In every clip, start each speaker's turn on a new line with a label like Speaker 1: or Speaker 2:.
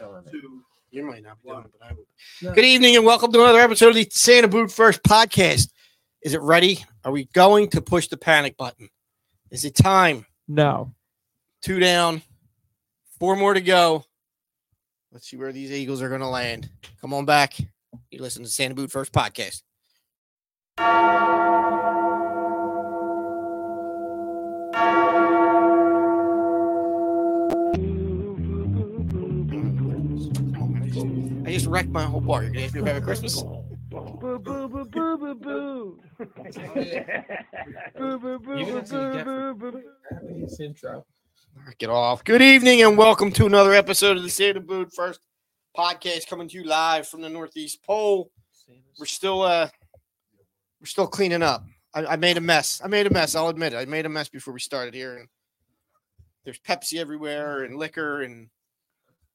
Speaker 1: on it.
Speaker 2: to
Speaker 3: You might not be doing it, but I would.
Speaker 1: No.
Speaker 3: Good evening and welcome to another episode of the Santa Boot First podcast. Is it ready? Are we going to push the panic button? Is it time?
Speaker 1: No.
Speaker 3: Two down, four more to go. Let's see where these Eagles are going to land. Come on back. You listen to Santa Boot First podcast. Come on, man. I just- I just wrecked my whole bar. You're going to ask me about Christmas?
Speaker 1: Boo boo boo boo boo boo. Boo boo boo
Speaker 4: Even
Speaker 1: boo
Speaker 4: if you
Speaker 1: boo
Speaker 4: get-
Speaker 1: boo boo.
Speaker 4: Happy intro.
Speaker 3: Get off. Good evening and welcome to another episode of the Santa Boot First podcast coming to you live from the Northeast Pole. We're still uh we're still cleaning up. I, I made a mess. I made a mess, I'll admit it. I made a mess before we started here and there's Pepsi everywhere and liquor and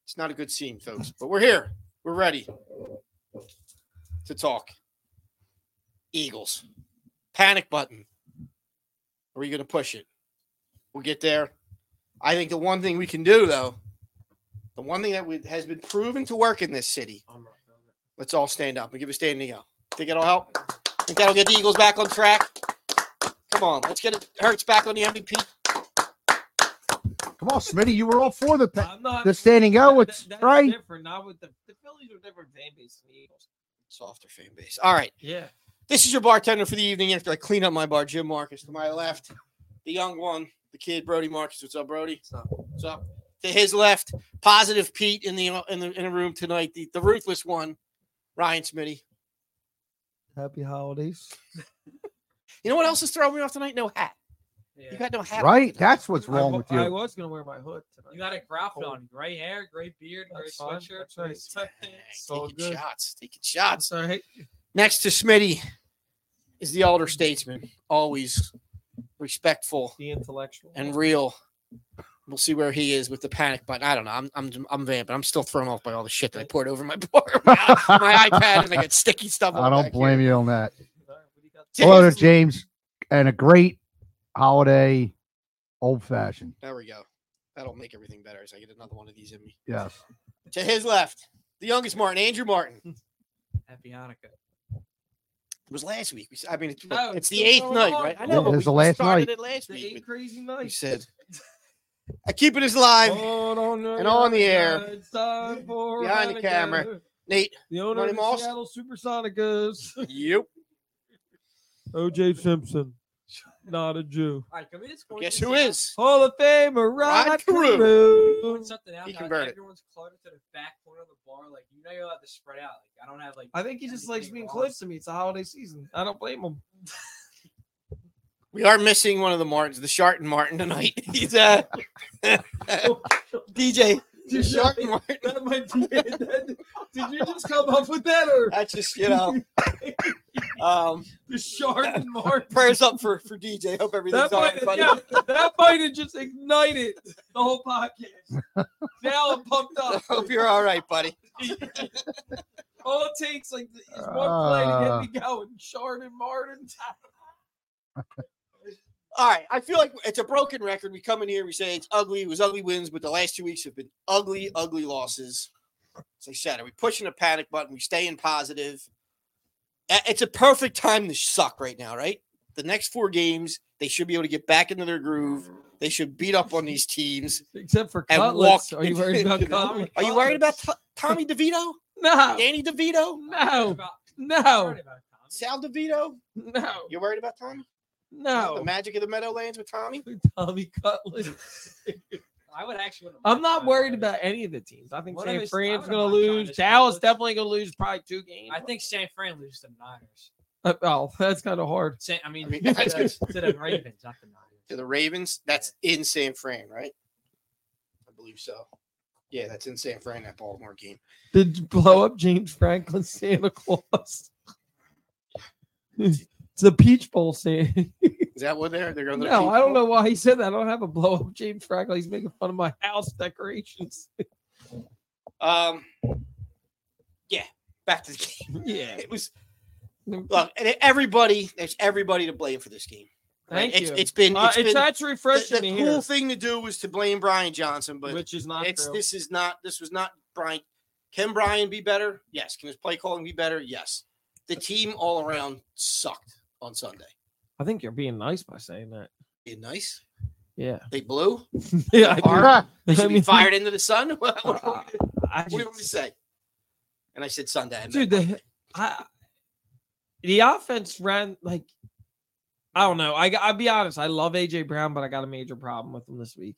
Speaker 3: it's not a good scene, folks. But we're here. We're ready to talk. Eagles. Panic button. Are we gonna push it? We'll get there. I think the one thing we can do, though, the one thing that we, has been proven to work in this city, let's all stand up and give a standing yell. Think that'll help? Think that'll get the Eagles back on track? Come on, let's get it. Hurts back on the MVP.
Speaker 1: Come on, Smitty, you were all for the pa-
Speaker 4: I'm not.
Speaker 1: the standing out. It's
Speaker 4: that's
Speaker 1: right.
Speaker 4: different. Not with the, the Phillies are different fan base than the Eagles.
Speaker 3: Softer fan base. All right,
Speaker 4: Yeah.
Speaker 3: this is your bartender for the evening after I clean up my bar, Jim Marcus. To my left, the young one, the kid, Brody Marcus. What's up, Brody?
Speaker 4: It's not.
Speaker 3: What's up? To his left, positive Pete in the in the, in the room tonight, the, the ruthless one, Ryan Smitty.
Speaker 1: Happy holidays.
Speaker 3: You know what else is throwing me off tonight? No hat. You
Speaker 4: Yeah.
Speaker 3: got no hat. on.
Speaker 1: Right? That's what's
Speaker 4: I
Speaker 1: wrong
Speaker 4: wa-
Speaker 1: with
Speaker 4: I
Speaker 1: you.
Speaker 4: was gonna wear my hood tonight.
Speaker 5: You got it grafted
Speaker 4: Cold.
Speaker 5: on. you. Gray hair, gray beard, gray
Speaker 4: Oh. That's fine.
Speaker 5: sweatshirt.
Speaker 4: That's nice.
Speaker 5: gray
Speaker 3: Dang,
Speaker 5: sweatpants.
Speaker 4: all
Speaker 3: taking
Speaker 4: good.
Speaker 3: shots, taking shots.
Speaker 4: That's all right.
Speaker 3: Next to Smitty is the elder statesman, always respectful
Speaker 4: The intellectual.
Speaker 3: and real. We'll see where he is with the panic button. I don't know. I'm I'm I'm vamping. I'm still thrown off by all the shit that I poured over my bar, my, iPad, and I got sticky stuff.
Speaker 1: I don't blame you on that.
Speaker 4: All right, what do you got?
Speaker 1: Hello to James and a great holiday old fashioned.
Speaker 3: There we go. That'll make everything better as I get another one of these in me.
Speaker 1: Yes.
Speaker 3: To his left, the youngest Martin, Andrew Martin. It
Speaker 5: Happy Hanukkah.
Speaker 3: was last week. We s- I mean, it's,
Speaker 4: Oh,
Speaker 5: No,
Speaker 3: it's
Speaker 5: it's
Speaker 3: the
Speaker 5: still
Speaker 3: eighth
Speaker 5: going
Speaker 3: night,
Speaker 5: on.
Speaker 3: right? I
Speaker 1: Yeah,
Speaker 3: know, but
Speaker 1: it's
Speaker 3: we
Speaker 1: the last
Speaker 3: started
Speaker 1: night.
Speaker 3: it last
Speaker 4: The
Speaker 3: week.
Speaker 4: eight crazy
Speaker 3: but We
Speaker 4: nights.
Speaker 3: said, I keep it as live.
Speaker 4: Hold on,
Speaker 3: And on the air.
Speaker 4: It's time for
Speaker 3: Behind the camera.
Speaker 4: Hanukkah.
Speaker 3: Nate.
Speaker 4: The owner
Speaker 3: Money
Speaker 4: of the
Speaker 3: Moss.
Speaker 4: Seattle Supersonicas,
Speaker 3: Yep.
Speaker 4: OJ Simpson, not a Jew.
Speaker 5: All right, can we just go
Speaker 3: Guess
Speaker 5: into
Speaker 3: who
Speaker 5: this
Speaker 3: is?
Speaker 4: Hall of Famer Rod,
Speaker 3: Rod Carew.
Speaker 4: Carew.
Speaker 5: now? Point Something out.
Speaker 3: You
Speaker 5: now,
Speaker 3: convert
Speaker 5: like,
Speaker 3: it.
Speaker 5: everyone's cluttered to the back corner of the bar. Like you know, you're allowed to spread out. Like I don't have like.
Speaker 4: I think he just likes
Speaker 5: anything
Speaker 4: being
Speaker 5: wrong.
Speaker 4: close to me. It's a holiday season. I don't blame him.
Speaker 3: We are missing one of the Martins, the Sharton Martin tonight. He's uh DJ.
Speaker 4: Dude, that,
Speaker 3: Sharton Martin.
Speaker 4: that might be it. That- Did you just come up with that or
Speaker 3: That's just you know. Um
Speaker 4: the shark and Mark?
Speaker 3: prayers up for for DJ. Hope everything's
Speaker 4: That
Speaker 3: all
Speaker 4: might,
Speaker 3: right, buddy.
Speaker 4: yeah, that might have just ignited the whole podcast. Now I'm pumped up.
Speaker 3: Hope you're all right, buddy.
Speaker 4: All it takes like is one play
Speaker 3: Ah.
Speaker 4: to get me going. Shard and Martin.
Speaker 3: All right. I feel like it's a broken record. We come in here, we say it's ugly, it was ugly wins, but the last two weeks have been ugly, ugly losses. As I said, are we pushing a panic button? We staying positive. Uh, It's a perfect time to suck right now, right? The next four games, they should be able to get back into their groove. They should beat up on these teams.
Speaker 4: Except for
Speaker 3: And
Speaker 4: cutlets.
Speaker 3: walk
Speaker 4: Are you worried about
Speaker 3: into the-
Speaker 4: cutlets?
Speaker 3: Are you worried about T- Tommy DeVito?
Speaker 4: No,
Speaker 3: Danny DeVito?
Speaker 4: no,
Speaker 5: About-
Speaker 4: no,
Speaker 5: Sorry about it, Tom.
Speaker 3: Sal DeVito?
Speaker 4: no,
Speaker 3: You're worried about Tommy? Is that The
Speaker 4: no.
Speaker 3: magic of the Meadowlands with Tommy?
Speaker 4: Tommy Cutlets.
Speaker 5: I would actually. wouldn't
Speaker 4: I'm
Speaker 5: mind
Speaker 4: not
Speaker 5: that,
Speaker 4: worried
Speaker 5: but
Speaker 4: about any of the teams. I think
Speaker 5: What
Speaker 4: San
Speaker 5: if it's-
Speaker 4: Fran's
Speaker 5: I
Speaker 4: going
Speaker 5: wouldn't
Speaker 4: to
Speaker 5: mind trying
Speaker 4: lose.
Speaker 5: this
Speaker 4: Dallas
Speaker 5: Cowboys.
Speaker 4: definitely going to lose probably two games.
Speaker 5: I think San Fran loses to the Niners.
Speaker 4: Uh, oh, that's kind of hard.
Speaker 5: San, I mean,
Speaker 3: I mean,
Speaker 5: to,
Speaker 3: that's
Speaker 5: the, to the Ravens, not the
Speaker 3: To
Speaker 5: Niners.
Speaker 3: the Ravens? That's in San Fran, right? I believe so. Yeah, that's in San Fran, that Baltimore game.
Speaker 4: Did you blow up James Franklin Santa Claus? it's the Peach Bowl, Sam.
Speaker 3: Is that one there? They're going to
Speaker 4: No, I don't know why he said that. I don't have a blow up James Franklin. He's making fun of my house decorations.
Speaker 3: Um, yeah, back to the game.
Speaker 4: yeah.
Speaker 3: It was, look, and everybody, there's everybody to blame for this game. right?
Speaker 4: Thank
Speaker 3: it's,
Speaker 4: you.
Speaker 3: It's been,
Speaker 4: Uh,
Speaker 3: it's
Speaker 4: it's
Speaker 3: been
Speaker 4: actually
Speaker 3: the, the
Speaker 4: refreshing to
Speaker 3: cool
Speaker 4: hear,
Speaker 3: thing to do was to blame Brian Johnson, but
Speaker 4: which is not
Speaker 3: it's
Speaker 4: true.
Speaker 3: this is not this was not Brian Can Brian be better? Yes. Can his play calling be better? Yes. The team all around sucked on Sunday.
Speaker 4: I think you're being nice by saying that.
Speaker 3: Be nice.
Speaker 4: Yeah.
Speaker 3: They blew.
Speaker 4: yeah.
Speaker 3: All
Speaker 4: I,
Speaker 3: right.
Speaker 1: Ah,
Speaker 3: They
Speaker 4: do.
Speaker 3: should
Speaker 4: I
Speaker 3: be
Speaker 4: mean,
Speaker 3: fired into the sun. what, do you
Speaker 4: uh,
Speaker 3: want me to-
Speaker 4: I
Speaker 3: what do you want me to
Speaker 4: just-
Speaker 3: say? And I said Sunday. I meant
Speaker 4: dude, the I, the offense ran like I don't know. I I'll be honest. I love AJ Brown, but I got a major problem with him this week.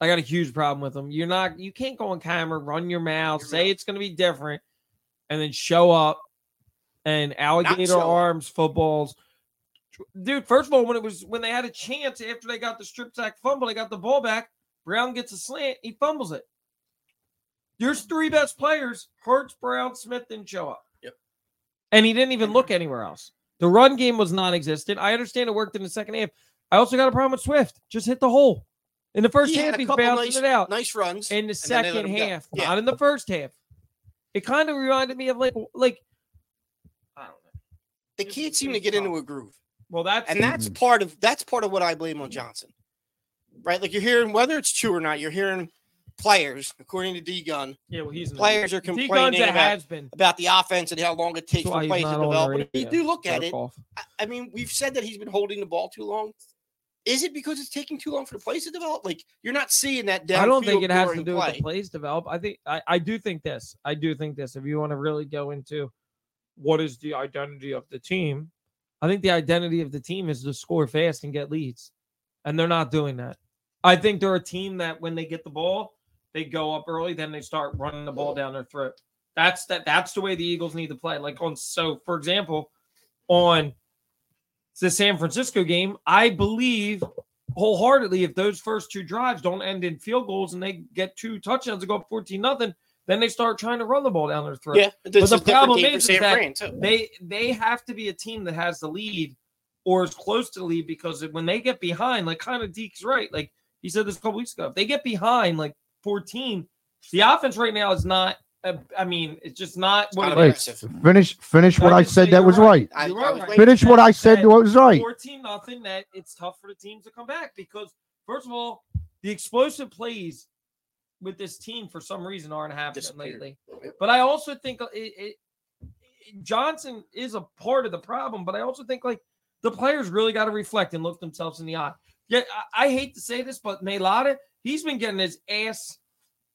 Speaker 4: I got a huge problem with him. You're not. You can't go on camera, run your mouth,
Speaker 3: Your
Speaker 4: say
Speaker 3: mouth.
Speaker 4: it's going to be different, and then show up and alligator
Speaker 3: show up.
Speaker 4: arms footballs. Dude, first of all, when it was when they had a chance after they got the strip sack fumble, they got the ball back. Brown gets a slant, he fumbles it. There's three best players. Hurts, Brown, Smith didn't show up.
Speaker 3: Yep. Mm-hmm.
Speaker 4: And he didn't even look anywhere else. The run game was non-existent. I understand it worked in the second half. I also got a problem with Swift. Just hit the hole. In the first
Speaker 3: He had
Speaker 4: half,
Speaker 3: a
Speaker 4: he's
Speaker 3: couple
Speaker 4: bouncing
Speaker 3: nice,
Speaker 4: it out.
Speaker 3: nice runs.
Speaker 4: In
Speaker 3: then they
Speaker 4: the
Speaker 3: let
Speaker 4: second
Speaker 3: him go.
Speaker 4: half,
Speaker 3: Yeah.
Speaker 4: not in the first half. It kind of reminded me of like like I don't know.
Speaker 3: they can't seem to get into a groove.
Speaker 4: Well, that's
Speaker 3: and that's part of that's part of what I blame on Johnson, right? Like you're hearing whether it's true or not, you're hearing players, according to D Gun,
Speaker 4: yeah. Well, he's
Speaker 3: players are
Speaker 4: D
Speaker 3: complaining
Speaker 4: Guns Mm. a
Speaker 3: about,
Speaker 4: has been.
Speaker 3: about the offense and how long it takes
Speaker 4: That's
Speaker 3: for
Speaker 4: why
Speaker 3: plays
Speaker 4: he's
Speaker 3: to
Speaker 4: not on the
Speaker 3: develop. But if
Speaker 4: radio.
Speaker 3: you do look at
Speaker 4: Jerk
Speaker 3: it,
Speaker 4: off.
Speaker 3: I, I mean, we've said that he's been holding the ball too long. Is it because it's taking too long for the plays to develop? Like you're not seeing that down.
Speaker 4: I don't think it has to do with the plays develop. I think I, I do think this. I do think this. If you want to really go into what is the identity of the team, I think the identity of the team is to score fast and get leads. And they're not doing that. I think they're a team that when they get the ball, they go up early, then they start running the ball down their throat. That's that that's the way the Eagles need to play. Like on so for example, on the San Francisco game, I believe wholeheartedly if those first two drives don't end in field goals and they get two touchdowns and go up 14 nothing, then they start trying to run the ball down their throat.
Speaker 3: Yeah, this
Speaker 4: the
Speaker 3: is a different
Speaker 4: problem
Speaker 3: game for
Speaker 4: is- is
Speaker 3: San
Speaker 4: that
Speaker 3: Fran, too.
Speaker 4: They they have to be a team that has the lead or is close to the lead because when they get behind, like kind of Deke's right, like he said this a couple weeks ago, if they get behind like 14, the offense right now is not. uh, I mean, it's just not what
Speaker 3: Not
Speaker 4: it is.
Speaker 3: aggressive.
Speaker 1: finish finish what I
Speaker 4: just
Speaker 1: said
Speaker 4: say
Speaker 1: that
Speaker 4: you're
Speaker 1: was right.
Speaker 3: I-
Speaker 4: You're
Speaker 3: I was right.
Speaker 1: Finish what I said that was right.
Speaker 4: 14 nothing that it's tough for the teams to come back because first of all the explosive plays with this team for some reason aren't happening
Speaker 3: Disappeared.
Speaker 4: lately
Speaker 3: Yep.
Speaker 4: but i also think it, it, it- johnson is a part of the problem but i also think like the players really got to reflect and look themselves in the eye yeah i, I hate to say this but melada he's been getting his ass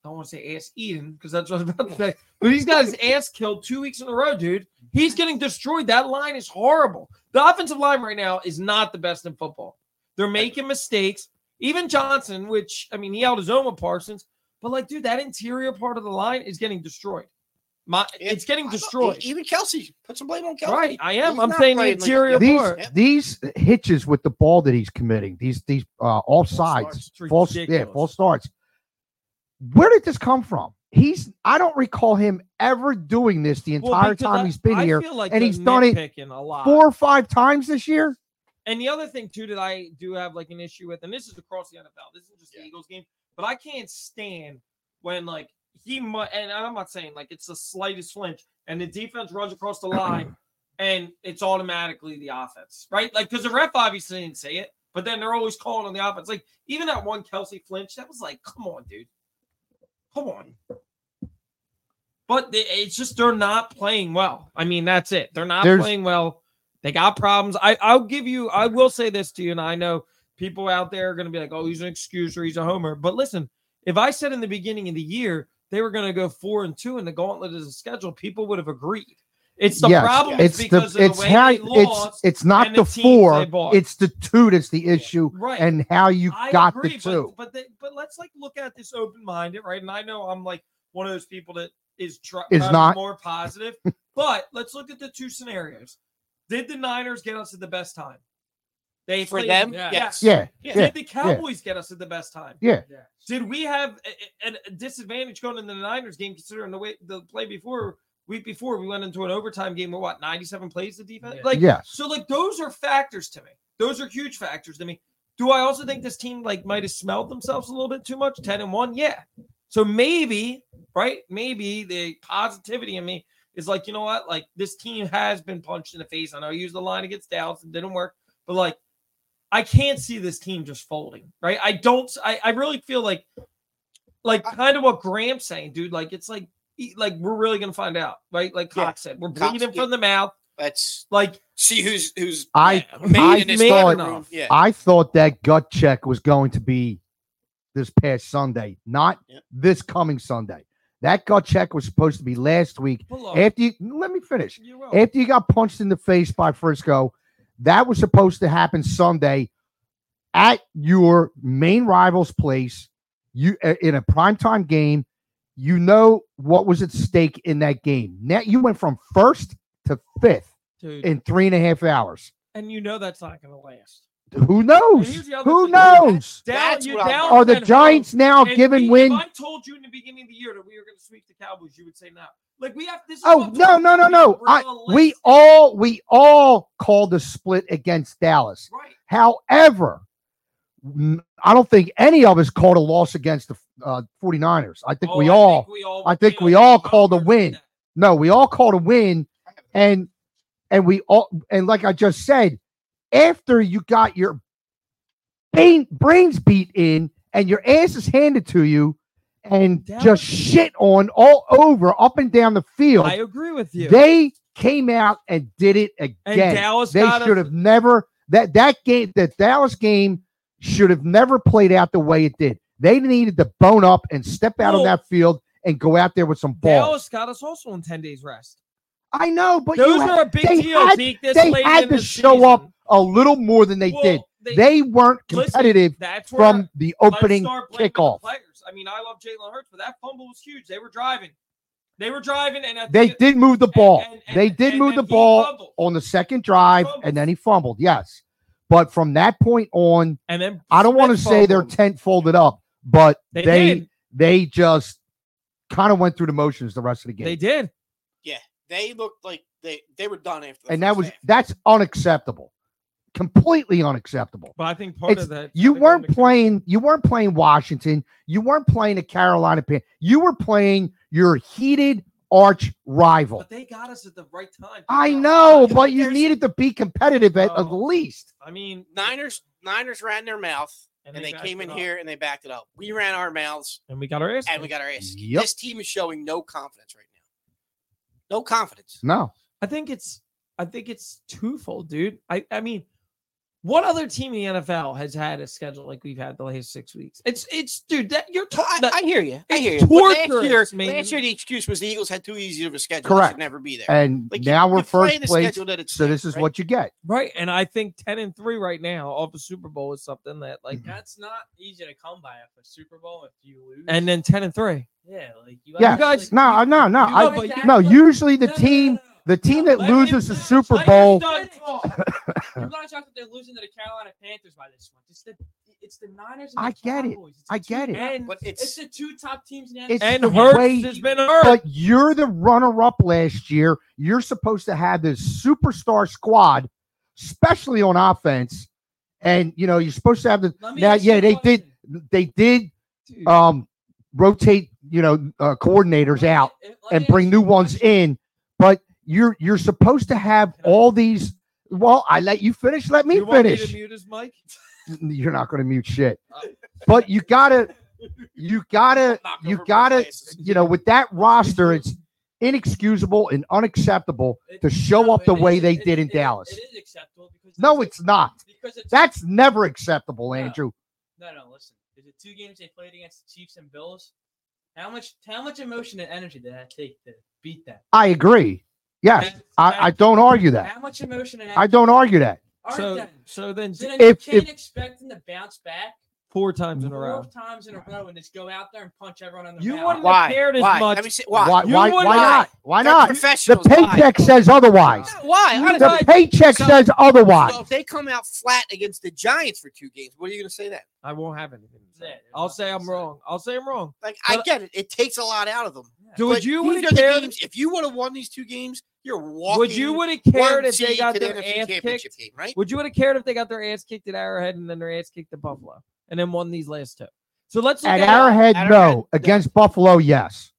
Speaker 4: I don't want to say ass eaten because that's what I was about to say. But he's got his ass killed two weeks in a row, dude. He's getting destroyed. That line is horrible. The offensive line right now is not the best in football. They're making mistakes. Even Johnson, which I mean, he held his own with Parsons, but like, dude, that interior part of the line is getting destroyed. My,
Speaker 3: Yeah,
Speaker 4: it's
Speaker 3: I
Speaker 4: getting
Speaker 3: thought-
Speaker 4: destroyed.
Speaker 3: Even Kelsey put some blame on Kelsey.
Speaker 4: Right, I am.
Speaker 3: He's
Speaker 4: I'm
Speaker 3: not
Speaker 4: saying the
Speaker 3: playing like-
Speaker 4: interior
Speaker 1: These
Speaker 4: part.
Speaker 3: Yep.
Speaker 1: these hitches with the ball that he's committing, these these uh off sides,
Speaker 3: starts.
Speaker 4: It's
Speaker 1: false yeah,
Speaker 4: ridiculous.
Speaker 1: false starts. Where did this come from? He's I don't recall him ever doing this the
Speaker 4: Well,
Speaker 1: entire
Speaker 4: because
Speaker 1: time
Speaker 4: I-
Speaker 1: he's been
Speaker 4: I
Speaker 1: here.
Speaker 4: feel like
Speaker 1: and
Speaker 4: they're
Speaker 1: he's done it
Speaker 4: nitpicking a lot.
Speaker 1: Four or five times this year.
Speaker 4: And the other thing too that I do have like an issue with, and this is across the NFL, this is just the
Speaker 3: Yeah.
Speaker 4: Eagles game, but I can't stand when like he mu- and I'm not saying like it's the slightest flinch, and the defense runs across the line, and it's automatically the offense, right? Like because the ref obviously didn't say it, but then they're always calling on the offense. Like even that one Kelsey flinch, that was like, come on, dude, come on. But they, it's just they're not playing well. I mean, that's it. They're not
Speaker 1: There's-
Speaker 4: playing well. They got problems. I, I'll give you, I will say this to you, and I know people out there are going to be like, oh, he's an excuser, he's a homer. But listen, if I said in the beginning of the year they were going to go four and two in the gauntlet as a schedule, people would have agreed. It's the
Speaker 1: Yes,
Speaker 4: problem
Speaker 1: It's the
Speaker 4: because of
Speaker 1: it's
Speaker 4: the way
Speaker 1: how
Speaker 4: they
Speaker 1: it's
Speaker 4: lost.
Speaker 1: it's not
Speaker 4: and the
Speaker 1: the
Speaker 4: teams they
Speaker 1: four,
Speaker 4: bought.
Speaker 1: it's the two that's the issue,
Speaker 4: right.
Speaker 1: and how you
Speaker 4: I
Speaker 1: got
Speaker 4: agree,
Speaker 1: the two.
Speaker 4: But, but, they, but let's like look at this open minded, right? And I know I'm like one of those people that is try-
Speaker 1: Is
Speaker 4: probably
Speaker 1: not.
Speaker 4: more positive, but let's look at the two scenarios. Did the Niners get us at the best time? They
Speaker 3: For
Speaker 4: played-
Speaker 3: them,
Speaker 5: Yeah.
Speaker 3: yes.
Speaker 1: yeah,
Speaker 3: Yeah.
Speaker 1: yeah,
Speaker 4: Did the Cowboys get us at the best time?
Speaker 5: Yeah.
Speaker 4: Did we have a- a, a disadvantage going into the Niners game considering the way the play before week before we went into an overtime game with what 97 plays the defense?
Speaker 5: Yeah.
Speaker 4: Like
Speaker 1: yes.
Speaker 4: so like those are factors to me. Those are huge factors to me. Do I also think this team like might have smelled themselves a little bit too much? 10 and 1? Yeah. So maybe, right? Maybe the positivity in me is like, you know what? Like this team has been punched in the face. I know I used the line against Dallas and didn't work, but like I can't see this team just folding, right? I don't I, I really feel like like kind of what Graham's saying, dude. Like it's like he- like we're really gonna find out, right? Like
Speaker 3: Yeah.
Speaker 4: Cox said, we're
Speaker 3: Cox-
Speaker 4: bleeding
Speaker 3: yeah.
Speaker 4: from the mouth.
Speaker 3: Let's
Speaker 4: Like
Speaker 3: see who's who's
Speaker 1: I
Speaker 3: made
Speaker 1: I
Speaker 3: in this
Speaker 4: made
Speaker 3: locker
Speaker 4: enough.
Speaker 3: room. Yeah.
Speaker 1: I thought that gut check was going to be this past Sunday, not
Speaker 3: Yep.
Speaker 1: this coming Sunday. That gut check was supposed to be last week.
Speaker 4: pull up.
Speaker 1: After you let me finish.
Speaker 4: You're welcome.
Speaker 1: after you got punched in the face by Frisco, that was supposed to happen Sunday at your main rival's place. You uh, in a primetime game, you know what was at stake in that game. Now you went from first to fifth
Speaker 4: Dude,
Speaker 1: in three and a half hours.
Speaker 4: and you know that's not gonna last.
Speaker 1: Who
Speaker 4: And
Speaker 1: knows?
Speaker 4: here's the other
Speaker 1: Who
Speaker 4: thing, that-
Speaker 1: knows?
Speaker 3: That's
Speaker 4: you
Speaker 3: what I'm-
Speaker 1: Are the
Speaker 4: and
Speaker 1: Giants now
Speaker 4: And
Speaker 1: giving
Speaker 4: if-
Speaker 1: win?
Speaker 4: If I told you in the beginning of the year that we were going to sweep the Cowboys, you would say no. Like we have this. is what
Speaker 1: Oh
Speaker 4: I'm
Speaker 1: no
Speaker 4: talking
Speaker 1: no no
Speaker 4: about.
Speaker 1: no! I, we
Speaker 4: realistic,
Speaker 1: all we all called the split against Dallas.
Speaker 4: right.
Speaker 1: However, n- I don't think any of us called a loss against the uh, 49ers. I think
Speaker 4: Oh,
Speaker 1: we all,
Speaker 4: we all.
Speaker 1: I think
Speaker 4: yeah,
Speaker 1: we all called a
Speaker 4: heard
Speaker 1: win.
Speaker 4: that.
Speaker 1: no, we all called a win, and and we all and like I just said, after you got your brain, brains beat in and your ass is handed to you, and
Speaker 4: That was-
Speaker 1: just shit on all over up and down the field,
Speaker 4: I agree with you.
Speaker 1: they came out and did it again.
Speaker 4: and Dallas
Speaker 1: They
Speaker 4: got us-
Speaker 1: should have never that that game that Dallas game should have never played out the way it did. They needed to bone up and step out on
Speaker 4: Well-
Speaker 1: that field and go out there with some balls.
Speaker 4: Dallas got us also on ten days rest.
Speaker 1: I know, but you
Speaker 4: Those
Speaker 1: had
Speaker 4: are a big
Speaker 1: they
Speaker 4: deal.
Speaker 1: had-
Speaker 4: Zeke, this
Speaker 1: they
Speaker 4: late
Speaker 1: had
Speaker 4: in
Speaker 1: to
Speaker 4: the
Speaker 1: show up a little more than they
Speaker 4: Well,
Speaker 1: did. They weren't
Speaker 4: listen,
Speaker 1: competitive
Speaker 4: that's where
Speaker 1: from the
Speaker 4: let's
Speaker 1: opening
Speaker 4: start blaming the
Speaker 1: kickoff.
Speaker 4: Players. I mean, I love Jalen Hurts, but that fumble was huge. They were driving. They were driving, and at
Speaker 1: They
Speaker 4: the,
Speaker 1: did move the ball.
Speaker 4: and- and-
Speaker 1: they did
Speaker 4: and
Speaker 1: move the
Speaker 4: then he
Speaker 1: ball
Speaker 4: fumbled.
Speaker 1: on the second drive, and then he fumbled. Yes, but from that point on,
Speaker 4: And then
Speaker 1: I don't want to
Speaker 4: Smith
Speaker 1: say their
Speaker 4: fumbled.
Speaker 1: tent folded up, but
Speaker 4: They
Speaker 1: they
Speaker 4: did.
Speaker 1: they just kind of went through the motions the rest of the game.
Speaker 4: They did.
Speaker 3: they looked like they they were done after. The
Speaker 1: and that
Speaker 3: first
Speaker 1: was
Speaker 3: half.
Speaker 1: that's unacceptable. Completely unacceptable.
Speaker 4: But I think part
Speaker 1: It's-
Speaker 4: of that
Speaker 1: You
Speaker 4: I think
Speaker 1: weren't
Speaker 4: that-
Speaker 1: playing you weren't playing Washington, you weren't playing the Carolina Pan. You were playing your heated arch rival.
Speaker 4: But they got us at the right time.
Speaker 1: I know,
Speaker 3: Yeah,
Speaker 1: but you
Speaker 3: there's-
Speaker 1: needed to be competitive at, at
Speaker 4: Oh.
Speaker 1: least.
Speaker 4: I mean,
Speaker 3: Niners. Niners ran their mouth and, they,
Speaker 4: backed
Speaker 3: came
Speaker 4: it
Speaker 3: in
Speaker 4: up.
Speaker 3: here and they backed it up. We ran our mouths
Speaker 4: and we got our ass.
Speaker 3: and we
Speaker 4: kicked.
Speaker 3: got our ass. kicked.
Speaker 1: Yep.
Speaker 3: This team is showing no confidence right now. No confidence.
Speaker 1: No.
Speaker 4: I think it's. I think it's twofold, dude. I. I mean, what other team in the NFL has had a schedule like we've had the last six weeks? It's. It's, dude. That you're
Speaker 3: I,
Speaker 4: talking. That,
Speaker 3: I hear you. I
Speaker 4: it's
Speaker 3: hear you. But Last year,
Speaker 4: torturous, man.
Speaker 3: last year, the excuse was the Eagles had too easy of a schedule. They
Speaker 1: Correct.
Speaker 3: should never be there.
Speaker 1: And
Speaker 3: Like,
Speaker 1: now
Speaker 3: you-
Speaker 1: we're
Speaker 3: you play
Speaker 1: first
Speaker 3: the
Speaker 1: place.
Speaker 3: schedule that it's
Speaker 1: So
Speaker 3: set,
Speaker 1: this is
Speaker 3: right?
Speaker 1: what you get.
Speaker 4: right, and I think ten and three right now off the Super Bowl is something that like.
Speaker 1: Mm-hmm.
Speaker 5: That's not easy to come by if a Super Bowl if you lose.
Speaker 4: And then ten and three.
Speaker 5: yeah, like you.
Speaker 1: Yeah.
Speaker 4: guys-
Speaker 1: No, no, no.
Speaker 4: you
Speaker 1: I,
Speaker 4: know, but you-
Speaker 1: no, usually the team the team that
Speaker 4: Let me
Speaker 1: loses the
Speaker 4: finish.
Speaker 1: Super
Speaker 4: Let me
Speaker 1: Bowl
Speaker 4: finish.
Speaker 5: You're not shocked that they're losing to the Carolina Panthers by this one. It's the it's the Niners. And
Speaker 1: I
Speaker 5: the
Speaker 1: get it.
Speaker 5: Cowboys. It's
Speaker 1: I
Speaker 5: the
Speaker 1: get
Speaker 5: two-
Speaker 1: it.
Speaker 4: And,
Speaker 3: But it's,
Speaker 5: It's the two top teams in the
Speaker 1: It's
Speaker 5: NFL.
Speaker 4: and
Speaker 1: the
Speaker 4: Hurts
Speaker 1: way-
Speaker 4: has been hurt.
Speaker 1: But you're the runner up last year. You're supposed to have this superstar squad, especially on offense. And you know, you're supposed to have the
Speaker 5: Let me
Speaker 1: now,
Speaker 5: ask you
Speaker 1: yeah,
Speaker 5: a
Speaker 1: they did
Speaker 5: question.
Speaker 1: they did
Speaker 4: Dude,
Speaker 1: um rotate, you know, uh,
Speaker 5: Let
Speaker 1: coordinators
Speaker 5: me-
Speaker 1: out
Speaker 5: let me
Speaker 1: and
Speaker 5: ask
Speaker 1: bring
Speaker 5: you a
Speaker 1: new ones
Speaker 5: question.
Speaker 1: in, but you're you're supposed to have all these well, I let you finish, let me
Speaker 4: you want
Speaker 1: finish.
Speaker 4: to mute his mic?
Speaker 1: You're not gonna mute shit. But you gotta you gotta
Speaker 3: knock
Speaker 1: you
Speaker 3: over my
Speaker 1: gotta
Speaker 3: glasses.
Speaker 1: you know with that roster it's inexcusable and unacceptable
Speaker 5: It-
Speaker 1: to show
Speaker 5: no,
Speaker 1: up the
Speaker 5: it
Speaker 1: way
Speaker 5: is-
Speaker 1: they
Speaker 5: it-
Speaker 1: did in
Speaker 5: it-
Speaker 1: Dallas.
Speaker 5: It is acceptable because
Speaker 1: no it's not
Speaker 5: because it's
Speaker 1: that's never acceptable andrew
Speaker 5: No, no, listen. Is it two games they played against the Chiefs and Bills? How much how much emotion and energy did that take to beat them?
Speaker 1: i agree yes
Speaker 5: That's-
Speaker 1: i, I don't argue that
Speaker 5: How much emotion and
Speaker 1: i don't argue that
Speaker 5: All right,
Speaker 4: So,
Speaker 5: then.
Speaker 4: so then
Speaker 5: So then you
Speaker 1: If-
Speaker 5: can't expect them to bounce back
Speaker 4: four times in a
Speaker 5: four
Speaker 4: row.
Speaker 5: times in a row and just go out there and punch everyone on the
Speaker 4: You
Speaker 5: mouth.
Speaker 4: wouldn't
Speaker 3: why?
Speaker 4: have cared as
Speaker 3: why?
Speaker 4: much.
Speaker 3: Let me see. Why?
Speaker 1: why
Speaker 4: You
Speaker 1: why,
Speaker 4: would
Speaker 1: why
Speaker 4: not.
Speaker 1: not why
Speaker 3: They're
Speaker 1: not the
Speaker 3: professionals. Why?
Speaker 1: paycheck says otherwise
Speaker 3: Why?
Speaker 4: You
Speaker 3: Honestly,
Speaker 4: guys-
Speaker 1: the paycheck
Speaker 3: So-
Speaker 1: says otherwise
Speaker 3: So if they come out flat against the Giants for two games, what are you going to say that?
Speaker 4: I won't have anything. to say.
Speaker 5: Yeah, there's
Speaker 4: I'll say
Speaker 5: nothing
Speaker 4: I'm
Speaker 5: to say.
Speaker 4: wrong. I'll say I'm wrong.
Speaker 3: Like, I
Speaker 4: But-
Speaker 3: get it. It takes a lot out of them.
Speaker 5: Yeah.
Speaker 4: Do would
Speaker 3: But these
Speaker 4: you would
Speaker 3: are
Speaker 4: have
Speaker 3: the
Speaker 4: cared?
Speaker 3: games- If you would have won these two games, you're walking.
Speaker 4: Would you would have cared if they
Speaker 3: seed
Speaker 4: got
Speaker 3: to the
Speaker 4: their
Speaker 3: NFC
Speaker 4: ass
Speaker 3: championship
Speaker 4: kicked?
Speaker 3: game, right?
Speaker 4: Would you would have cared if they got their ass kicked at Arrowhead and then their ass kicked at Buffalo and then won these last two? So let's look
Speaker 1: at
Speaker 4: at,
Speaker 1: arrowhead
Speaker 3: Arrowhead,
Speaker 1: no
Speaker 3: no.
Speaker 1: against buffalo yes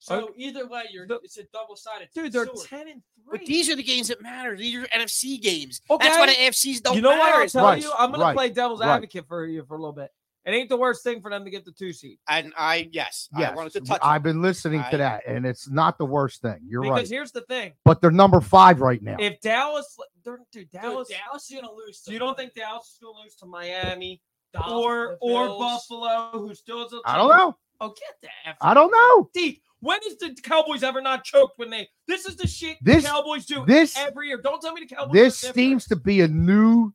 Speaker 5: So either way, you're
Speaker 4: The-
Speaker 5: it's a double sided
Speaker 4: dude. They're
Speaker 5: sword.
Speaker 4: ten and three.
Speaker 3: But these are the games that matter. These are NFC games.
Speaker 4: okay.
Speaker 3: That's why the AFCs don't
Speaker 4: you know what
Speaker 3: matter.
Speaker 4: I'll
Speaker 3: as
Speaker 4: tell
Speaker 1: Right,
Speaker 4: you? I'm gonna
Speaker 1: right,
Speaker 4: play devil's
Speaker 1: right.
Speaker 4: advocate for you for a little bit. It ain't the worst thing for them to get the two seed.
Speaker 3: And I yes, I
Speaker 1: Yes,
Speaker 3: wanted to touch. on
Speaker 1: I've been listening
Speaker 3: I-
Speaker 1: to that, and it's not the worst thing. You're
Speaker 4: because
Speaker 1: right,
Speaker 4: here's the thing:
Speaker 1: but they're number five right now.
Speaker 4: if Dallas, they're,
Speaker 5: Dude,
Speaker 4: dude, Dallas,
Speaker 5: Dallas is gonna lose.
Speaker 4: you don't think Dallas is going to lose to Miami
Speaker 5: Dallas,
Speaker 4: or
Speaker 5: the
Speaker 4: or
Speaker 5: Bills.
Speaker 4: Buffalo, who still is?
Speaker 1: I don't know.
Speaker 4: Oh, get that. effort.
Speaker 1: I don't know.
Speaker 4: Deep. When is the Cowboys ever not choked? When they this is the shit
Speaker 1: This-
Speaker 4: the Cowboys do
Speaker 1: This
Speaker 4: every year. Don't tell me the Cowboys.
Speaker 1: this
Speaker 4: are different.
Speaker 1: seems to be a new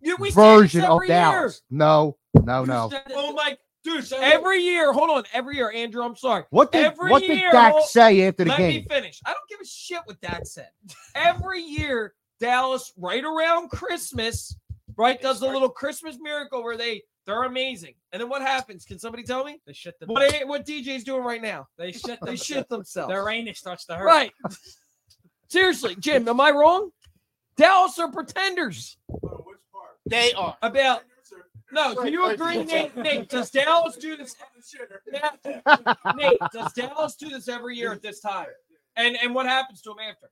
Speaker 4: You- we say this
Speaker 1: version of
Speaker 4: every year.
Speaker 1: Dallas. No, no,
Speaker 5: You
Speaker 1: no.
Speaker 5: said it.
Speaker 4: Oh my, dude!
Speaker 5: So-
Speaker 4: Every year, hold on. Every year, Andrew, I'm sorry.
Speaker 1: What did
Speaker 4: every
Speaker 1: what did
Speaker 4: year,
Speaker 1: Dak
Speaker 4: well,
Speaker 1: say after the
Speaker 4: Let
Speaker 1: game?
Speaker 4: me finish. I don't give a shit what Dak said. Every year, Dallas, right around Christmas, right,
Speaker 5: They
Speaker 4: does a
Speaker 5: start-
Speaker 4: little Christmas miracle where they they're amazing. And then what happens? Can somebody tell me
Speaker 5: They shit the
Speaker 4: what they- what DJ's doing right now?
Speaker 5: They shit
Speaker 4: They
Speaker 5: the
Speaker 4: shit themselves.
Speaker 5: Their rain starts to hurt.
Speaker 4: Right. Seriously, Jim, am I wrong? Dallas are pretenders.
Speaker 3: They are.
Speaker 4: About no, do you agree, Nate? Nate, does Dallas do this? Nate, Nate, does Dallas do this every year at this time? And and what happens to him after?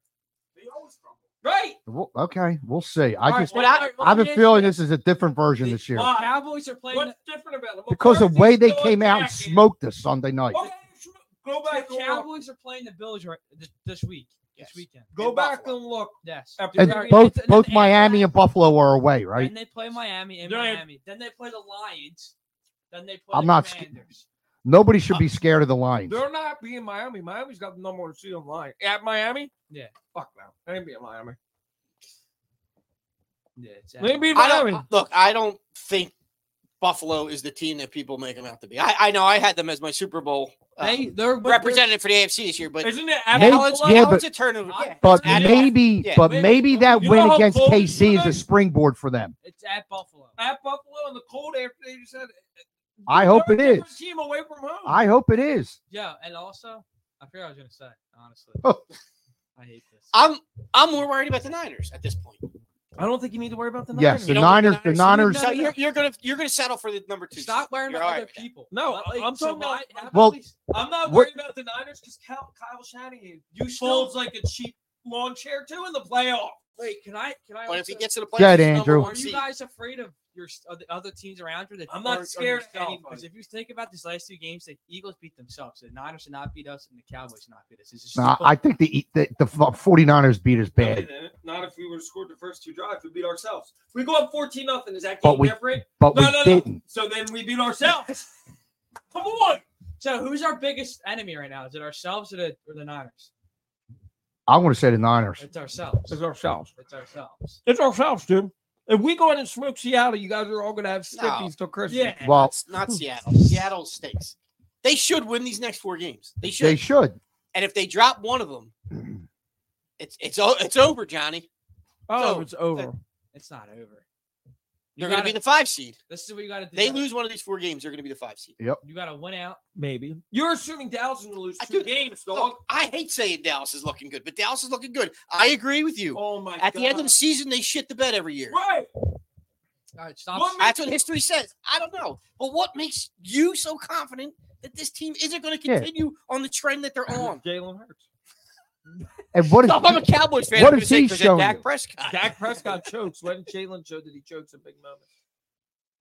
Speaker 4: Right.
Speaker 1: Well, okay, we'll see. I
Speaker 4: All right,
Speaker 1: just
Speaker 4: well,
Speaker 5: I-
Speaker 1: I, have a feeling this is a different version this year
Speaker 5: The Cowboys are playing.
Speaker 4: What's different about them?
Speaker 1: because the
Speaker 4: McCarthy's
Speaker 1: way they
Speaker 4: still
Speaker 1: came out and
Speaker 4: attacking.
Speaker 1: smoked us Sunday night.
Speaker 4: Okay, sure. Go
Speaker 5: the
Speaker 4: back. and look.
Speaker 5: Cowboys are playing the Bills right this, this week.
Speaker 3: Yes.
Speaker 5: This weekend.
Speaker 4: Go
Speaker 3: in
Speaker 4: back
Speaker 3: Buffalo.
Speaker 4: and look.
Speaker 5: Yes.
Speaker 4: After
Speaker 1: And
Speaker 4: All right,
Speaker 1: both
Speaker 5: it's-
Speaker 1: both
Speaker 5: and-
Speaker 1: Miami and Buffalo are away, right?
Speaker 5: Then they play Miami and
Speaker 4: They're-
Speaker 5: Miami. Then they play the Lions. Then they play
Speaker 1: I'm
Speaker 5: the
Speaker 1: not sc-
Speaker 5: Commanders.
Speaker 1: Nobody should be scared of the Lions.
Speaker 4: uh, They're not being Miami. Miami's got the number one seed on line. At Miami?
Speaker 5: Yeah.
Speaker 4: Fuck no. They ain't being Miami.
Speaker 5: Yeah, it's
Speaker 4: They ain't being
Speaker 3: I
Speaker 4: Miami.
Speaker 3: don't look. I don't think Buffalo is the team that people make them out to be. I, I know I had them as my Super Bowl uh,
Speaker 5: they they're
Speaker 3: representative for the AFC this year, but
Speaker 4: Isn't it
Speaker 1: Hey,
Speaker 4: at
Speaker 3: Allen's,
Speaker 4: Buffalo?
Speaker 1: yeah,
Speaker 3: Allen's
Speaker 1: but-
Speaker 3: a turnover. Yeah.
Speaker 1: But
Speaker 3: At-
Speaker 1: maybe,
Speaker 3: yeah.
Speaker 1: but
Speaker 4: Wait,
Speaker 1: maybe that
Speaker 4: you
Speaker 1: win
Speaker 4: know how
Speaker 1: against
Speaker 4: cold
Speaker 1: KC is
Speaker 4: Buffalo
Speaker 1: a
Speaker 4: is?
Speaker 1: springboard for them.
Speaker 5: It's at Buffalo.
Speaker 4: At Buffalo in the cold after they just had.
Speaker 1: I hope
Speaker 4: They're a
Speaker 1: it is.
Speaker 4: different Team away from home.
Speaker 1: I hope it is.
Speaker 5: Yeah, and also I forgot what I was gonna say. Honestly,
Speaker 1: Oh.
Speaker 5: I hate this.
Speaker 3: I'm I'm more worried about the Niners at this point.
Speaker 4: I don't think you need to worry about the
Speaker 1: Yes,
Speaker 4: Niners.
Speaker 1: the
Speaker 3: don't want
Speaker 1: Niners, the Niners.
Speaker 3: So you're, you're gonna you're gonna settle for the number two.
Speaker 5: Stop worrying
Speaker 3: You're
Speaker 5: about
Speaker 3: all
Speaker 5: other
Speaker 3: right.
Speaker 5: people.
Speaker 4: No,
Speaker 5: Like,
Speaker 4: I'm
Speaker 5: so
Speaker 4: talking about-
Speaker 5: why- how
Speaker 1: Well,
Speaker 5: about we-
Speaker 4: I'm not
Speaker 1: We're-
Speaker 4: worried about the Niners because Kyle, Kyle Shanahan, you folds like a cheap lawn chair too in the playoff.
Speaker 5: wait, can I? Can I?
Speaker 3: But if he
Speaker 5: also-
Speaker 3: gets to the playoffs,
Speaker 1: Dead,
Speaker 3: he's number
Speaker 1: Andrew.
Speaker 3: one
Speaker 5: Are you
Speaker 3: seed.
Speaker 5: guys afraid of your of the other teams around you? That
Speaker 4: I'm not
Speaker 5: aren't
Speaker 4: scared of
Speaker 5: yourself?
Speaker 4: anybody.
Speaker 5: Because if you think about these last two games, the Eagles beat themselves. The Niners did not beat us, and the Cowboys did not beat us. It's just
Speaker 1: Nah, I think the, E, the the 49ers beat us bad,
Speaker 4: uh, Not if we would have scored the first two drives, we beat ourselves. We go up 14 nothing. Is that
Speaker 1: But
Speaker 4: game
Speaker 1: we-
Speaker 4: different?
Speaker 1: but we
Speaker 4: No, no, no.
Speaker 1: didn't.
Speaker 4: So then we beat ourselves. Come on.
Speaker 5: so who's our biggest enemy right now? Is it ourselves or the, or the Niners?
Speaker 1: I want to say the Niners.
Speaker 5: It's ourselves.
Speaker 4: It's ourselves.
Speaker 5: It's ourselves.
Speaker 4: It's ourselves, dude. If we go in and smoke Seattle, you guys are all gonna have stiffies till Christmas.
Speaker 5: Yeah.
Speaker 1: Well,
Speaker 3: It's not Seattle. Seattle stinks. They should win these next four games. They should.
Speaker 1: they should.
Speaker 3: and if they drop one of them, it's it's o- it's over, Johnny.
Speaker 4: Oh,
Speaker 3: So-
Speaker 4: it's over.
Speaker 5: It's not over. You
Speaker 3: They're going to
Speaker 5: gotta-
Speaker 3: be the five seed.
Speaker 5: This is what you got to do.
Speaker 3: They
Speaker 5: You gotta-
Speaker 3: lose one of these four games, they're going to be the five seed.
Speaker 5: You got to win out.
Speaker 4: Maybe you're assuming Dallas is gonna lose
Speaker 3: I
Speaker 4: two
Speaker 3: do- Oh.
Speaker 4: games, dog.
Speaker 3: Look, I hate saying Dallas is looking good, but Dallas is looking good. I agree with you.
Speaker 4: Oh my
Speaker 3: At
Speaker 4: god.
Speaker 3: the end of the season, they shit the bed every year.
Speaker 4: right.
Speaker 5: All right, stop.
Speaker 4: One
Speaker 3: That's what history says. I don't know. But what makes you so confident that this team isn't going to
Speaker 1: Yeah.
Speaker 3: continue on the trend that they're on?
Speaker 4: Jalen Hurts.
Speaker 1: And what is
Speaker 3: No, I'm a Cowboys fan.
Speaker 1: What
Speaker 3: I'm
Speaker 1: is
Speaker 3: gonna say
Speaker 1: he
Speaker 3: 'cause of
Speaker 1: showing
Speaker 3: Dak
Speaker 1: you?
Speaker 3: Prescott.
Speaker 4: Dak Prescott chokes. When did Jalen show that he chokes in big moments?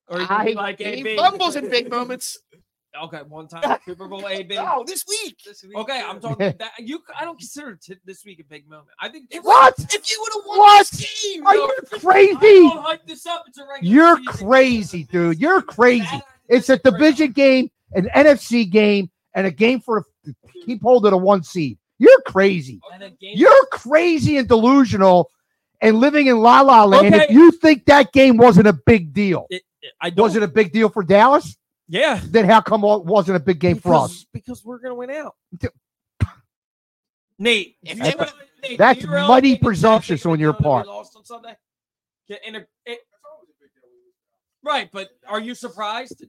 Speaker 4: Or he
Speaker 1: I-
Speaker 4: did like
Speaker 3: he
Speaker 4: AB.
Speaker 3: fumbles in big moments.
Speaker 4: Okay, one time Super Bowl AB.
Speaker 3: No, this week.
Speaker 5: This week,
Speaker 4: Okay,
Speaker 5: too.
Speaker 4: I'm talking that you. I don't consider t- this week a big moment. I think
Speaker 1: What?
Speaker 3: If you would have won
Speaker 1: What?
Speaker 3: this game,
Speaker 1: Are
Speaker 3: no,
Speaker 1: you
Speaker 4: I
Speaker 1: crazy?
Speaker 4: don't hype this up. It's a regular
Speaker 1: You're
Speaker 4: season.
Speaker 1: crazy, dude. You're crazy.
Speaker 5: That-
Speaker 1: It's a
Speaker 5: that's great.
Speaker 1: division game, an NFC game, and a game for to keep hold of the one seed. You're crazy.
Speaker 5: And a game
Speaker 1: You're crazy and delusional, and living in la la land. If
Speaker 4: Okay.
Speaker 1: you think that game wasn't a big deal,
Speaker 4: It- I don't.
Speaker 1: was it a big deal for Dallas?
Speaker 4: yeah.
Speaker 1: Then how come it wasn't a big game for us?
Speaker 4: because we're gonna win out.
Speaker 1: Dude.
Speaker 4: Nate,
Speaker 3: If
Speaker 4: you
Speaker 3: they
Speaker 4: really- Nate,
Speaker 1: that's
Speaker 4: you really
Speaker 1: mighty
Speaker 4: think it's that
Speaker 1: presumptuous
Speaker 4: big of a
Speaker 1: on your
Speaker 4: deal that we
Speaker 1: part.
Speaker 4: Lost on Sunday? Yeah, and it- it- right, but are you surprised?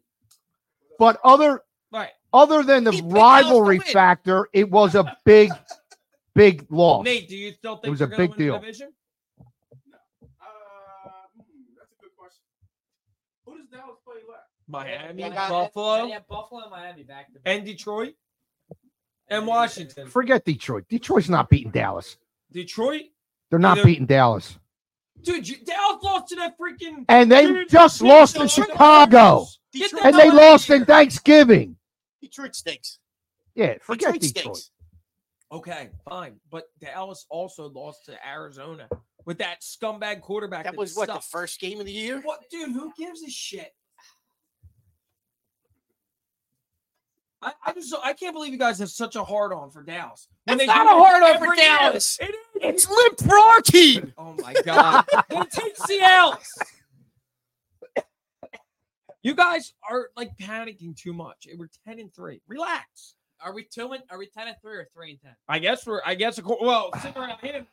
Speaker 1: But other
Speaker 4: Right,
Speaker 1: other than the
Speaker 3: He picked Dallas to
Speaker 1: rivalry
Speaker 3: win.
Speaker 1: factor, it was a big, big loss.
Speaker 4: Nate, do you still think
Speaker 1: was
Speaker 4: we're
Speaker 1: a
Speaker 4: gonna
Speaker 1: big
Speaker 4: win
Speaker 1: deal.
Speaker 4: The division? Miami,
Speaker 5: Yeah,
Speaker 3: got it.
Speaker 4: Buffalo,
Speaker 5: Yeah, Buffalo and Miami back to back.
Speaker 4: and Detroit, and Washington.
Speaker 1: Forget Detroit. Detroit's not beating Dallas.
Speaker 4: Detroit,
Speaker 1: They're not
Speaker 4: Either-
Speaker 1: beating Dallas.
Speaker 4: dude, you, Dallas lost to that freaking
Speaker 1: And they
Speaker 4: Dude,
Speaker 1: just
Speaker 4: dude,
Speaker 1: lost to
Speaker 4: the Lions-
Speaker 1: Chicago.
Speaker 5: Get
Speaker 3: Detroit,
Speaker 5: the
Speaker 1: and they
Speaker 5: hell out of
Speaker 1: lost
Speaker 5: here.
Speaker 1: in Thanksgiving.
Speaker 3: Detroit stinks.
Speaker 1: Yeah, forget
Speaker 3: Detroit
Speaker 1: Detroit.
Speaker 3: stinks.
Speaker 4: Okay, fine. But Dallas also lost to Arizona with that scumbag quarterback.
Speaker 3: That was what the
Speaker 4: sucked.
Speaker 3: first game of the year.
Speaker 4: What, dude? Who gives a shit? I, I just I can't believe you guys have such a hard on for Dallas.
Speaker 3: That's
Speaker 4: do
Speaker 3: not
Speaker 4: that
Speaker 3: a hard-on for
Speaker 4: every year.
Speaker 3: Dallas.
Speaker 4: It is.
Speaker 3: It's Lip Rorkeed.
Speaker 4: Oh my god! they take Seattle's. You guys are like panicking too much. We're ten and three. Relax.
Speaker 5: Are we two and are we ten and three or three and ten?
Speaker 4: I guess we're. I guess. acco- Well, sit around him,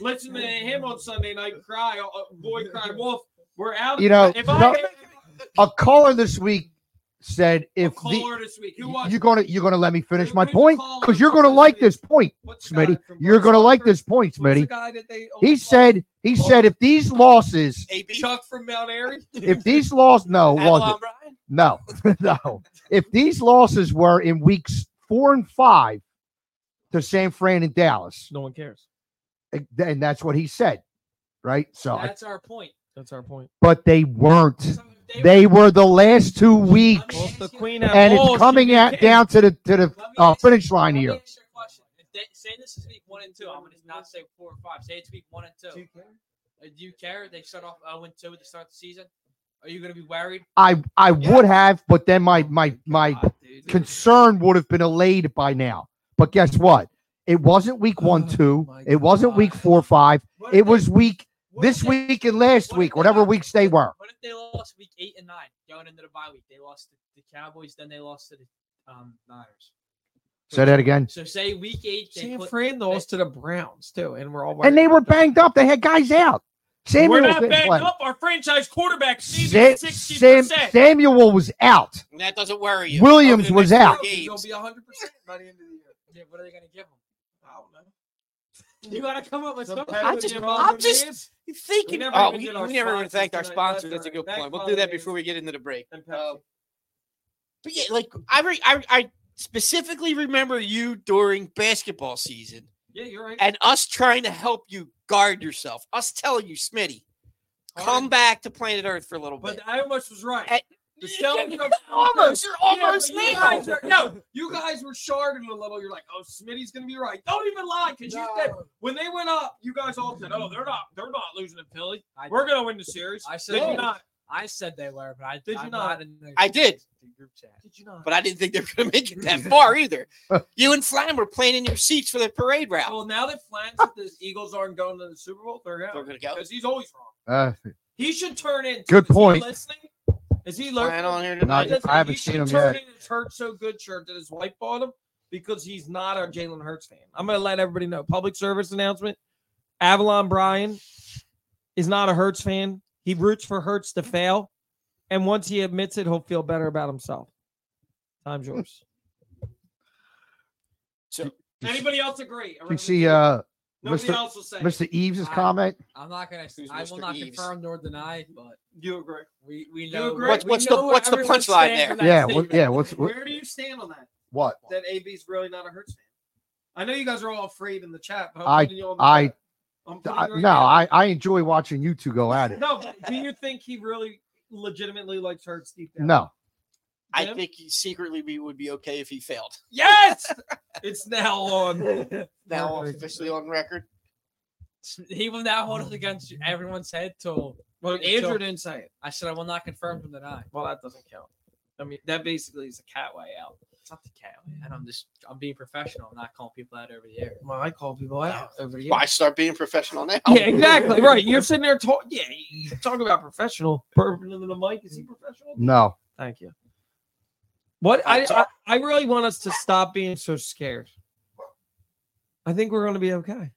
Speaker 4: listen to him on Sunday night cry, uh, boy cry wolf. We're out.
Speaker 1: You know,
Speaker 4: if
Speaker 1: no-
Speaker 4: I had
Speaker 1: A caller this week said, "If
Speaker 4: a
Speaker 1: the,
Speaker 4: caller this week, who was
Speaker 1: you're
Speaker 4: it?
Speaker 1: gonna you're gonna let me finish
Speaker 4: Who-
Speaker 1: my
Speaker 4: who's
Speaker 1: point
Speaker 4: calling
Speaker 1: because
Speaker 4: the
Speaker 1: you're gonna
Speaker 4: call
Speaker 1: like
Speaker 4: this
Speaker 1: this point,
Speaker 4: What's the guy
Speaker 1: Smitty.
Speaker 4: from
Speaker 1: You're gonna
Speaker 4: Boston?
Speaker 1: like this point,
Speaker 4: What's the
Speaker 1: Smitty."
Speaker 4: guy that they
Speaker 1: He
Speaker 4: almost
Speaker 1: said he said if these losses,
Speaker 4: lost?
Speaker 3: AB.
Speaker 4: Chuck from Mount Airy.
Speaker 1: if these losses, no, was
Speaker 3: Avalon
Speaker 1: it?
Speaker 3: Ryan.
Speaker 1: No, no. If these losses were in weeks four and five to San Fran and Dallas, eh,
Speaker 4: no one cares.
Speaker 1: and that's what he said, right? So, I-
Speaker 5: That's our point.
Speaker 4: That's our point.
Speaker 1: but they weren't.
Speaker 5: So if
Speaker 1: They were the last two weeks,
Speaker 5: Well,
Speaker 4: the queen at
Speaker 1: and
Speaker 4: all
Speaker 1: it's coming
Speaker 4: should be
Speaker 1: out
Speaker 4: king.
Speaker 1: down to the to the uh, finish line
Speaker 5: Let me
Speaker 1: here.
Speaker 5: ask you a question. If they, say this is week one and two, I'm going to not say four or five. Say it's week one and two. Uh, Do you care? They start off 0 and 2 to start the season. Are you going to be worried?
Speaker 1: I I
Speaker 5: Yeah.
Speaker 1: would have, but then my my my
Speaker 4: Ah,
Speaker 5: God, dude.
Speaker 1: concern would have been allayed by now. But guess what? It wasn't week one,
Speaker 4: Oh,
Speaker 1: two.
Speaker 4: my
Speaker 1: It wasn't week
Speaker 4: God.
Speaker 1: four, five.
Speaker 5: What if
Speaker 1: It
Speaker 5: they-
Speaker 1: was week
Speaker 5: what if
Speaker 1: this
Speaker 5: they-
Speaker 1: week and last
Speaker 5: what if
Speaker 1: week,
Speaker 5: they
Speaker 1: whatever
Speaker 5: lost-
Speaker 1: weeks they were.
Speaker 5: What if they lost week eight and nine going into the bye week? They lost to the Cowboys, then they lost to the um, Niners.
Speaker 1: Say that again.
Speaker 5: So say week eight, they
Speaker 4: San
Speaker 5: put,
Speaker 4: Fran lost to the Browns too, and we're all
Speaker 1: And they were
Speaker 4: worried.
Speaker 1: banged up. They had guys out.
Speaker 4: We're
Speaker 1: Samuel
Speaker 4: not
Speaker 1: didn't
Speaker 4: banged
Speaker 1: play.
Speaker 4: up. Our franchise quarterback
Speaker 1: Sa- Sam, Samuel was out.
Speaker 3: And that doesn't worry you.
Speaker 1: Williams
Speaker 3: Over the
Speaker 1: was
Speaker 3: next four
Speaker 1: out.
Speaker 3: games.
Speaker 4: He'll be 100 percent by the end of the year.
Speaker 5: yeah, what are they going to give them?
Speaker 4: I don't know.
Speaker 5: You got to come up with something.
Speaker 3: I just- I'm just- You think
Speaker 4: We
Speaker 3: you-
Speaker 4: never
Speaker 3: oh,
Speaker 4: even
Speaker 3: we,
Speaker 4: did our
Speaker 3: we never even
Speaker 4: sponsors
Speaker 3: thanked our
Speaker 4: tonight.
Speaker 3: sponsor.
Speaker 4: That's
Speaker 3: That's a
Speaker 4: all
Speaker 3: good
Speaker 4: right.
Speaker 3: point. We'll
Speaker 4: Thank
Speaker 3: do that
Speaker 4: Holidays.
Speaker 3: before we get into the break.
Speaker 4: And
Speaker 3: Uh, but yeah, like I, re- I, I specifically remember you during basketball season
Speaker 5: Yeah, you're right.
Speaker 3: and us trying to help you guard yourself. Us telling you, Smitty, come back to planet Earth for a little
Speaker 4: But
Speaker 3: bit.
Speaker 4: I almost was right.
Speaker 3: At-
Speaker 4: the selling comes
Speaker 3: almost, you're
Speaker 4: Yeah, but
Speaker 3: almost
Speaker 4: you
Speaker 3: there.
Speaker 4: guys are- no, you guys were sharding a little. You're like, oh, Smitty's gonna be right. Don't even lie, because you said when they went up, you guys all said, oh, they're not, they're not losing to Philly.
Speaker 5: I,
Speaker 4: We're gonna win the series.
Speaker 5: I
Speaker 4: Did you
Speaker 5: said-
Speaker 4: not?
Speaker 5: I said they were, but I
Speaker 4: Did you
Speaker 5: I'm
Speaker 4: not?
Speaker 5: in the
Speaker 3: I did.
Speaker 5: the group chat.
Speaker 4: Did you not?
Speaker 3: But I didn't think they were going to make it that far either. you and Flam were playing in your seats for the parade route.
Speaker 4: well, now that Flans with the Eagles aren't going to the Super Bowl, they're
Speaker 3: We're
Speaker 4: out
Speaker 3: going to go.
Speaker 4: because he's always wrong.
Speaker 1: Uh,
Speaker 4: He should turn in.
Speaker 1: Good
Speaker 4: is he
Speaker 1: point.
Speaker 4: listening? Is he
Speaker 3: Flying
Speaker 4: learning?
Speaker 3: on here
Speaker 1: I-
Speaker 3: tonight.
Speaker 1: Not- I haven't seen him
Speaker 4: turn
Speaker 1: yet.
Speaker 4: in his Hurts so good shirt that his wife bought him because he's not a Jalen Hurts fan. I'm gonna let everybody know. Public service announcement: Avalon Bryan is not a Hurts fan. He roots for Hurts to fail, and once he admits it, he'll feel better about himself. Time's yours.
Speaker 3: So-
Speaker 4: anybody else agree?
Speaker 1: you see, uh,
Speaker 4: Nobody
Speaker 1: Mr.
Speaker 4: else will say.
Speaker 1: Mr. Eves'
Speaker 5: I-
Speaker 1: comment.
Speaker 5: I'm not gonna.
Speaker 3: Who's
Speaker 5: I will
Speaker 3: Mr.
Speaker 5: not
Speaker 3: Eves?
Speaker 5: confirm nor deny, but
Speaker 4: You agree?
Speaker 5: we we
Speaker 4: You
Speaker 5: know.
Speaker 4: agree?
Speaker 3: What's-
Speaker 4: We
Speaker 3: what's the-
Speaker 4: know where
Speaker 3: what's the
Speaker 4: everyone
Speaker 3: punchline
Speaker 4: stands
Speaker 3: there?
Speaker 4: in that
Speaker 1: Yeah, what,
Speaker 4: statement.
Speaker 1: yeah. What's what,
Speaker 4: Where do you stand on that?
Speaker 1: what?
Speaker 4: that AB's really not a Hurts fan. I know you guys are all afraid in the chat, but I'm
Speaker 1: I-
Speaker 4: putting you on the
Speaker 1: I-
Speaker 4: chat. I'm putting
Speaker 1: I,
Speaker 4: you right
Speaker 1: no,
Speaker 4: now.
Speaker 1: I, I enjoy watching you two go at it.
Speaker 4: no. but Do you think he really legitimately likes Hurts deep down?
Speaker 1: No,
Speaker 3: I
Speaker 4: Jim?
Speaker 3: think he secretly we would be okay if he failed.
Speaker 4: Yes, it's now on.
Speaker 3: Now officially on record.
Speaker 5: He will now hold it against you- everyone's head till
Speaker 4: Well, Andrew didn't say it.
Speaker 5: I said I will not confirm nor deny.
Speaker 4: Well, that doesn't count. I mean, that basically is a cat way out.
Speaker 5: It's not the cat. man. And I'm just I'm being professional. I'm not calling people out over the air.
Speaker 4: Well, I call people out over the
Speaker 3: Why start being professional now?
Speaker 4: Yeah, exactly. Right. You're sitting there talking. Yeah, you talk about professional. Burping into the mic. Is he professional?
Speaker 1: no.
Speaker 4: Thank you. What I,
Speaker 3: sorry.
Speaker 4: I I really want us to stop being so scared. I think we're going to be okay.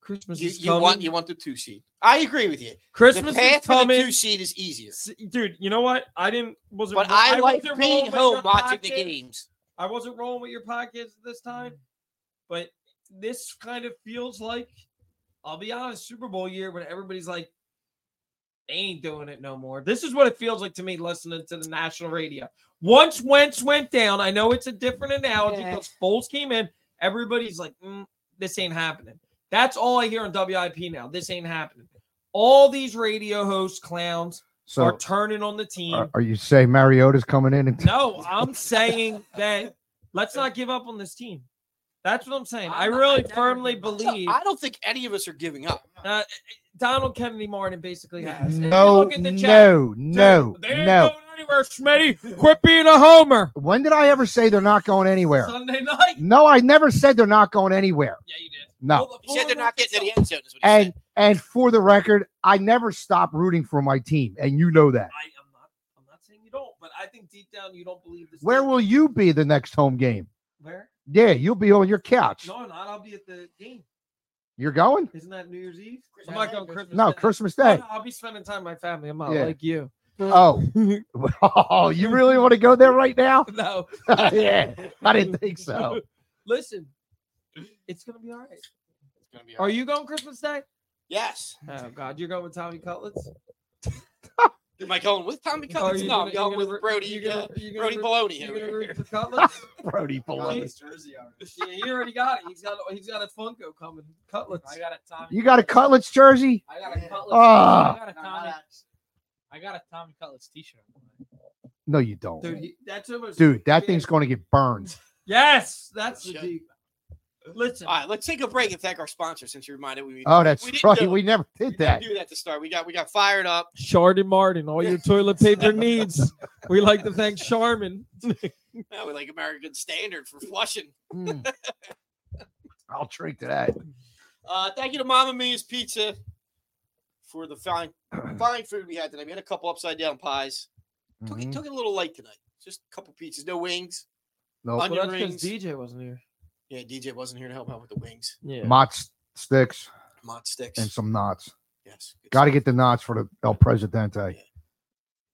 Speaker 4: Christmas
Speaker 3: You,
Speaker 4: is
Speaker 3: you
Speaker 4: coming.
Speaker 3: want you want the two seed. I agree with you.
Speaker 4: Christmas
Speaker 3: the path
Speaker 4: is
Speaker 3: for the
Speaker 4: coming.
Speaker 3: two seed is easier.
Speaker 4: S- Dude, you know what? I didn't wasn't.
Speaker 3: But I, like
Speaker 4: wasn't rolling
Speaker 3: being
Speaker 4: with your
Speaker 3: home watching the
Speaker 4: podcast.
Speaker 3: games.
Speaker 4: I wasn't rolling with your podcast this time, but this kind of feels like, I'll be honest, Super Bowl year when everybody's like, they ain't doing it no more. This is what it feels like to me listening to the national radio. Once Wentz went down, I know it's a different analogy
Speaker 3: Yeah.
Speaker 4: because Foles came in, everybody's like, "Mm, this ain't happening. That's all I hear on WIP now. This ain't happening. All these radio hosts, clowns,
Speaker 1: So uh,
Speaker 4: are turning on the team.
Speaker 1: are, are you saying Mariota's coming in? And
Speaker 4: No, I'm saying that let's not give up on this team. That's what I'm saying. I
Speaker 5: I'm not-
Speaker 4: really
Speaker 5: I never
Speaker 4: firmly
Speaker 5: give up.
Speaker 4: believe
Speaker 3: I don't think any of us are giving up.
Speaker 4: Donald Kennedy Martin basically has. If you
Speaker 1: no,
Speaker 4: look at the chat,
Speaker 1: no, no,
Speaker 4: dude, they ain't
Speaker 1: no.
Speaker 4: going anywhere, Smitty. Quit being a homer.
Speaker 1: When did I ever say they're not going anywhere?
Speaker 5: Sunday night.
Speaker 1: No, I never said they're not going anywhere.
Speaker 5: Yeah, you did.
Speaker 1: No.
Speaker 5: Well, the
Speaker 3: He said they're
Speaker 5: former-
Speaker 3: not getting to the end zone. Is what he
Speaker 1: And
Speaker 3: said.
Speaker 1: and for the record, I never stop rooting for my team, and you know that.
Speaker 5: I am not. I'm not saying you don't, but I think deep down you don't believe this.
Speaker 1: Where
Speaker 5: team.
Speaker 1: will you be the next home game?
Speaker 5: Where?
Speaker 1: Yeah, you'll be on your couch.
Speaker 5: No, I'm not. I'll be at the game.
Speaker 1: You're going?
Speaker 5: Isn't that New Year's Eve?
Speaker 4: I'm not going Christmas.
Speaker 1: No,
Speaker 4: Day.
Speaker 1: Christmas
Speaker 4: No,
Speaker 1: Day.
Speaker 4: no, I'll be spending time with my family. I'm not
Speaker 1: Yeah.
Speaker 4: like you.
Speaker 1: Oh, oh, you really want to go there right now?
Speaker 4: No,
Speaker 1: yeah, I didn't think so.
Speaker 4: listen, it's gonna be all right.
Speaker 3: It's gonna be all
Speaker 4: Are
Speaker 3: right.
Speaker 4: you going Christmas Day?
Speaker 3: Yes.
Speaker 4: Oh God, you're going with Tommy Cutlets.
Speaker 3: Am I going with Tommy
Speaker 4: Are
Speaker 3: Cutlets?
Speaker 4: you
Speaker 3: No,
Speaker 4: gonna-
Speaker 3: I'm going
Speaker 4: you're
Speaker 3: with
Speaker 4: gonna-
Speaker 3: Brody.
Speaker 4: you're
Speaker 3: uh,
Speaker 4: gonna- you're gonna
Speaker 3: Brody
Speaker 4: root-
Speaker 3: Baloney.
Speaker 4: you're
Speaker 3: over
Speaker 4: gonna
Speaker 3: here.
Speaker 4: root for Cutlets.
Speaker 1: Brody Bologna.
Speaker 5: jersey already.
Speaker 4: yeah, he already got it. He's got he's got a Funko coming. Cutlets.
Speaker 5: I got a Tommy.
Speaker 1: You got a Cutlets jersey?
Speaker 5: I got a Cutlets.
Speaker 1: Ah.
Speaker 5: I got a Tommy. I got a Tommy Cutlets T-shirt.
Speaker 1: No, you don't.
Speaker 4: Dude,
Speaker 1: Dude,
Speaker 4: he- that's almost
Speaker 1: that
Speaker 4: yeah.
Speaker 1: thing's going to get burned.
Speaker 4: Yes, that's the
Speaker 3: Shit.
Speaker 4: deep. Listen,
Speaker 3: All right, let's take a break and thank our sponsor since you reminded we.
Speaker 1: Oh, that's
Speaker 3: we didn't do
Speaker 1: right.
Speaker 3: it.
Speaker 1: We never did
Speaker 3: didn't
Speaker 1: that.
Speaker 3: do that to start. We got we got fired up.
Speaker 4: Chardon Martin, all your toilet paper needs. We like to thank Charmin.
Speaker 3: Now we like American Standard for flushing.
Speaker 1: Mm. I'll drink to that.
Speaker 3: Uh, thank you to Mama Mia's Pizza for the fine fine food we had tonight. We had a couple upside down pies. Took it
Speaker 1: Mhm.
Speaker 3: took it a little light tonight. Just a couple pizzas, no wings.
Speaker 1: Nope.
Speaker 3: Onion
Speaker 4: Well, that's
Speaker 3: rings.
Speaker 4: because DJ wasn't here.
Speaker 3: yeah, DJ wasn't here to help out with the wings,
Speaker 4: Yeah.
Speaker 1: Mott s- sticks
Speaker 3: mod sticks.
Speaker 1: and some knots.
Speaker 3: yes, good
Speaker 1: Got to
Speaker 3: stuff.
Speaker 1: get the knots for the El Presidente.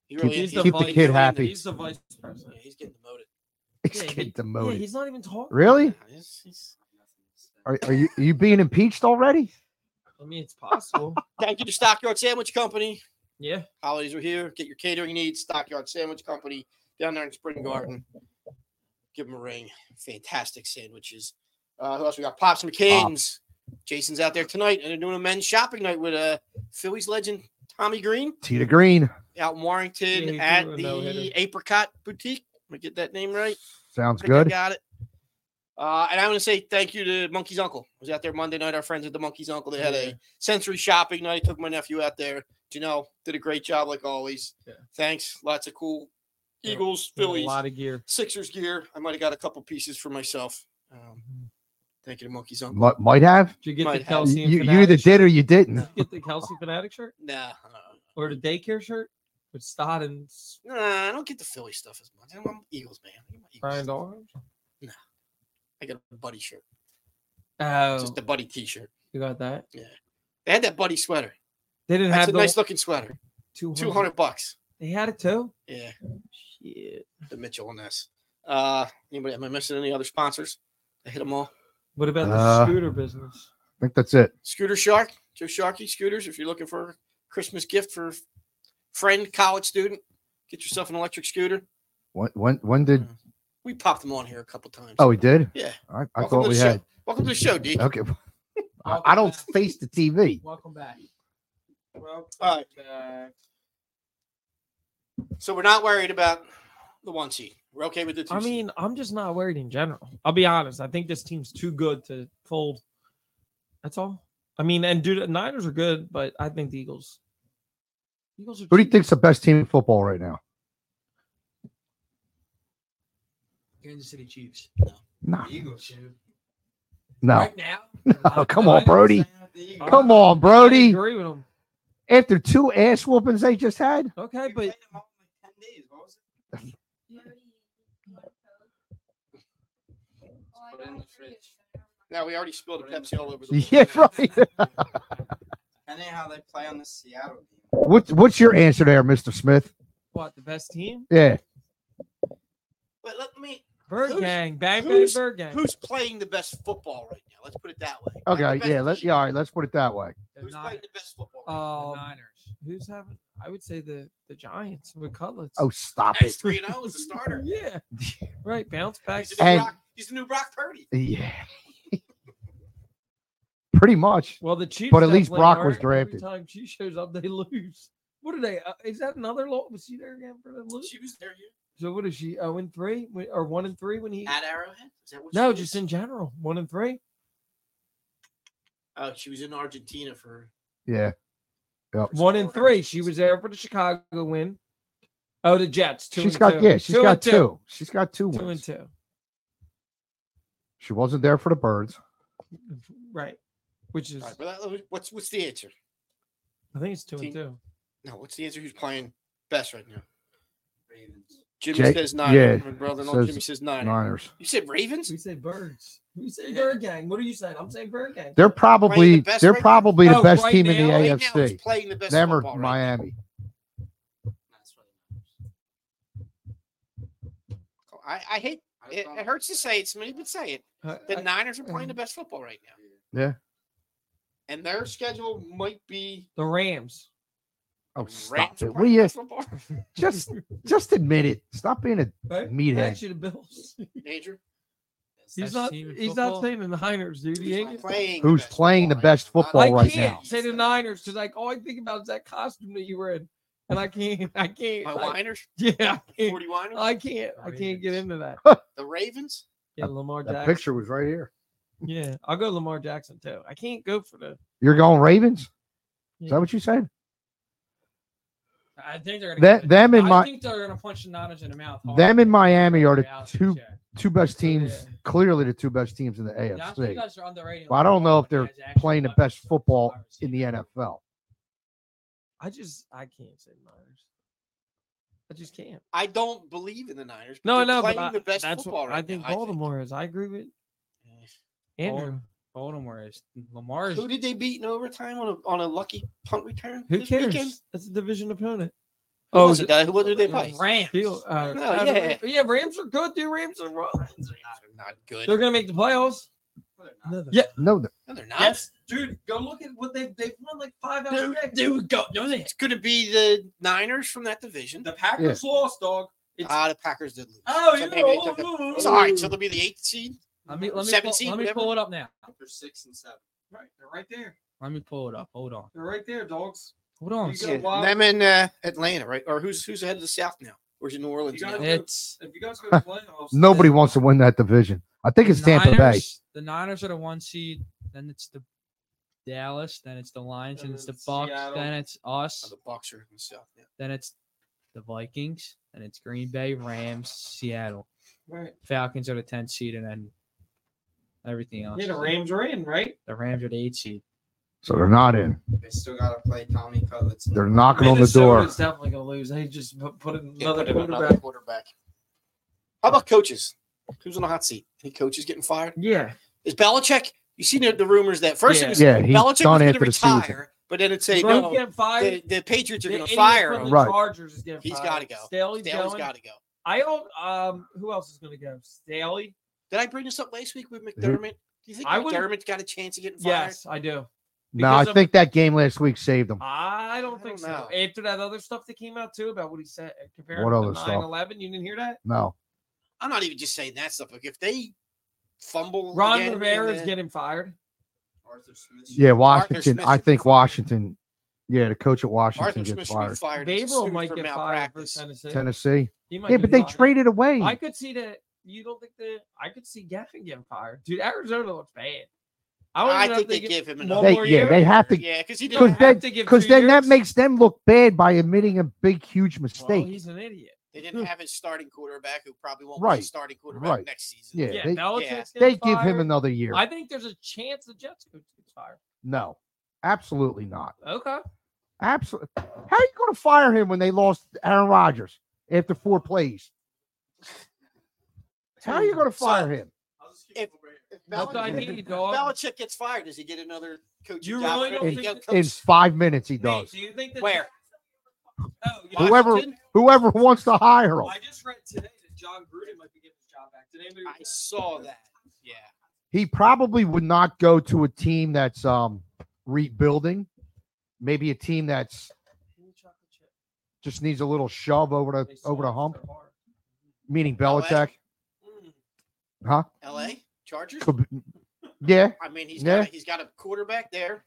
Speaker 3: He really
Speaker 1: keep-
Speaker 3: is.
Speaker 1: the
Speaker 3: he's-
Speaker 1: keep the
Speaker 3: he's
Speaker 1: kid
Speaker 3: really-
Speaker 1: happy.
Speaker 4: He's the vice
Speaker 3: Yeah,
Speaker 4: president.
Speaker 3: he's getting demoted.
Speaker 1: He's
Speaker 4: Yeah, he-
Speaker 1: getting
Speaker 4: Yeah,
Speaker 1: demoted.
Speaker 4: he's not even talking.
Speaker 1: Really?
Speaker 3: He's- he's-
Speaker 1: Are, are you are you being impeached already?
Speaker 4: I mean, it's possible.
Speaker 3: Thank you to Stockyard Sandwich Company.
Speaker 4: yeah.
Speaker 3: Holidays are here. Get your catering needs. Stockyard Sandwich Company down there in Spring Garden. Give them a ring. Fantastic sandwiches. Uh, who else we got? Pops McCain's. Jason's out there tonight, and they're doing a men's shopping night with uh, Phillies legend Tommy Green
Speaker 1: Tita Green
Speaker 3: out in
Speaker 4: Yeah, he
Speaker 3: Warrington
Speaker 4: threw
Speaker 3: at
Speaker 4: a
Speaker 3: the
Speaker 4: no-hitter.
Speaker 3: Apricot Boutique. Am I get that name right?
Speaker 1: sounds
Speaker 3: think I
Speaker 1: good.
Speaker 3: got it. Uh, and I want to say thank you to Monkey's Uncle. I was out there Monday night. Our friends at the Monkey's Uncle. They had
Speaker 4: Yeah.
Speaker 3: a sensory shopping night. Took my nephew out there. Janelle did a great job, like always.
Speaker 4: Yeah.
Speaker 3: Thanks. Lots of cool
Speaker 4: Yeah,
Speaker 3: Eagles,
Speaker 4: A
Speaker 3: Phillies,
Speaker 4: lot of gear.
Speaker 3: Sixers gear. I might have got a couple pieces for myself. Um, thank you to Monkey's Uncle.
Speaker 1: Might, might have.
Speaker 4: Did you get
Speaker 3: Might
Speaker 4: the
Speaker 3: have.
Speaker 4: Kelsey? and
Speaker 1: You, you
Speaker 4: Fanatic
Speaker 1: either
Speaker 4: shirt?
Speaker 1: did or you didn't.
Speaker 4: Did you get the Kelsey fanatic shirt
Speaker 3: Nah, uh,
Speaker 4: or the daycare shirt with Stott and
Speaker 3: nah, I don't get the Philly stuff as much. I'm, I'm Eagles man. I get my Eagles
Speaker 4: Brian
Speaker 3: stuff.
Speaker 4: Orange.
Speaker 3: I got a buddy shirt,
Speaker 4: Oh,
Speaker 3: just a buddy T-shirt.
Speaker 4: you got that?
Speaker 3: They had that buddy sweater.
Speaker 4: They didn't
Speaker 3: That's
Speaker 4: have
Speaker 3: a
Speaker 4: the
Speaker 3: nice looking sweater.
Speaker 4: 200.
Speaker 3: Two hundred bucks.
Speaker 4: They had it too.
Speaker 3: Yeah.
Speaker 4: Shit.
Speaker 3: the Mitchell and this. Uh, anybody? Am I missing any other sponsors? I hit them all.
Speaker 4: What about
Speaker 1: Uh,
Speaker 4: the scooter business?
Speaker 1: I think that's it.
Speaker 3: Scooter Shark, Joe Sharkey scooters. If you're looking for a Christmas gift for a friend, college student, get yourself an electric scooter.
Speaker 1: When when when did?
Speaker 3: We popped them on here a couple times.
Speaker 1: Oh, we did.
Speaker 3: yeah.
Speaker 1: I, I
Speaker 3: Welcome
Speaker 1: thought
Speaker 3: to the
Speaker 1: we
Speaker 3: show.
Speaker 1: had.
Speaker 3: Welcome to the show, D.
Speaker 1: Okay. I, I don't face the TV.
Speaker 5: Welcome back. Well,
Speaker 3: All right. So we're not worried about the one seed. We're okay with the two.
Speaker 4: I
Speaker 3: seed.
Speaker 4: mean, I'm just not worried in general. I'll be honest. I think this team's too good to fold. That's all. I mean, and dude, the Niners are good, but I think the Eagles. Eagles are.
Speaker 1: Who do you
Speaker 4: too-
Speaker 1: think's the best team in football right now?
Speaker 5: Kansas City Chiefs.
Speaker 1: No,
Speaker 5: Eagles.
Speaker 1: no.
Speaker 5: Right now.
Speaker 1: No, oh, come on, Brody. Come on,
Speaker 4: I
Speaker 1: Brody.
Speaker 4: agree with them.
Speaker 1: After two ass whoopings they just had,
Speaker 4: Okay, but
Speaker 6: Oh,
Speaker 3: Put it in the fridge. Now we already spilled a Pepsi all over the
Speaker 1: yeah, right.
Speaker 2: Depending how they play on the Seattle game.
Speaker 1: What's what's your answer there, Mister Smith?
Speaker 4: what the best team?
Speaker 1: Yeah,
Speaker 3: But let me.
Speaker 4: Bird
Speaker 3: Who's-
Speaker 4: gang, bang bang,
Speaker 3: who's-
Speaker 4: bird gang.
Speaker 3: Who's playing the best football right now? Let's put it that way. Not the
Speaker 1: okay,
Speaker 3: best
Speaker 1: yeah, let's
Speaker 3: team.
Speaker 1: yeah, all right, let's put it that way.
Speaker 5: The
Speaker 3: Who's
Speaker 5: Niners.
Speaker 3: playing the best football? right now?
Speaker 5: The
Speaker 4: Um,
Speaker 5: Niners.
Speaker 4: who's having? I would say the the Giants with Cutlets.
Speaker 1: Oh, stop
Speaker 3: That's
Speaker 1: it.
Speaker 3: three and zero as a starter.
Speaker 4: yeah, right. Bounce back.
Speaker 3: He's the new,
Speaker 1: And-
Speaker 3: Brock, he's the new Brock Purdy.
Speaker 1: Yeah, pretty much.
Speaker 4: Well, the Chiefs.
Speaker 1: But at least
Speaker 4: definitely
Speaker 1: Brock
Speaker 4: are.
Speaker 1: was
Speaker 4: Every
Speaker 1: drafted.
Speaker 4: time she shows up, they lose. What today. Uh, is that another low? Was she there again for the lose?
Speaker 5: She was there here
Speaker 4: So what is she? 0 and 3 When- or 1 and 3 when he
Speaker 5: at Arrowhead. Is that what?
Speaker 4: No,
Speaker 5: she
Speaker 4: just
Speaker 5: was?
Speaker 4: in general. 1 and 3.
Speaker 5: Oh, she was in Argentina for.
Speaker 1: Yeah. Yep.
Speaker 4: 1 and 3. She was there for the Chicago win. Oh, the Jets. 2
Speaker 1: She's
Speaker 4: and
Speaker 1: got
Speaker 4: two.
Speaker 1: yeah, she's
Speaker 4: Two
Speaker 1: got
Speaker 4: and two.
Speaker 1: two. She's got two
Speaker 4: Two and
Speaker 1: wins.
Speaker 4: two.
Speaker 1: She wasn't there for the birds.
Speaker 4: Right. Which is,
Speaker 3: All right, but that- what's what's the answer?
Speaker 4: I think it's two and
Speaker 3: Team-
Speaker 4: two.
Speaker 3: No, what's the answer? Who's playing best right now?
Speaker 5: Ravens.
Speaker 3: Jimmy
Speaker 1: Jay-
Speaker 3: says nine.
Speaker 1: yeah,
Speaker 3: My brother in
Speaker 1: says
Speaker 3: Jimmy says nine.
Speaker 1: Niners.
Speaker 3: You said Ravens?
Speaker 4: We say birds. We say bird gang. What are you saying? I'm saying bird gang. Uh,
Speaker 1: They're probably
Speaker 3: best
Speaker 1: they're
Speaker 3: right now?
Speaker 1: probably the
Speaker 4: No,
Speaker 1: best
Speaker 4: Oh, right
Speaker 1: team in the
Speaker 4: now-
Speaker 3: Right now,
Speaker 1: AFC.
Speaker 3: it's playing the best
Speaker 1: Them or
Speaker 3: football, right?
Speaker 1: Miami.
Speaker 5: That's what it matters.
Speaker 3: I, I hate
Speaker 5: I
Speaker 3: it,
Speaker 5: don't-
Speaker 3: it. Hurts to say it, Smitty, but say it.
Speaker 4: Uh,
Speaker 3: The
Speaker 4: I-
Speaker 3: Niners are
Speaker 1: Um,
Speaker 3: playing the best football right now.
Speaker 1: Yeah.
Speaker 3: And their
Speaker 1: um,
Speaker 3: schedule might be
Speaker 4: the Rams.
Speaker 1: Oh,
Speaker 3: the
Speaker 1: stop
Speaker 3: Rams are playing
Speaker 1: it. Will
Speaker 3: the
Speaker 1: you
Speaker 3: best football.
Speaker 1: just just admit it? Stop being a
Speaker 4: Right?
Speaker 1: meathead.
Speaker 4: Actually, the Bills.
Speaker 3: Major.
Speaker 4: He's
Speaker 5: Best
Speaker 4: not.
Speaker 5: team in
Speaker 4: He's
Speaker 5: football.
Speaker 4: not saying the Niners, dude. He ain't-
Speaker 3: Who's playing
Speaker 1: Who's playing the best football
Speaker 4: I
Speaker 1: football right
Speaker 4: can't
Speaker 1: now?
Speaker 4: say the Niners because like all I think about is that costume that you were in, and I can't. I can't.
Speaker 3: My
Speaker 4: I,
Speaker 3: Winers,
Speaker 4: yeah, I can't.
Speaker 3: 40 Winers,
Speaker 4: I can't. I can't get into that.
Speaker 3: the Ravens.
Speaker 4: Yeah, Lamar
Speaker 1: That
Speaker 4: Jackson.
Speaker 1: picture was right here.
Speaker 4: Yeah, I'll go Lamar Jackson too. I can't go for the.
Speaker 1: You're going Ravens? Is
Speaker 4: Yeah.
Speaker 1: that what you said?
Speaker 5: I think they're gonna.
Speaker 1: That
Speaker 5: give it-
Speaker 1: them and
Speaker 5: I
Speaker 1: my
Speaker 5: think they're gonna punch the Niners in the mouth. hard.
Speaker 1: them and Miami are the
Speaker 5: Reality
Speaker 1: two
Speaker 5: check.
Speaker 1: two best teams,
Speaker 5: Yeah.
Speaker 1: clearly the two best teams in the
Speaker 5: Yeah, I think you
Speaker 1: AFC.
Speaker 5: guys are underrated.
Speaker 1: But I don't know if
Speaker 5: Like, you
Speaker 1: they're
Speaker 5: guys actually
Speaker 1: playing the
Speaker 5: like-
Speaker 1: best football in the NFL.
Speaker 4: I just. I can't say Niners. I just can't.
Speaker 3: I don't believe in the Niners.
Speaker 4: No,
Speaker 3: they're
Speaker 4: no, but
Speaker 3: playing
Speaker 4: I,
Speaker 3: the best
Speaker 4: that's
Speaker 3: football
Speaker 4: what
Speaker 3: right
Speaker 4: I think
Speaker 3: now,
Speaker 4: Baltimore is. I agree with Andrew.
Speaker 5: Baltimore is Lamar's.
Speaker 3: Who did they beat in overtime on a on a lucky punt return?
Speaker 4: Who
Speaker 3: this
Speaker 4: cares?
Speaker 3: Weekend?
Speaker 4: That's a division opponent.
Speaker 3: Who
Speaker 4: Oh,
Speaker 3: was
Speaker 4: the-
Speaker 3: it, guy? Who what did they play?
Speaker 5: Rams. Rams.
Speaker 4: Feel- uh,
Speaker 3: No,
Speaker 4: uh,
Speaker 3: yeah.
Speaker 4: yeah, Rams are good, dude. Rams are wrong.
Speaker 3: Rams are not, not good.
Speaker 4: They're gonna make the playoffs.
Speaker 5: No, they're not.
Speaker 4: Yeah,
Speaker 1: No, th-
Speaker 3: no, they're not.
Speaker 4: yes, dude. Go look at what they they've won like five out of
Speaker 3: Dude,
Speaker 4: six.
Speaker 3: dude, go. No, it's going to be the Niners from that division.
Speaker 5: The Packers lost, dog. It's,
Speaker 3: Ah, the Packers did lose.
Speaker 5: oh,
Speaker 3: so
Speaker 5: you
Speaker 3: maybe they took It's all right. So they'll be the eighth seed.
Speaker 5: Let me let me
Speaker 3: Seven
Speaker 5: pull,
Speaker 3: seed,
Speaker 5: let me
Speaker 3: whatever.
Speaker 5: pull it up now.
Speaker 2: They're six and seven.
Speaker 5: Right, they're right there. Let me pull it up. Hold on.
Speaker 2: They're right there, dogs.
Speaker 5: Hold on.
Speaker 2: You
Speaker 5: son.
Speaker 2: got
Speaker 3: Yeah,
Speaker 2: wild-
Speaker 3: them in uh, Atlanta, right? Or who's who's ahead of the South now? Or is it New Orleans?
Speaker 2: You
Speaker 3: now?
Speaker 2: gotta-
Speaker 5: It's
Speaker 2: If you guys go to playoffs,
Speaker 1: nobody wants to win that division. I think it's Tampa Bay.
Speaker 5: Niners- The Niners are the one seed. Then it's the Dallas. Then it's the Lions.
Speaker 2: And
Speaker 5: Then it's the
Speaker 2: then
Speaker 5: Bucks.
Speaker 2: Seattle.
Speaker 5: Then it's
Speaker 3: Oh,
Speaker 5: us.
Speaker 3: the Bucks are in the South now.
Speaker 5: Then it's the Vikings. Then it's Green Bay, Rams, Seattle.
Speaker 4: Right.
Speaker 5: Falcons are the 10th seed, and then everything else.
Speaker 4: Yeah, the Rams are in, right?
Speaker 5: The Rams are the 8th seed.
Speaker 1: So they're not in.
Speaker 2: they still gotta play Tommy Cutlets.
Speaker 1: They're knocking on the door.
Speaker 4: Minnesota's definitely gonna lose. They just put, put in
Speaker 3: Yeah,
Speaker 4: another
Speaker 3: put another
Speaker 4: quarterback.
Speaker 3: quarterback. How about coaches? Who's on the hot seat? Any coaches getting fired?
Speaker 4: Yeah,
Speaker 3: Is Belichick? You seen the, the rumors that first
Speaker 4: Yeah.
Speaker 3: it was
Speaker 1: Yeah, he's
Speaker 3: Belichick
Speaker 1: done
Speaker 3: was going to
Speaker 1: after the season.
Speaker 3: retire, but then it say
Speaker 4: Brown
Speaker 3: no,
Speaker 4: get fired.
Speaker 3: the, the Patriots are
Speaker 4: The
Speaker 3: going to
Speaker 4: idiot
Speaker 3: fire
Speaker 4: from
Speaker 3: him.
Speaker 4: the
Speaker 1: Right.
Speaker 4: Chargers is getting
Speaker 3: He's
Speaker 4: fired.
Speaker 3: gotta go.
Speaker 4: Staley's
Speaker 3: Dale's
Speaker 4: going.
Speaker 3: got to go.
Speaker 4: I don't. Um, who else is gonna go? Staley.
Speaker 3: Did I bring this up last week with McDermott? Do you think
Speaker 4: Mm-hmm. I would've-
Speaker 3: McDermott's got a chance of getting fired?
Speaker 4: Yes, I do.
Speaker 1: No, I
Speaker 4: Because of-
Speaker 1: think that game last week saved them.
Speaker 4: I
Speaker 3: I
Speaker 4: don't think
Speaker 3: don't
Speaker 4: so.
Speaker 3: know.
Speaker 4: After that other stuff that came out too about what he said compared
Speaker 1: What
Speaker 4: to
Speaker 1: other stuff?
Speaker 4: 9 11, you didn't hear that?
Speaker 1: No.
Speaker 3: I'm not even just saying that stuff. Like if they fumble,
Speaker 4: Ron
Speaker 3: again,
Speaker 4: Rivera is
Speaker 3: and then-
Speaker 4: getting fired.
Speaker 2: Arthur Smith.
Speaker 1: Yeah,
Speaker 3: Marcus
Speaker 1: Washington.
Speaker 3: Smith
Speaker 1: I
Speaker 3: should be
Speaker 1: think
Speaker 3: fired.
Speaker 1: Washington. Yeah, the coach at Washington
Speaker 3: Arthur Smith
Speaker 1: gets
Speaker 3: should be
Speaker 1: fired.
Speaker 3: fired. as
Speaker 4: Babel
Speaker 3: soon
Speaker 4: might
Speaker 3: for
Speaker 4: get fired for
Speaker 3: malpractice.
Speaker 4: Tennessee.
Speaker 1: Tennessee.
Speaker 4: He might
Speaker 1: Yeah,
Speaker 4: get
Speaker 1: but they
Speaker 4: fired.
Speaker 1: traded away.
Speaker 4: I could see that. You don't think that? I could see Gaffin getting fired, dude. Arizona looks bad. don't
Speaker 3: I
Speaker 4: even know if
Speaker 3: think they
Speaker 4: get-
Speaker 3: give him
Speaker 4: one
Speaker 3: another.
Speaker 1: They-
Speaker 4: more
Speaker 1: yeah,
Speaker 4: year.
Speaker 1: they have to
Speaker 3: Yeah, because he
Speaker 4: They
Speaker 3: didn't.
Speaker 1: because then
Speaker 4: have to give
Speaker 1: because
Speaker 4: two
Speaker 1: then that
Speaker 4: years.
Speaker 1: makes them look bad by admitting a big huge mistake.
Speaker 4: Well, Oh, he's an idiot.
Speaker 3: They didn't have his starting quarterback, who probably won't be
Speaker 1: Right.
Speaker 3: the starting quarterback
Speaker 1: Right.
Speaker 3: next season.
Speaker 1: yeah,
Speaker 4: Yeah,
Speaker 1: they,
Speaker 4: Belichick's
Speaker 1: they
Speaker 4: getting
Speaker 1: give him
Speaker 4: fired.
Speaker 1: another year.
Speaker 4: I think there's a chance the Jets could get fired.
Speaker 1: no, absolutely not.
Speaker 4: Okay.
Speaker 1: Absolutely. How are you going to fire him when they lost Aaron Rodgers after four plays? How are you going to fire him?
Speaker 2: I'll just keep
Speaker 3: If-
Speaker 2: over here.
Speaker 3: If
Speaker 4: That's what I
Speaker 1: Belichick-
Speaker 4: need,
Speaker 3: Belichick,
Speaker 4: dog.
Speaker 3: Belichick gets fired, does he get another coach?
Speaker 4: You
Speaker 3: job?
Speaker 4: really don't
Speaker 3: Or does
Speaker 4: think
Speaker 3: he
Speaker 4: that-
Speaker 3: go
Speaker 1: In
Speaker 3: coach
Speaker 1: five minutes, he
Speaker 4: Nate,
Speaker 1: does.
Speaker 4: do you think that
Speaker 3: where?
Speaker 4: Oh, yeah.
Speaker 1: Whoever-
Speaker 3: Washington?
Speaker 1: Whoever wants to hire him,
Speaker 2: I just read today that John Gruden might be getting his job back. Did anybody?
Speaker 1: Uh,
Speaker 2: read
Speaker 3: I
Speaker 2: that?
Speaker 3: saw that. Yeah,
Speaker 1: he probably would not go to a team that's um rebuilding. Maybe a team that's just needs a little shove over the over the hump. Meaning Belichick,
Speaker 4: Hmm.
Speaker 1: huh?
Speaker 3: L.A. Chargers.
Speaker 1: Could be- Yeah.
Speaker 3: I mean, he's
Speaker 1: Yeah.
Speaker 3: got a, he's got a quarterback there.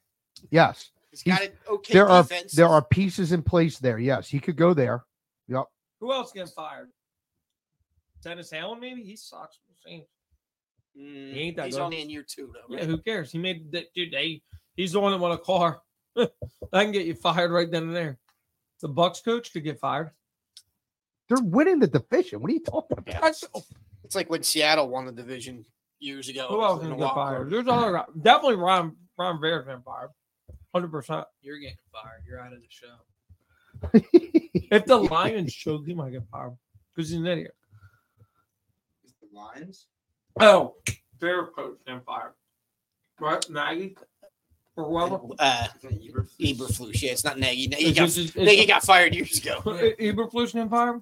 Speaker 1: Yes.
Speaker 3: He's got an okay
Speaker 1: there are
Speaker 3: defense.
Speaker 1: there are pieces in place there. Yes, he could go there. Yep.
Speaker 4: Who else getting fired? Dennis Allen, maybe he sucks. for the Saints.
Speaker 3: Mm,
Speaker 4: He ain't that
Speaker 3: he's
Speaker 4: good.
Speaker 3: only in year two though.
Speaker 4: Yeah,
Speaker 3: Right?
Speaker 4: who cares? He made that dude. They, he's the one that won a car. that can get you fired right then and there. The Bucks coach could get fired.
Speaker 1: They're winning the division. What are you talking about?
Speaker 4: That's,
Speaker 3: It's like when Seattle won the division years ago. It
Speaker 4: who
Speaker 3: was
Speaker 4: else
Speaker 3: in
Speaker 4: can
Speaker 3: a
Speaker 4: get
Speaker 3: wild
Speaker 4: fired?
Speaker 3: card.
Speaker 4: There's other definitely Ron Ron Rivera's been fired. Hundred percent.
Speaker 5: You're getting fired. You're out of the show.
Speaker 4: If the Lions choke, he might get fired because he's an idiot.
Speaker 2: Is the Lions?
Speaker 4: Oh, their coach getting fired. Right, Nagy or whoever.
Speaker 3: Uh, Eberflus. Yeah, it's not Nagy. Nagy got, Nagy got fired years ago.
Speaker 4: Eberflus getting fired.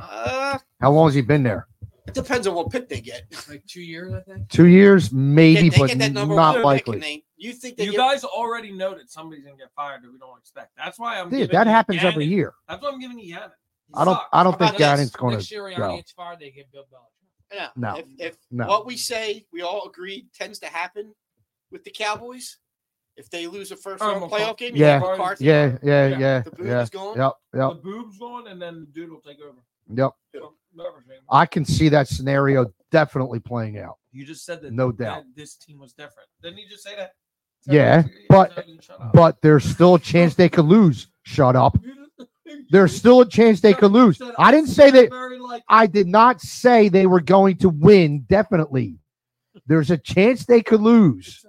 Speaker 3: Uh,
Speaker 1: How long has he been there?
Speaker 3: it depends on what pick they get.
Speaker 5: Like two years, I think.
Speaker 1: Two years, maybe,
Speaker 3: If they
Speaker 1: but
Speaker 3: get that number one
Speaker 1: not
Speaker 3: pick
Speaker 1: likely.
Speaker 3: and they- you think they
Speaker 4: You
Speaker 3: get-
Speaker 4: guys already know that somebody's gonna get fired that we don't expect. That's why I'm.
Speaker 1: Dude,
Speaker 4: giving
Speaker 1: that
Speaker 4: you
Speaker 1: happens every
Speaker 4: Gannon.
Speaker 1: year.
Speaker 4: That's why I'm giving you Yannick. He
Speaker 1: I don't.
Speaker 4: sucks.
Speaker 1: I don't think
Speaker 3: about next-
Speaker 1: Gannon's going
Speaker 5: Next
Speaker 1: to
Speaker 5: year, Rihanna
Speaker 1: go.
Speaker 5: gets fired. They get Bill Belichick.
Speaker 3: Yeah,
Speaker 1: No.
Speaker 3: If, if
Speaker 1: No.
Speaker 3: what we say we all agree tends to happen with the Cowboys, if they lose a first round
Speaker 4: I'm okay.
Speaker 3: playoff game,
Speaker 1: Yeah.
Speaker 3: you have McCarthy.
Speaker 1: Yeah, yeah,
Speaker 4: Yeah.
Speaker 1: yeah,
Speaker 3: The boot
Speaker 1: yeah.
Speaker 3: is gone.
Speaker 1: Yep,
Speaker 4: The
Speaker 1: yep,
Speaker 4: boob's gone, and then the dude will take over.
Speaker 1: yep.
Speaker 4: So, whatever, Shane.
Speaker 1: I can see that scenario definitely playing out.
Speaker 4: You just said that.
Speaker 1: No
Speaker 4: that
Speaker 1: doubt.
Speaker 4: this team was different. Didn't you just say that?
Speaker 1: Yeah, but- But there's still a chance they could lose. Shut up. There's still a chance they could lose. I didn't say that. I did not say they were going to win definitely. There's a chance they could lose.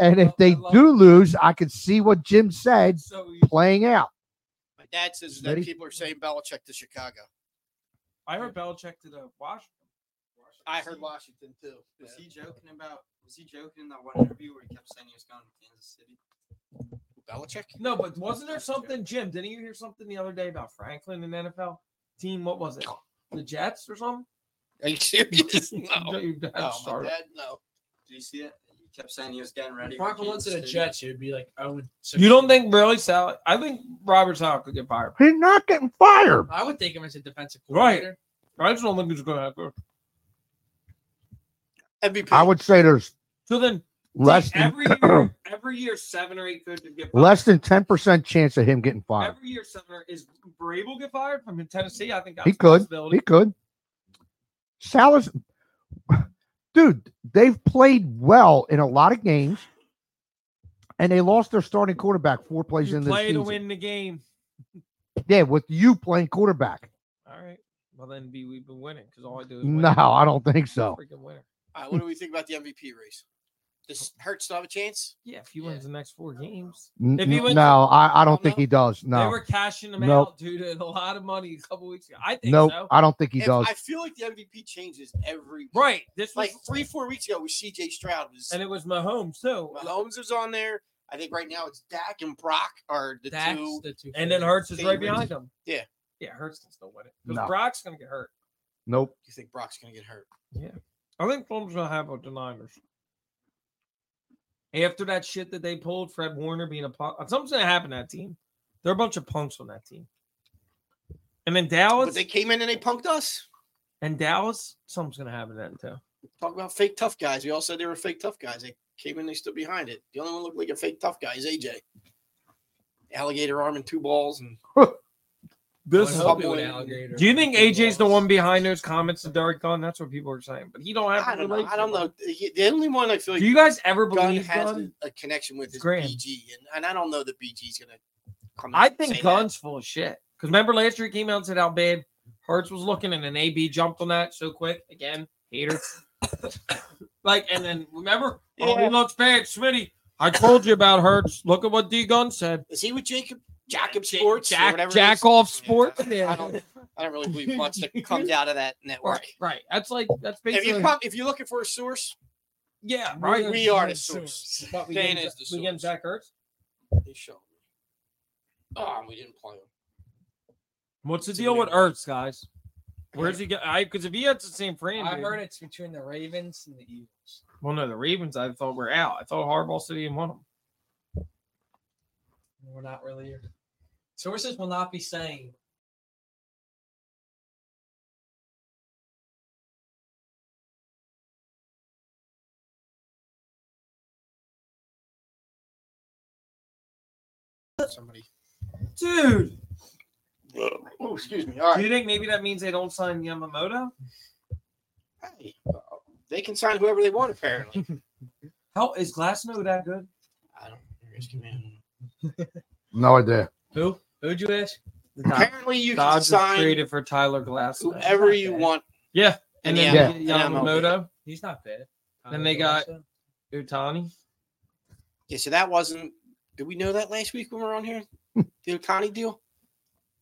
Speaker 1: And if they do lose, I could see what Jim said
Speaker 4: so e-" easy.
Speaker 1: playing out.
Speaker 3: My dad says that
Speaker 1: Ready?
Speaker 3: people are saying Belichick to Chicago.
Speaker 4: I heard Belichick to the Washington.
Speaker 3: I heard Washington too.
Speaker 2: Was he joking about? Was he joking in that one interview where he kept saying he was going to Kansas City?
Speaker 3: Belichick?
Speaker 4: No, but wasn't there something, Jim? Didn't you hear something the other day about Franklin and NFL team? What was it? The Jets or something?
Speaker 3: Are you serious? No.
Speaker 4: Your dad
Speaker 3: No, my
Speaker 4: started.
Speaker 3: dad, no.
Speaker 2: Did you see it? He kept saying he was getting ready. for
Speaker 5: Franklin went to the
Speaker 2: Kansas City.
Speaker 5: Jets, he would be like, oh,
Speaker 4: You don't think really Sal? I think Robert Sal could get fired.
Speaker 1: He's not getting fired.
Speaker 5: I would take him as a defensive
Speaker 4: Right.
Speaker 5: coordinator.
Speaker 4: I just don't think he's going to happen.
Speaker 3: MVP.
Speaker 1: I would say there's
Speaker 4: So then
Speaker 1: less
Speaker 4: See,
Speaker 1: than
Speaker 4: every year, every year, seven or eight coaches get fired.
Speaker 1: less than 10% chance of him getting fired.
Speaker 4: every year. Seven or is Brable get fired from Tennessee? I think that's
Speaker 1: He
Speaker 4: a
Speaker 1: could.
Speaker 4: possibility.
Speaker 1: He could. Salas, dude, they've played well in a lot of games, and they lost their starting quarterback four plays
Speaker 4: You
Speaker 1: in the
Speaker 4: play to
Speaker 1: season.
Speaker 4: win the game.
Speaker 1: Yeah, with you playing quarterback.
Speaker 4: All right. Well, then B, we've been winning because all I do is win.
Speaker 1: No, I don't think so.
Speaker 4: Freaking winner.
Speaker 3: All right, what do we think about the MVP race? Does Hurts still have a chance?
Speaker 4: Yeah, if he wins the next four games,
Speaker 1: N-
Speaker 4: If he
Speaker 1: n-
Speaker 4: wins-
Speaker 1: no, I, I don't think
Speaker 3: no.
Speaker 1: he does.
Speaker 4: they
Speaker 1: No,
Speaker 4: were cashing him
Speaker 1: Nope.
Speaker 4: out due to a lot of money a couple weeks ago. I think
Speaker 1: no,
Speaker 4: so.
Speaker 1: I don't think he
Speaker 3: If-
Speaker 1: does.
Speaker 3: I feel like the MVP changes every week.
Speaker 4: Right. This was
Speaker 3: Like three, four weeks ago with CJ Stroud was
Speaker 4: and it was Mahomes too.
Speaker 3: Mahomes is on there. I think right now it's Dak and Brock are the
Speaker 5: That's
Speaker 3: two.
Speaker 5: the two.
Speaker 4: And then Hurts is right
Speaker 3: Favorites.
Speaker 4: behind him.
Speaker 3: Yeah.
Speaker 4: Yeah, Hurts can still win it. Because
Speaker 1: No.
Speaker 4: Brock's gonna get hurt.
Speaker 1: Nope.
Speaker 3: You think Brock's gonna get hurt?
Speaker 4: I think Columbus will have with the Niners. After that shit that they pulled, Fred Warner being a punk, uh, something's gonna happen to that team. They're a bunch of punks on that team. And then Dallas,
Speaker 3: But they came in and they punked us.
Speaker 4: and Dallas, something's gonna happen to that too.
Speaker 3: Talk about fake tough guys. We all said they were fake tough guys. They came in, they stood behind it. The only one who looked like a fake tough guy is AJ. Alligator arm and two balls, and
Speaker 5: This
Speaker 3: is
Speaker 5: is
Speaker 3: probably-
Speaker 5: alligator.
Speaker 4: Do you think AJ's the one behind those comments to Derek Gunn? That's what people are saying, but he don't have.
Speaker 3: I
Speaker 4: the
Speaker 3: don't know. I
Speaker 4: relationship.
Speaker 3: don't know. He- The only one I feel
Speaker 4: Do
Speaker 3: like
Speaker 4: you guys ever
Speaker 3: Gunn
Speaker 4: believe
Speaker 3: has
Speaker 4: Gunn?
Speaker 3: a, a connection with is
Speaker 4: Graham.
Speaker 3: BG, and, and I don't know that BG's gonna come.
Speaker 4: I
Speaker 3: and
Speaker 4: think
Speaker 3: say
Speaker 4: Gunn's full of shit. Because remember last year he came out and said how bad Hertz was looking, and then AB jumped on that so quick again. Hater. like, and then remember, oh, he
Speaker 3: Yeah.
Speaker 4: looks bad, Smitty. I told you about Hertz. Look at what D Gun said.
Speaker 3: that. Is he with Jacob?
Speaker 4: Jack-
Speaker 3: Jacob Sports, or
Speaker 4: Jack,
Speaker 3: whatever it
Speaker 4: Jack
Speaker 3: is?
Speaker 4: off
Speaker 3: Yeah,
Speaker 4: sports.
Speaker 3: I don't. I don't really believe much that comes out of that network.
Speaker 4: Right, right. That's like that's
Speaker 3: If
Speaker 4: basically
Speaker 3: you come, if you're looking for a source,
Speaker 4: yeah,
Speaker 3: right,
Speaker 4: right.
Speaker 3: we are the source.
Speaker 4: But we
Speaker 3: Dan
Speaker 4: get-
Speaker 3: is the
Speaker 4: we get
Speaker 3: source.
Speaker 4: Zach Ertz.
Speaker 3: They showed me. Oh, we didn't play him.
Speaker 4: What's the
Speaker 3: It's a
Speaker 4: deal
Speaker 3: good
Speaker 4: with
Speaker 3: idea.
Speaker 4: Ertz, guys? Where's he get? I because if he had the same friend,
Speaker 5: I heard it's between the Ravens and the Eagles.
Speaker 4: Well, no, the Ravens. I thought were out. I thought Harbaugh City and won them.
Speaker 5: We're not really here. Sources will not be saying.
Speaker 3: at somebody.
Speaker 4: Dude,
Speaker 3: Oh, excuse me. All
Speaker 4: do
Speaker 3: right.
Speaker 4: you think maybe that means they don't sign Yamamoto?
Speaker 3: Hey, they can sign whoever they want, apparently.
Speaker 4: How is Glassnow that good?
Speaker 3: I don't risk him in.
Speaker 1: No idea.
Speaker 5: Who? Who'd you ask?
Speaker 4: The Dod-
Speaker 3: Apparently, you can
Speaker 4: Dodgers
Speaker 3: sign
Speaker 4: traded for Tyler Glass.
Speaker 3: whoever you want.
Speaker 4: Yeah,
Speaker 3: And
Speaker 4: and then
Speaker 1: Yeah.
Speaker 4: they get Yamamoto,
Speaker 5: He's not bad.
Speaker 4: Then they got- Utani.
Speaker 3: Yeah, so that wasn't. Did we know that last week when we were on here? The Otani deal?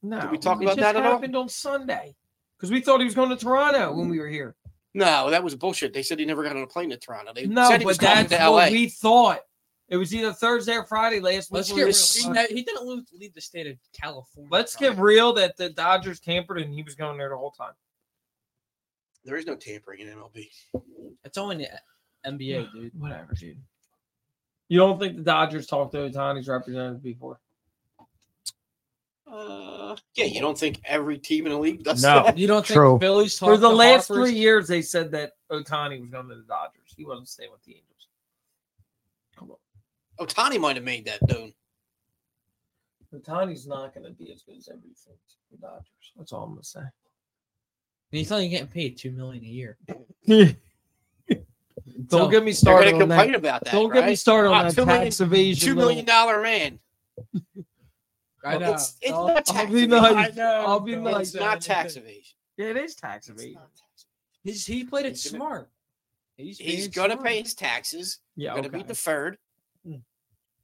Speaker 4: No,
Speaker 3: we talk
Speaker 4: it
Speaker 3: about
Speaker 4: just
Speaker 3: that at all?
Speaker 4: happened on Sunday because we thought he was going to Toronto when we were here.
Speaker 3: No, that was bullshit. They said he never got on a plane to Toronto. They
Speaker 4: No,
Speaker 3: said he was
Speaker 4: but
Speaker 3: coming
Speaker 4: that's
Speaker 3: to
Speaker 4: what
Speaker 3: LA.
Speaker 4: we thought. It was either Thursday or Friday last week.
Speaker 5: Let's
Speaker 4: when
Speaker 5: get
Speaker 4: we were
Speaker 5: real.
Speaker 4: on-
Speaker 5: He, ne- he didn't lose, leave the state of California.
Speaker 4: Let's get real that the Dodgers tampered and he was going there the whole time.
Speaker 3: There is no tampering in MLB.
Speaker 5: It's only the NBA, dude.
Speaker 4: Whatever, dude. You don't think the Dodgers talked to Otani's representative before?
Speaker 3: Uh, yeah, you don't think every team in the league does
Speaker 4: No.
Speaker 3: that?
Speaker 5: You don't think
Speaker 1: True.
Speaker 5: Phillies talked
Speaker 4: For the
Speaker 5: to
Speaker 4: last
Speaker 5: Harper's?
Speaker 4: three years, they said that Otani was going to the Dodgers. He wasn't staying with the Angels.
Speaker 3: Otani might have made that, though.
Speaker 4: Otani's not going to be as good as everybody thinks. for The Dodgers. That's all I'm going to say.
Speaker 5: He's only getting paid two million a year.
Speaker 4: Don't
Speaker 5: So-
Speaker 4: get me
Speaker 3: They're
Speaker 4: started
Speaker 3: going to
Speaker 4: on
Speaker 3: complain
Speaker 4: that.
Speaker 3: about that.
Speaker 4: Don't get me
Speaker 3: right?
Speaker 4: started on
Speaker 3: Ah,
Speaker 4: that
Speaker 3: two million-
Speaker 4: tax evasion.
Speaker 3: Two million dollar man.
Speaker 5: I know.
Speaker 3: It's, it's
Speaker 4: I'll-
Speaker 3: not
Speaker 4: I'll
Speaker 3: tax
Speaker 4: be
Speaker 3: evasion.
Speaker 4: nice.
Speaker 5: know.
Speaker 4: I'll be
Speaker 5: Don't
Speaker 4: nice.
Speaker 3: It's
Speaker 5: say
Speaker 3: not
Speaker 5: anything.
Speaker 3: tax evasion.
Speaker 4: Yeah, it is tax
Speaker 3: It's
Speaker 4: evasion.
Speaker 3: not tax
Speaker 5: He's, he played it
Speaker 3: He's gonna-
Speaker 5: smart. He's,
Speaker 3: evasion. He's
Speaker 5: being
Speaker 3: going to
Speaker 5: smart.
Speaker 3: pay his taxes.
Speaker 4: Yeah,
Speaker 3: Going to
Speaker 4: okay.
Speaker 3: be deferred.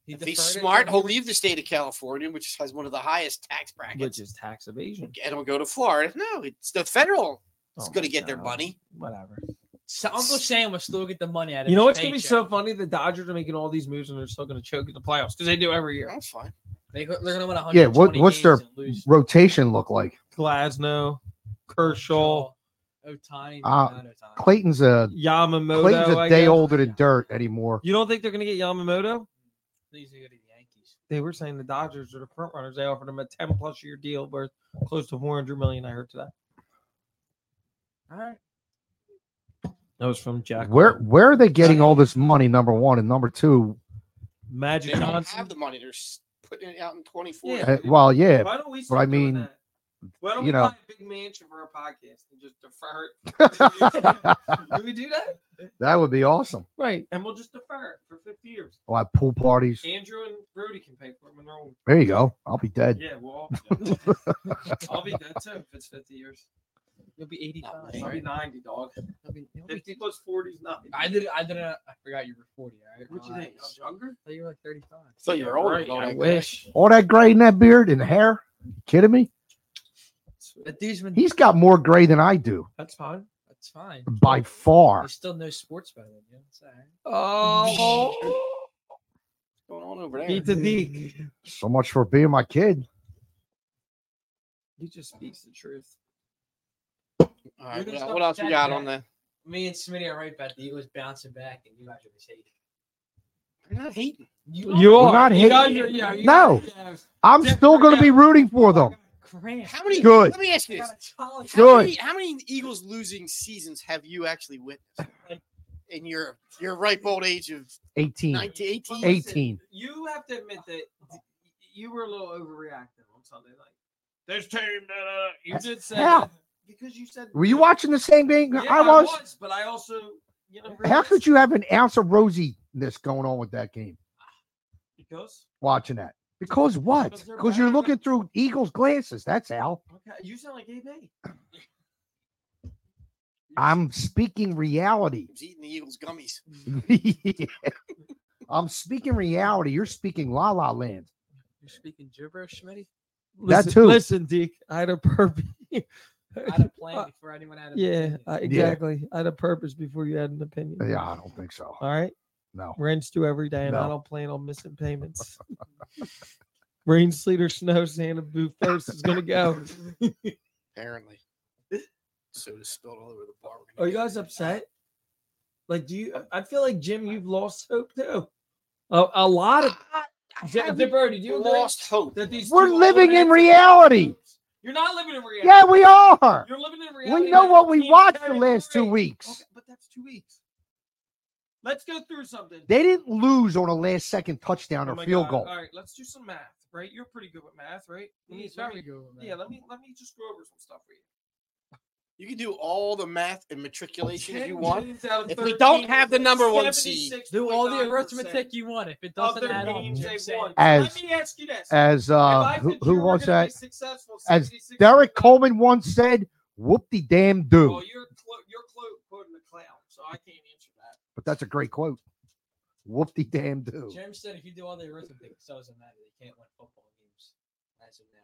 Speaker 5: He
Speaker 3: If he's
Speaker 5: deferred it
Speaker 3: smart,
Speaker 5: to-
Speaker 3: he'll leave the state of California, which has one of the highest tax brackets,
Speaker 4: which is tax evasion.
Speaker 3: and he'll go to Florida. No, it's the federal. It's
Speaker 4: Oh
Speaker 3: going to
Speaker 4: my
Speaker 3: get their
Speaker 4: God.
Speaker 3: money.
Speaker 4: Whatever.
Speaker 5: So Uncle Sam will still get the money out of.
Speaker 4: You know
Speaker 5: his
Speaker 4: what's gonna be
Speaker 5: paycheck.
Speaker 4: so funny? The Dodgers are making all these moves and they're still gonna choke in the playoffs because they do every year.
Speaker 3: That's Oh, fine.
Speaker 5: They, go- they're gonna win
Speaker 1: Yeah, what-
Speaker 5: 120
Speaker 1: what's their-
Speaker 5: games and lose.
Speaker 1: Rotation look like
Speaker 4: Glasnow, Kershaw,
Speaker 5: Otani,
Speaker 1: Uh,
Speaker 5: not Ohtani.
Speaker 1: Clayton's a
Speaker 4: Yamamoto.
Speaker 1: Clayton's a
Speaker 4: I
Speaker 1: day
Speaker 4: guess.
Speaker 1: older than dirt anymore.
Speaker 4: You don't think they're gonna get Yamamoto?
Speaker 5: Please go to the Yankees.
Speaker 4: They were saying the Dodgers are the front runners. They offered him a ten plus year deal worth close to four hundred million. I heard today.
Speaker 5: All right.
Speaker 4: That was from Jack.
Speaker 1: Where where are they getting all this money? Number one and number two.
Speaker 3: They
Speaker 4: Magic
Speaker 3: don't
Speaker 4: Johnson?
Speaker 3: have the money. They're s- putting it out in twenty four.
Speaker 4: Yeah.
Speaker 1: uh, well, yeah,
Speaker 4: Why don't we?
Speaker 1: but I mean,
Speaker 4: Why don't
Speaker 1: you
Speaker 4: we
Speaker 1: know-
Speaker 4: buy a big mansion for our podcast and just defer it? Can we do that?
Speaker 1: that would be awesome.
Speaker 4: Right, and we'll just defer it for fifty years.
Speaker 1: We'll have pool parties.
Speaker 4: Andrew and Rudy can pay for it when they're old.
Speaker 1: There you go. I'll be dead.
Speaker 4: Yeah, well, I'll be dead. I'll be dead too if it's 50 years.
Speaker 5: You'll be 85.
Speaker 3: Not me.
Speaker 4: I'll be 90, dog.
Speaker 5: You'll be- you'll be-
Speaker 4: 50 plus 40 is not.
Speaker 5: I did. I didn't. I forgot you were 40. All right.
Speaker 4: What you think?
Speaker 5: Relax.
Speaker 4: I'm younger?
Speaker 5: I thought you were like 35.
Speaker 3: So you're older.
Speaker 4: Right,
Speaker 3: than all
Speaker 4: I
Speaker 3: that.
Speaker 4: wish.
Speaker 1: All that gray in that beard and hair. You kidding me?
Speaker 5: But these men,
Speaker 1: He's got more gray than I do
Speaker 4: That's fine.
Speaker 5: that's fine.
Speaker 1: by far.
Speaker 5: There's still no sports better than you. It's all right.
Speaker 4: Oh,
Speaker 3: What's going on over there?
Speaker 4: beat the deek.
Speaker 1: So much for being my kid.
Speaker 4: He just speaks the truth.
Speaker 3: All right,
Speaker 5: You're gonna
Speaker 3: what,
Speaker 5: stop
Speaker 3: what else we
Speaker 5: that
Speaker 3: got
Speaker 5: guy.
Speaker 3: on the?
Speaker 5: Me and Smitty are right about the Eagles bouncing back, and you guys are just hating.
Speaker 3: I'm not hating.
Speaker 4: You
Speaker 1: We're not
Speaker 4: are.
Speaker 1: hating. No. I'm still going to be rooting for them.
Speaker 5: How
Speaker 3: How many?
Speaker 1: Good.
Speaker 3: Let me ask you this:
Speaker 5: college?
Speaker 1: Good.
Speaker 3: how many, how many Eagles losing seasons have you actually witnessed in your your ripe old age of
Speaker 1: 18.
Speaker 3: 19, 18?
Speaker 1: 18.
Speaker 4: You have to admit that you were a little overreactive on Sunday night. This team, da, da, da. you did say
Speaker 1: How?
Speaker 4: that because you said
Speaker 1: Were you watching the same game
Speaker 4: Yeah,
Speaker 1: I was?
Speaker 4: but I also, you know,
Speaker 1: How could you have an ounce of rosiness going on with that game?
Speaker 4: Because
Speaker 1: Watching that. Because what?
Speaker 4: Because they're
Speaker 1: Because you're
Speaker 4: better.
Speaker 1: looking through Eagles glasses. That's how.
Speaker 4: okay, you sound like AB.
Speaker 1: I'm speaking reality.
Speaker 3: I was eating the Eagles gummies.
Speaker 1: I'm speaking reality. You're speaking la la land.
Speaker 5: You're speaking gibberish, Smitty.
Speaker 1: That too.
Speaker 4: Listen, Deke, I had a purpose.
Speaker 5: I had a plan before anyone had a
Speaker 4: yeah,
Speaker 5: plan.
Speaker 4: I- exactly. I had a purpose before you had an opinion.
Speaker 1: Yeah, I don't think so.
Speaker 4: All right,
Speaker 1: No.
Speaker 4: rents due every day, and I
Speaker 1: No.
Speaker 4: don't plan on missing payments. Rain, sleet, or snow, Santa Boo first is gonna go.
Speaker 3: Apparently, soda spilled all over the bar. We're gonna
Speaker 4: Are you
Speaker 3: get
Speaker 4: guys
Speaker 3: that.
Speaker 4: upset? Like, do you? I feel like Jim, you've lost hope too. A, a lot of. Brody, do
Speaker 3: You
Speaker 4: you
Speaker 3: lost hope.
Speaker 4: that these
Speaker 1: We're
Speaker 4: two are
Speaker 1: living in
Speaker 4: limited?
Speaker 1: reality.
Speaker 4: You're not living in reality.
Speaker 1: Yeah, we are.
Speaker 4: You're living in reality.
Speaker 1: We know
Speaker 4: that
Speaker 1: what
Speaker 4: your
Speaker 1: we
Speaker 4: team
Speaker 1: watched the
Speaker 4: carried
Speaker 1: last two
Speaker 4: three.
Speaker 1: weeks.
Speaker 4: Okay, but that's two weeks.
Speaker 7: Let's go through something.
Speaker 1: They didn't lose on a last second touchdown
Speaker 7: Oh
Speaker 1: or
Speaker 7: my
Speaker 1: field
Speaker 7: God.
Speaker 1: goal.
Speaker 7: All right, let's do some math, right? You're pretty good with math, right? Let me-
Speaker 4: He's
Speaker 7: let
Speaker 4: very
Speaker 7: me-
Speaker 4: good with that.
Speaker 7: Yeah, let me let me just go over some stuff for you.
Speaker 3: You can do all the math and matriculation if you
Speaker 7: 10
Speaker 3: want.
Speaker 7: teams out of
Speaker 3: If we
Speaker 7: 13,
Speaker 3: don't have the number one seed,
Speaker 7: 76.9%
Speaker 5: Do all the
Speaker 7: of
Speaker 5: arithmetic you want. If it doesn't
Speaker 7: their
Speaker 5: add up,
Speaker 7: games
Speaker 5: just
Speaker 7: they
Speaker 5: say
Speaker 7: won.
Speaker 5: it.
Speaker 1: As-
Speaker 7: Let me ask you this.
Speaker 1: As uh,
Speaker 7: If I
Speaker 1: who,
Speaker 7: said you
Speaker 1: who
Speaker 7: were
Speaker 1: was
Speaker 7: gonna be
Speaker 1: that?
Speaker 7: successful,
Speaker 1: As
Speaker 7: 66
Speaker 1: Derek Coleman once said, "Whoop de damn
Speaker 7: Well,
Speaker 1: do."
Speaker 7: you're clo- you're clo- quoting the clown, so I can't answer that.
Speaker 1: But that's a great quote. Whoop de damn do.
Speaker 5: James said if you do all the arithmetic, it doesn't matter. They can't win football games as of now.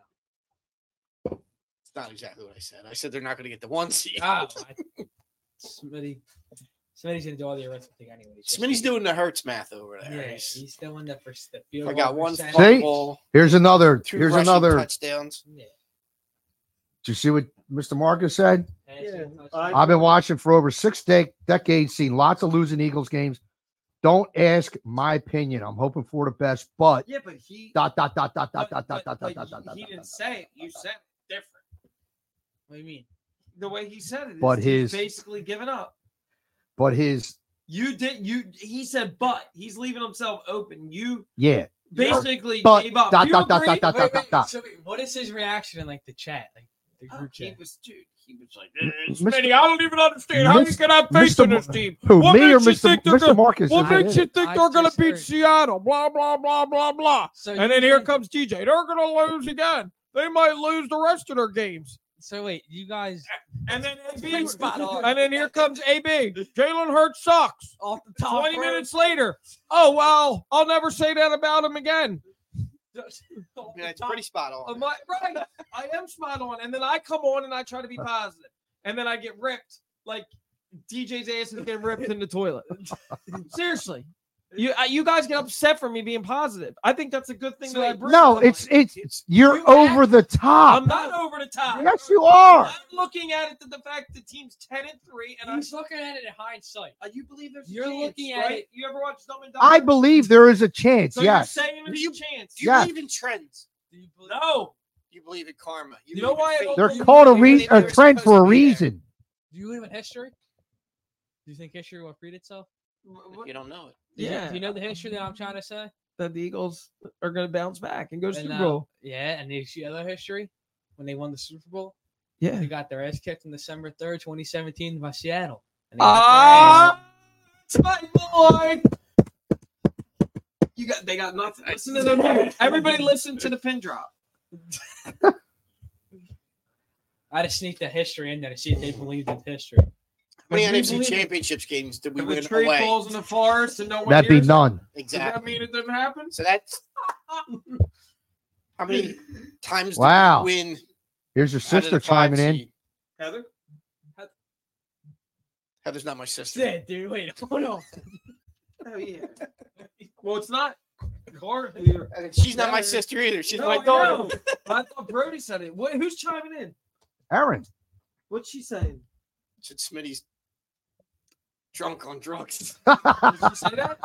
Speaker 3: It's not exactly what I said. I said they're not going to get the one seed.
Speaker 5: Oh, I, Smitty. Smitty's gonna do all the arithmetic anyways.
Speaker 3: Smitty's doing the Hertz math over there.
Speaker 5: Yeah,
Speaker 3: He's-
Speaker 5: he's doing the first. The field
Speaker 3: I got
Speaker 5: goal
Speaker 3: one
Speaker 5: percentage.
Speaker 1: See?
Speaker 3: fumble, ball,
Speaker 1: Here's another.
Speaker 3: two
Speaker 1: Here's
Speaker 3: rushing
Speaker 1: another. Did
Speaker 3: touchdowns.
Speaker 5: Yeah.
Speaker 1: you see what Mr. Marcus said?
Speaker 5: And it's
Speaker 4: Yeah,
Speaker 5: gonna touch
Speaker 4: I-
Speaker 5: down.
Speaker 1: I've been watching for over six de- decades, seen lots of losing Eagles games. Don't ask my opinion. I'm hoping for the best, but
Speaker 7: Yeah, but he
Speaker 1: dot dot dot dot
Speaker 7: but-
Speaker 1: dot dot dot
Speaker 7: but-
Speaker 1: dot
Speaker 7: but
Speaker 1: dot dot
Speaker 7: he-
Speaker 1: dot.
Speaker 7: He
Speaker 1: dot,
Speaker 7: didn't
Speaker 1: dot,
Speaker 7: say it.
Speaker 1: dot,
Speaker 7: You
Speaker 1: dot,
Speaker 7: said it different.
Speaker 5: What do you mean?
Speaker 7: The way he said it is
Speaker 1: But
Speaker 7: he's
Speaker 1: his-
Speaker 7: basically giving up.
Speaker 1: But his
Speaker 7: You did you he said but he's leaving himself open. You
Speaker 1: yeah.
Speaker 7: basically
Speaker 1: But
Speaker 7: gave up.
Speaker 1: dot
Speaker 7: You
Speaker 1: dot dot
Speaker 7: agree?
Speaker 1: dot dot dot
Speaker 5: Wait,
Speaker 1: dot
Speaker 5: wait,
Speaker 1: dot.
Speaker 5: so wait, what is his reaction in like the chat, like the
Speaker 7: Oh,
Speaker 5: group
Speaker 7: he
Speaker 5: chat?
Speaker 7: was dude, he was like
Speaker 1: Mr.
Speaker 4: "Eh, I don't even understand how you
Speaker 1: Mis-
Speaker 4: can have faith
Speaker 1: Mr.
Speaker 4: in this
Speaker 1: Mar-
Speaker 4: team.
Speaker 1: Who
Speaker 4: What
Speaker 1: me or
Speaker 4: makes you
Speaker 1: Mr.
Speaker 4: think they're
Speaker 1: Mr.
Speaker 4: gonna-
Speaker 1: Marcus?
Speaker 4: What
Speaker 1: is it?
Speaker 4: makes you think
Speaker 5: I
Speaker 4: they're going to
Speaker 5: just
Speaker 4: beat
Speaker 5: heard.
Speaker 4: Seattle? Blah, blah, blah, blah, blah.
Speaker 5: So
Speaker 4: And
Speaker 5: you
Speaker 4: then here
Speaker 5: guys-
Speaker 4: comes DJ. They're going to lose again. They might lose the rest of their games.
Speaker 5: So wait, you guys
Speaker 4: And then AB,
Speaker 5: pretty spot on.
Speaker 4: and then here comes AB. Jalen Hurts sucks.
Speaker 5: off the top.
Speaker 4: 20
Speaker 5: rope.
Speaker 4: minutes later. Oh, well, I'll never say that about him again.
Speaker 5: Off the
Speaker 3: Yeah, it's
Speaker 5: top
Speaker 3: pretty spot on.
Speaker 4: I'm like, right. I am spot on. And then I come on and I try to be positive. And then I get ripped. Like DJ's ass is getting ripped in the toilet. Seriously. You I- you guys get upset for me being positive. I think that's a good thing that I
Speaker 5: Sweet.
Speaker 4: bring.
Speaker 1: No,
Speaker 4: somebody.
Speaker 1: it's it's you're
Speaker 4: You
Speaker 1: over the top.
Speaker 4: I'm not over the top.
Speaker 1: Yes, you are.
Speaker 4: I'm looking at it to the fact the team's ten and three, and I
Speaker 5: He's looking at it in hindsight.
Speaker 7: Uh, you believe there's a
Speaker 5: You're
Speaker 7: chance,
Speaker 5: looking at
Speaker 7: right?
Speaker 5: it-
Speaker 7: You ever watch Dumb and Dumber?
Speaker 1: I believe there is a chance.
Speaker 4: so
Speaker 1: Yes.
Speaker 4: you're saying there's
Speaker 3: You-
Speaker 4: a chance.
Speaker 3: Do you
Speaker 1: Yes.
Speaker 3: believe in trends?
Speaker 5: Do you believe?
Speaker 4: no,
Speaker 3: You believe in karma.
Speaker 4: You know
Speaker 3: believe in
Speaker 4: why I
Speaker 3: fate.
Speaker 4: don't
Speaker 1: They're
Speaker 4: You
Speaker 1: called a,
Speaker 4: believe
Speaker 1: re-
Speaker 3: they
Speaker 1: a
Speaker 3: were
Speaker 1: trend for
Speaker 3: supposed
Speaker 1: a
Speaker 3: to be there.
Speaker 1: reason.
Speaker 5: Do you believe in history? Do you think history will repeat itself?
Speaker 3: If You don't know it.
Speaker 5: Do you-
Speaker 4: Yeah.
Speaker 5: Do you know the history that I'm trying to say?
Speaker 4: that the Eagles are going to bounce back and go
Speaker 5: And,
Speaker 4: Super
Speaker 5: uh,
Speaker 4: Bowl.
Speaker 5: yeah, and the the other history when they won the Super Bowl,
Speaker 4: Yeah.
Speaker 5: they got their ass kicked on December third, 2017, by Seattle. And they got their ass-
Speaker 4: Ah, it's my boy.
Speaker 7: You got they got nothing. Listen to them. Everybody listen to the pin drop.
Speaker 5: I just sneaked the history in there to see if they believed in history.
Speaker 3: How many
Speaker 7: Would you
Speaker 3: NFC
Speaker 7: believe it?
Speaker 3: championships games did we
Speaker 7: If a
Speaker 3: win
Speaker 7: tree
Speaker 3: away?
Speaker 7: falls in the forest and no one
Speaker 1: That'd be
Speaker 7: hears it,
Speaker 1: none.
Speaker 7: does that
Speaker 3: Exactly.
Speaker 7: mean it didn't happen?
Speaker 3: So that's how many times did
Speaker 1: Wow.
Speaker 3: we win?
Speaker 1: Here's your sister chiming in.
Speaker 7: Heather?
Speaker 3: Heather's not my sister.
Speaker 5: Yeah, dude, wait, hold on.
Speaker 7: Oh yeah. well, it's not hard. here.
Speaker 3: And She's not my
Speaker 7: Yeah.
Speaker 3: sister either. She's
Speaker 7: No,
Speaker 3: my
Speaker 7: I
Speaker 3: daughter.
Speaker 7: know. I thought Brody said it. What, who's chiming in?
Speaker 1: Aaron.
Speaker 7: What's she saying?
Speaker 3: Said Smitty's drunk on drugs.
Speaker 7: Did she say that?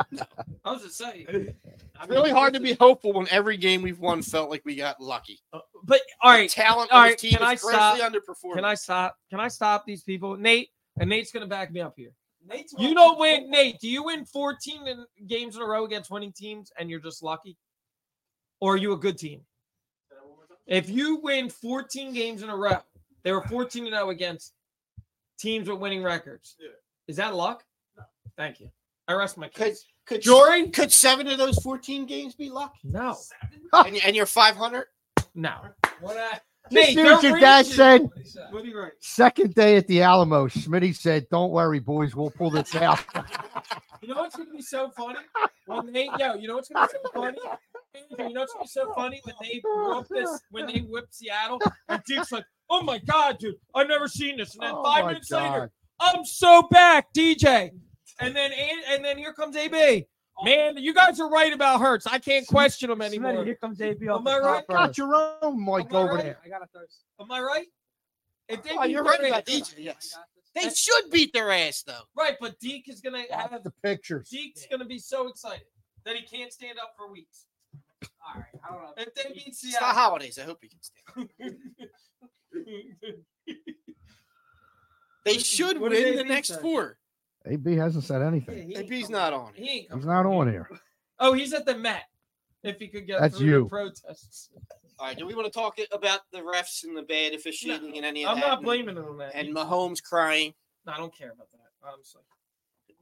Speaker 7: I was just saying.
Speaker 3: It's really hard to be hopeful when every game we've won felt like we got lucky.
Speaker 4: But all right,
Speaker 3: talent
Speaker 4: all
Speaker 3: on
Speaker 4: right,
Speaker 3: this team
Speaker 4: can I
Speaker 3: is grossly underperforming.
Speaker 4: can I stop? Can I stop these people, Nate? And Nate's going to back me up here.
Speaker 7: Nate's
Speaker 4: You don't win, Nate. Do you win 14 in, games in a row against winning teams and you're just lucky? Or are you a good team? If you win 14 games in a row, they were 14 to 0 against teams with winning records.
Speaker 7: Yeah.
Speaker 4: Is that luck? No. Thank you. I rest my
Speaker 3: could
Speaker 4: case.
Speaker 3: could
Speaker 4: Jory?
Speaker 3: could seven of those fourteen games be lucky?
Speaker 4: No,
Speaker 3: And, and you're five hundred.
Speaker 4: no.
Speaker 5: What I,
Speaker 1: Just
Speaker 4: Nate,
Speaker 1: do
Speaker 4: they're
Speaker 1: what your dad
Speaker 4: reaching.
Speaker 1: said.
Speaker 5: what he said.
Speaker 7: What are you right?
Speaker 1: Second day at the Alamo, Smitty said, "Don't worry, boys, we'll pull this out."
Speaker 4: You know what's gonna be so funny when they yo. You know what's gonna be so funny. Andrew, You know what's gonna be so funny when they whoop this when they whip Seattle and Duke's like, "Oh my god, dude, I've never seen this." And then
Speaker 1: Oh
Speaker 4: five
Speaker 1: my
Speaker 4: minutes later, I'm so back, DJ. And then and, and then here comes AB. Man, you guys are right about Hurts. I can't question him anymore.
Speaker 5: Here comes AB.
Speaker 4: Am I right?
Speaker 1: God. Got your own mic
Speaker 4: Am I
Speaker 1: over
Speaker 4: right?
Speaker 1: there.
Speaker 5: I got a thirst.
Speaker 4: Am I right? If they
Speaker 3: Oh,
Speaker 4: beat
Speaker 3: you're right
Speaker 4: Dre-
Speaker 3: about DJ. Yes, they should beat their ass though.
Speaker 4: Right, but Deke is gonna
Speaker 1: That's
Speaker 4: have
Speaker 1: the pictures.
Speaker 4: Zeke's gonna be so excited that he can't stand up for weeks.
Speaker 5: All right, I don't know.
Speaker 4: If they beat
Speaker 3: It's not
Speaker 4: Seattle,
Speaker 3: holidays. I hope you can stay. They should
Speaker 7: What did
Speaker 3: win
Speaker 7: they
Speaker 3: the
Speaker 7: beat
Speaker 3: next
Speaker 7: then?
Speaker 3: four.
Speaker 1: AB hasn't said anything.
Speaker 4: he ain't
Speaker 3: AP's
Speaker 4: coming.
Speaker 3: not on.
Speaker 4: He ain't
Speaker 1: He's
Speaker 4: coming.
Speaker 1: not on here.
Speaker 4: Oh, he's at the Met. If he could get
Speaker 1: That's
Speaker 4: through
Speaker 1: you.
Speaker 4: the protests,
Speaker 3: All right. Do we want to talk about the refs and the bad officiating and any of
Speaker 4: I'm
Speaker 3: that?
Speaker 4: not blaming him on that.
Speaker 3: And Mahomes crying.
Speaker 4: No, I don't care about that. Honestly,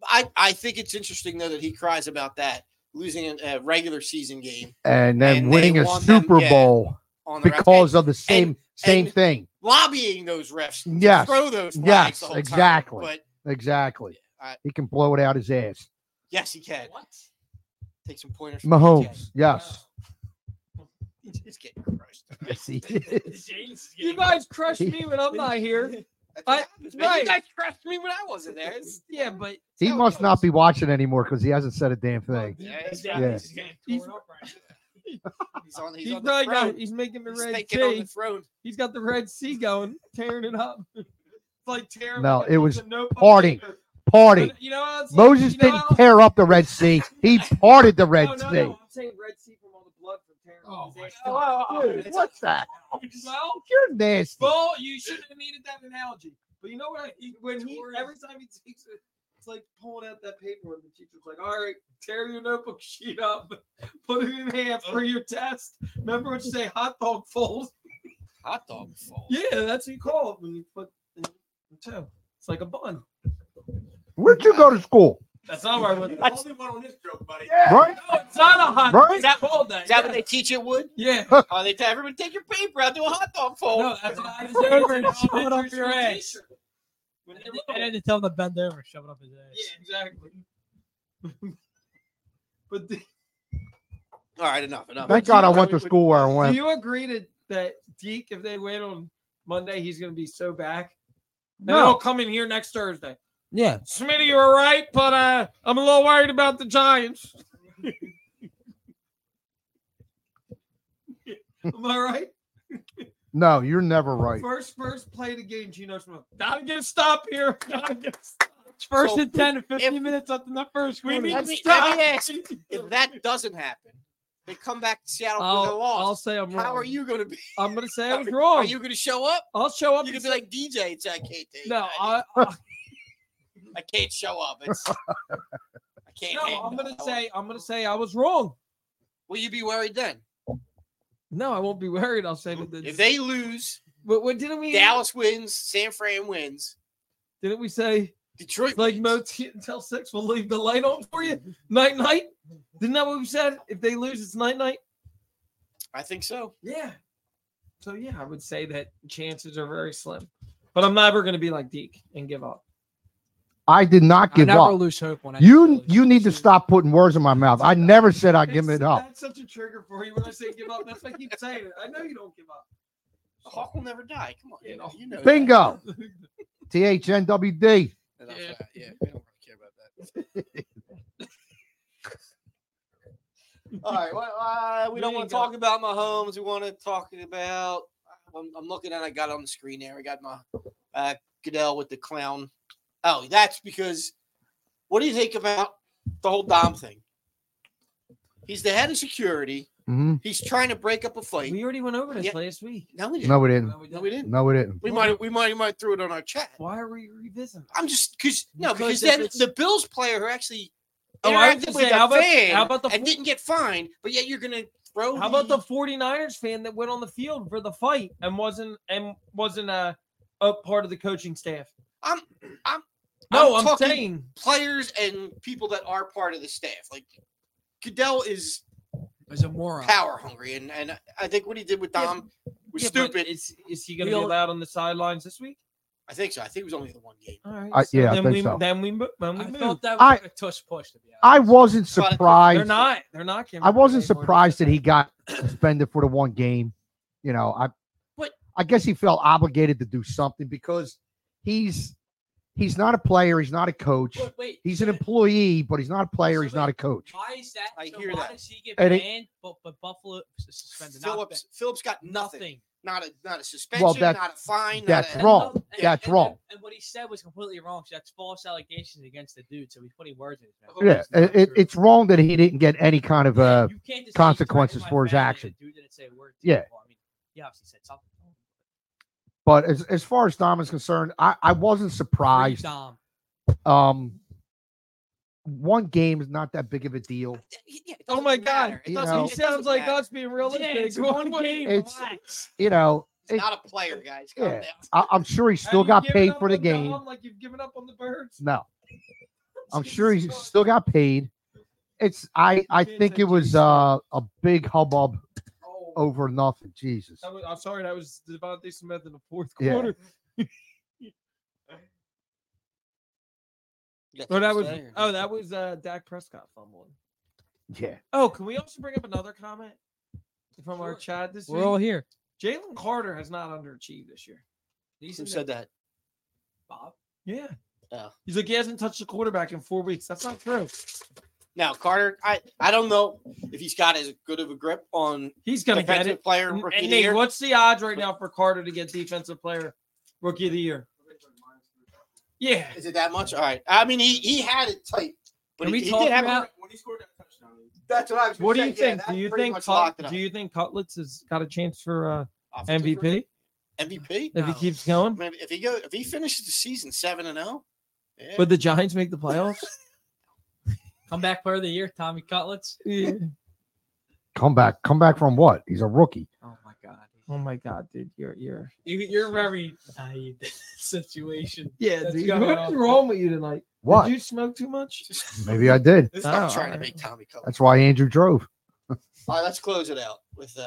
Speaker 3: I, I think it's interesting though that he cries about that losing an- a regular season game
Speaker 1: And then
Speaker 3: And they
Speaker 1: winning a
Speaker 3: want them-
Speaker 1: Super
Speaker 3: yeah,
Speaker 1: Bowl
Speaker 3: on the ref-
Speaker 1: because
Speaker 3: and
Speaker 1: of the same same
Speaker 3: and-
Speaker 1: thing.
Speaker 3: lobbying those refs. to
Speaker 1: Yes,
Speaker 3: throw those. flags
Speaker 1: yes,
Speaker 3: the whole time.
Speaker 1: exactly.
Speaker 3: But
Speaker 1: Exactly.
Speaker 3: I-
Speaker 1: He can blow it out his ass.
Speaker 3: yes, he can
Speaker 4: what?
Speaker 3: take some pointers. from
Speaker 1: Mahomes. Yes.
Speaker 3: DJ. He's getting crushed.
Speaker 1: Yes, he is.
Speaker 4: You guys crushed me when I'm not here.
Speaker 3: That's
Speaker 4: I-
Speaker 3: what happens, man.
Speaker 4: right.
Speaker 3: You guys crushed me when I wasn't there. It's-
Speaker 4: Yeah, but
Speaker 1: He must not be watching anymore because he hasn't said a damn thing.
Speaker 3: Yeah, he's,
Speaker 1: Yeah.
Speaker 4: he's getting torn up right now.
Speaker 3: he's on. He's,
Speaker 4: He's,
Speaker 3: on the
Speaker 4: probably
Speaker 3: throne.
Speaker 4: got, he's making the
Speaker 3: He's
Speaker 4: red
Speaker 3: thinking on
Speaker 4: sea.
Speaker 3: the throne.
Speaker 4: He's got the red sea going, tearing it up. It's like tearing.
Speaker 1: No,
Speaker 4: like a
Speaker 1: it
Speaker 4: piece
Speaker 1: was
Speaker 4: of notebook
Speaker 1: parting.
Speaker 4: paper.
Speaker 1: Party.
Speaker 4: But You know, what I'm saying?
Speaker 1: Moses
Speaker 4: You know
Speaker 1: didn't
Speaker 4: what
Speaker 1: tear up the Red Sea. He parted the Red
Speaker 4: I'm- no, no,
Speaker 1: Sea.
Speaker 4: no, I'm saying red sea from all the blood from tearing.
Speaker 8: Oh, my
Speaker 1: Dude, what's that?
Speaker 4: Well,
Speaker 1: You're nasty.
Speaker 4: Bull, you shouldn't have needed that analogy. But you know what? I, he- when he every time he takes it, it's like pulling out that paper, and the teacher's like, "All right, tear your notebook sheet up, put it in half for your test. Remember what you say, hot dog fold."
Speaker 3: Hot dog fall.
Speaker 4: Yeah, that's what you call it when you put in two. It's like a bun.
Speaker 1: Where'd you go to school?
Speaker 4: That's not where I went.
Speaker 8: That's the only one on this joke, buddy.
Speaker 1: Right?
Speaker 4: No, it's not a hot.
Speaker 1: Right?
Speaker 4: Is that cold that?
Speaker 3: Is that
Speaker 4: yeah.
Speaker 3: what they teach at Wood?
Speaker 4: Yeah.
Speaker 3: Oh, they tell everyone take your paper out, do a hot dog fold.
Speaker 4: No, Oh, that's what I
Speaker 5: Bend over and
Speaker 4: just
Speaker 5: shove it up your ass.
Speaker 4: When they
Speaker 5: And then- and
Speaker 4: were little.
Speaker 5: then they tell him to bend over, and shove it up his ass.
Speaker 4: Yeah, exactly. but do,
Speaker 3: All right, enough, enough.
Speaker 1: Thank God I went to school where I
Speaker 4: do
Speaker 1: went.
Speaker 4: you agree to, that Deke, if they win on Monday, he's going to be so back? No. They'll come in here next Thursday.
Speaker 5: Yeah.
Speaker 4: Smitty, you're all right, but uh, I'm a little worried about the Giants. Am I right?
Speaker 1: No, you're never right.
Speaker 4: First, first play of the game, Geno Smith. Gotta get a stop here. Gotta get a stop.
Speaker 5: It's first
Speaker 3: So,
Speaker 5: and 10 and 15
Speaker 3: if-
Speaker 5: minutes left in the first
Speaker 4: We
Speaker 5: quarter.
Speaker 4: need
Speaker 3: Let
Speaker 4: to
Speaker 3: me-
Speaker 4: stop.
Speaker 3: let me ask, If that doesn't happen, they come back to Seattle for the
Speaker 4: I'll, I'll
Speaker 3: loss.
Speaker 4: say I'm wrong.
Speaker 3: How are you going to be?
Speaker 4: I'm gonna say I was
Speaker 3: Are
Speaker 4: wrong.
Speaker 3: you going to show up?
Speaker 4: I'll show up.
Speaker 3: You
Speaker 4: and
Speaker 3: could be
Speaker 4: say-
Speaker 3: like DJ. It's I can't take.
Speaker 4: no,
Speaker 3: I,
Speaker 4: I, I,
Speaker 3: I can't show up. It's I can't.
Speaker 4: no,
Speaker 3: handle
Speaker 4: I'm gonna
Speaker 3: it.
Speaker 4: say I'm gonna say I was wrong.
Speaker 3: Will you be worried then?
Speaker 4: No, I won't be worried. I'll say that. the-
Speaker 3: If they lose,
Speaker 4: But what didn't we?
Speaker 3: Dallas wins, San Fran wins,
Speaker 4: Didn't we say
Speaker 3: Detroit
Speaker 4: like
Speaker 3: wins.
Speaker 4: Motel Six will leave the light on for you night night? Didn't that what we said? If they lose, it's night night.
Speaker 3: I think so.
Speaker 4: Yeah. So yeah, I would say that chances are very slim. But I'm never gonna be like Deke and give up.
Speaker 1: I did not
Speaker 5: I
Speaker 1: give
Speaker 5: never
Speaker 1: up.
Speaker 5: lose hope when I
Speaker 1: You
Speaker 5: lose.
Speaker 1: you need to stop putting words in my mouth. I never said I'd give
Speaker 4: It's-
Speaker 1: it up.
Speaker 4: That's such a trigger for you when I say give up. That's why I keep saying it. I know you don't give up.
Speaker 3: A hawk will never die. Come on, you know, you know that.
Speaker 1: Bingo. THNWD.
Speaker 3: Enough
Speaker 4: Yeah.
Speaker 3: of that. yeah, we don't really care about that. All right, well, uh, we
Speaker 4: There
Speaker 3: don't
Speaker 4: you
Speaker 3: want to
Speaker 4: go.
Speaker 3: talk about Mahomes. We want to talk about. I'm, I'm looking at. I got it on the screen there. I got my uh, Goodell with the clown. Oh, that's because. What do you think about the whole Dom thing? He's the head of security.
Speaker 1: Mhm.
Speaker 3: He's trying to break up a fight.
Speaker 4: We already went over this
Speaker 3: Yeah.
Speaker 4: last week.
Speaker 3: No, we didn't.
Speaker 1: No, we didn't.
Speaker 3: No, we didn't.
Speaker 1: No, we didn't.
Speaker 3: We might. We might. We might throw it on our chat.
Speaker 4: Why are we revisiting?
Speaker 3: I'm just because no, because
Speaker 4: Because if
Speaker 3: then
Speaker 4: it's-
Speaker 3: the Bills player who actually
Speaker 4: Oh, I was
Speaker 3: interacted
Speaker 4: gonna
Speaker 3: with
Speaker 4: say,
Speaker 3: a
Speaker 4: how about-
Speaker 3: fan
Speaker 4: how about the-
Speaker 3: and didn't get fined, but yet you're gonna throw.
Speaker 4: How about the 49ers fan that went on the field for the fight and wasn't and wasn't a, a part of the coaching staff?
Speaker 3: I'm I'm
Speaker 4: No, I'm,
Speaker 3: talking
Speaker 4: saying
Speaker 3: players and people that are part of the staff. Like Goodell is
Speaker 5: As a moron.
Speaker 3: power hungry, and and I think what he did with
Speaker 4: Yeah,
Speaker 3: Dom was
Speaker 4: Yeah, but
Speaker 3: stupid.
Speaker 4: Is is he going
Speaker 5: We
Speaker 4: to be
Speaker 5: all-
Speaker 4: allowed on the sidelines this week?
Speaker 3: I think so. I think it was only the one game.
Speaker 4: All right.
Speaker 1: I- yeah, I
Speaker 4: then
Speaker 1: think
Speaker 4: we
Speaker 1: so.
Speaker 4: then we mo- then we
Speaker 5: I
Speaker 4: move.
Speaker 5: felt that
Speaker 1: I-
Speaker 5: was a tush push, to be honest.
Speaker 1: I wasn't
Speaker 3: But-
Speaker 4: they're
Speaker 1: surprised.
Speaker 4: not. They're not. Kim
Speaker 1: I wasn't
Speaker 4: anymore.
Speaker 1: surprised that he got suspended for the one game. You know, I
Speaker 3: But-
Speaker 1: I guess he felt obligated to do something because he's he's not a player, he's not a coach.
Speaker 4: But wait,
Speaker 1: He's an employee, but he's not a player, he's not a coach.
Speaker 5: Why is that?
Speaker 3: I hear
Speaker 5: why
Speaker 3: that.
Speaker 5: does he get
Speaker 1: And it-
Speaker 5: but, but Buffalo suspended
Speaker 3: Phillips Phillips got nothing.
Speaker 5: nothing.
Speaker 3: Not a not a suspension.
Speaker 1: that-
Speaker 3: not a fine.
Speaker 1: that's
Speaker 3: not a,
Speaker 1: wrong.
Speaker 5: And-
Speaker 1: That's
Speaker 5: and-
Speaker 1: wrong.
Speaker 5: And what he said was completely wrong. So that's false allegations against the dude. So he's putting words in his mouth.
Speaker 1: Yeah, it, it- it's wrong that he didn't get any kind of uh
Speaker 5: You can't just say he threatened
Speaker 1: consequences
Speaker 5: my
Speaker 1: for his
Speaker 5: family and
Speaker 1: action.
Speaker 5: The dude didn't say a word.
Speaker 1: Yeah.
Speaker 5: Well, I mean, he obviously said something.
Speaker 1: but as, as far as Dom is concerned, I, I wasn't
Speaker 5: Free
Speaker 1: surprised.
Speaker 5: Dom.
Speaker 1: Um one game is not that big of a deal.
Speaker 2: Yeah, it
Speaker 4: Oh my
Speaker 2: doesn't matter.
Speaker 4: god,
Speaker 2: It
Speaker 1: You
Speaker 2: doesn't-
Speaker 1: know.
Speaker 4: he
Speaker 2: it
Speaker 4: sounds
Speaker 2: doesn't
Speaker 4: like
Speaker 2: matter.
Speaker 4: us being realistic.
Speaker 5: Yeah, it's
Speaker 4: One
Speaker 5: one game.
Speaker 1: It's-
Speaker 5: Relax.
Speaker 1: You know,
Speaker 3: He's
Speaker 1: it-
Speaker 3: not a player, guys. Calm
Speaker 1: Yeah.
Speaker 3: down.
Speaker 1: I, I'm sure he still
Speaker 9: you
Speaker 1: got
Speaker 9: given
Speaker 1: paid
Speaker 9: up
Speaker 1: for the
Speaker 9: on
Speaker 1: game.
Speaker 9: Dom Like you've given up on the birds.
Speaker 1: No, I'm
Speaker 9: Jesus
Speaker 1: sure he
Speaker 9: Christ.
Speaker 1: still got paid. It's I I
Speaker 9: can't
Speaker 1: think
Speaker 9: say
Speaker 1: it was
Speaker 9: Jesus.
Speaker 1: uh, a big hubbub
Speaker 9: Oh,
Speaker 1: over nothing. Jesus,
Speaker 9: that was- I'm sorry, that was Devontae Smith in the fourth
Speaker 1: Yeah.
Speaker 9: quarter.
Speaker 3: You got
Speaker 4: Oh, that
Speaker 3: something
Speaker 4: was
Speaker 3: to say, or-
Speaker 4: oh, that was uh, Dak Prescott fumbling.
Speaker 1: yeah,
Speaker 4: Oh, can we also bring up another comment from our
Speaker 9: Sure.
Speaker 4: chat this
Speaker 5: We're all
Speaker 4: week?
Speaker 5: here.
Speaker 4: Jalen Carter has not underachieved this year.
Speaker 3: Who said that?
Speaker 5: Bob?
Speaker 4: Yeah.
Speaker 3: Oh.
Speaker 4: He's like he hasn't touched the quarterback in four weeks. That's not true.
Speaker 3: Now Carter, I, I don't know if he's got as good of a grip on
Speaker 4: He's gonna get
Speaker 3: defensive
Speaker 4: it.
Speaker 3: player
Speaker 4: And
Speaker 3: rookie of the
Speaker 4: Nate,
Speaker 3: year.
Speaker 4: what's the odds right now for Carter to get defensive player rookie of the year? Yeah.
Speaker 3: Is it that much? All right. I mean, he, he had it tight, but
Speaker 5: Can
Speaker 3: he,
Speaker 5: we
Speaker 3: he
Speaker 5: talk
Speaker 3: did have.
Speaker 5: about-
Speaker 2: When he scored that touchdown, he-
Speaker 3: that's what I was. gonna
Speaker 4: What do
Speaker 3: say. Yeah,
Speaker 4: you think?
Speaker 3: that
Speaker 4: Do you
Speaker 3: pretty
Speaker 4: think
Speaker 3: much locked it
Speaker 4: Cut-
Speaker 3: up.
Speaker 4: do you think Cutlets has got a chance for uh,
Speaker 3: Offensive rookie-
Speaker 4: MVP
Speaker 3: MVP.
Speaker 4: if he
Speaker 3: No.
Speaker 4: keeps
Speaker 3: I
Speaker 4: going?
Speaker 3: mean, if he go, if he finishes the season seven and zero, yeah.
Speaker 4: Would the Giants make the playoffs?
Speaker 5: Comeback player of the year, Tommy Cutlets.
Speaker 4: Yeah.
Speaker 3: Oh
Speaker 1: come back, come back from what? He's a rookie.
Speaker 5: Oh my god.
Speaker 4: Oh my god, dude, you're you're
Speaker 5: You, you're very naive to this situation.
Speaker 4: yeah,
Speaker 5: That's
Speaker 4: dude.
Speaker 5: going
Speaker 4: What's
Speaker 5: on.
Speaker 4: wrong with you tonight?
Speaker 1: What?
Speaker 4: Did you smoke too much?
Speaker 1: Maybe I did.
Speaker 3: stop
Speaker 4: Oh,
Speaker 3: trying to
Speaker 4: alright.
Speaker 3: make Tommy Cutlets.
Speaker 1: That's why Andrew drove.
Speaker 3: All right, let's close it out with uh,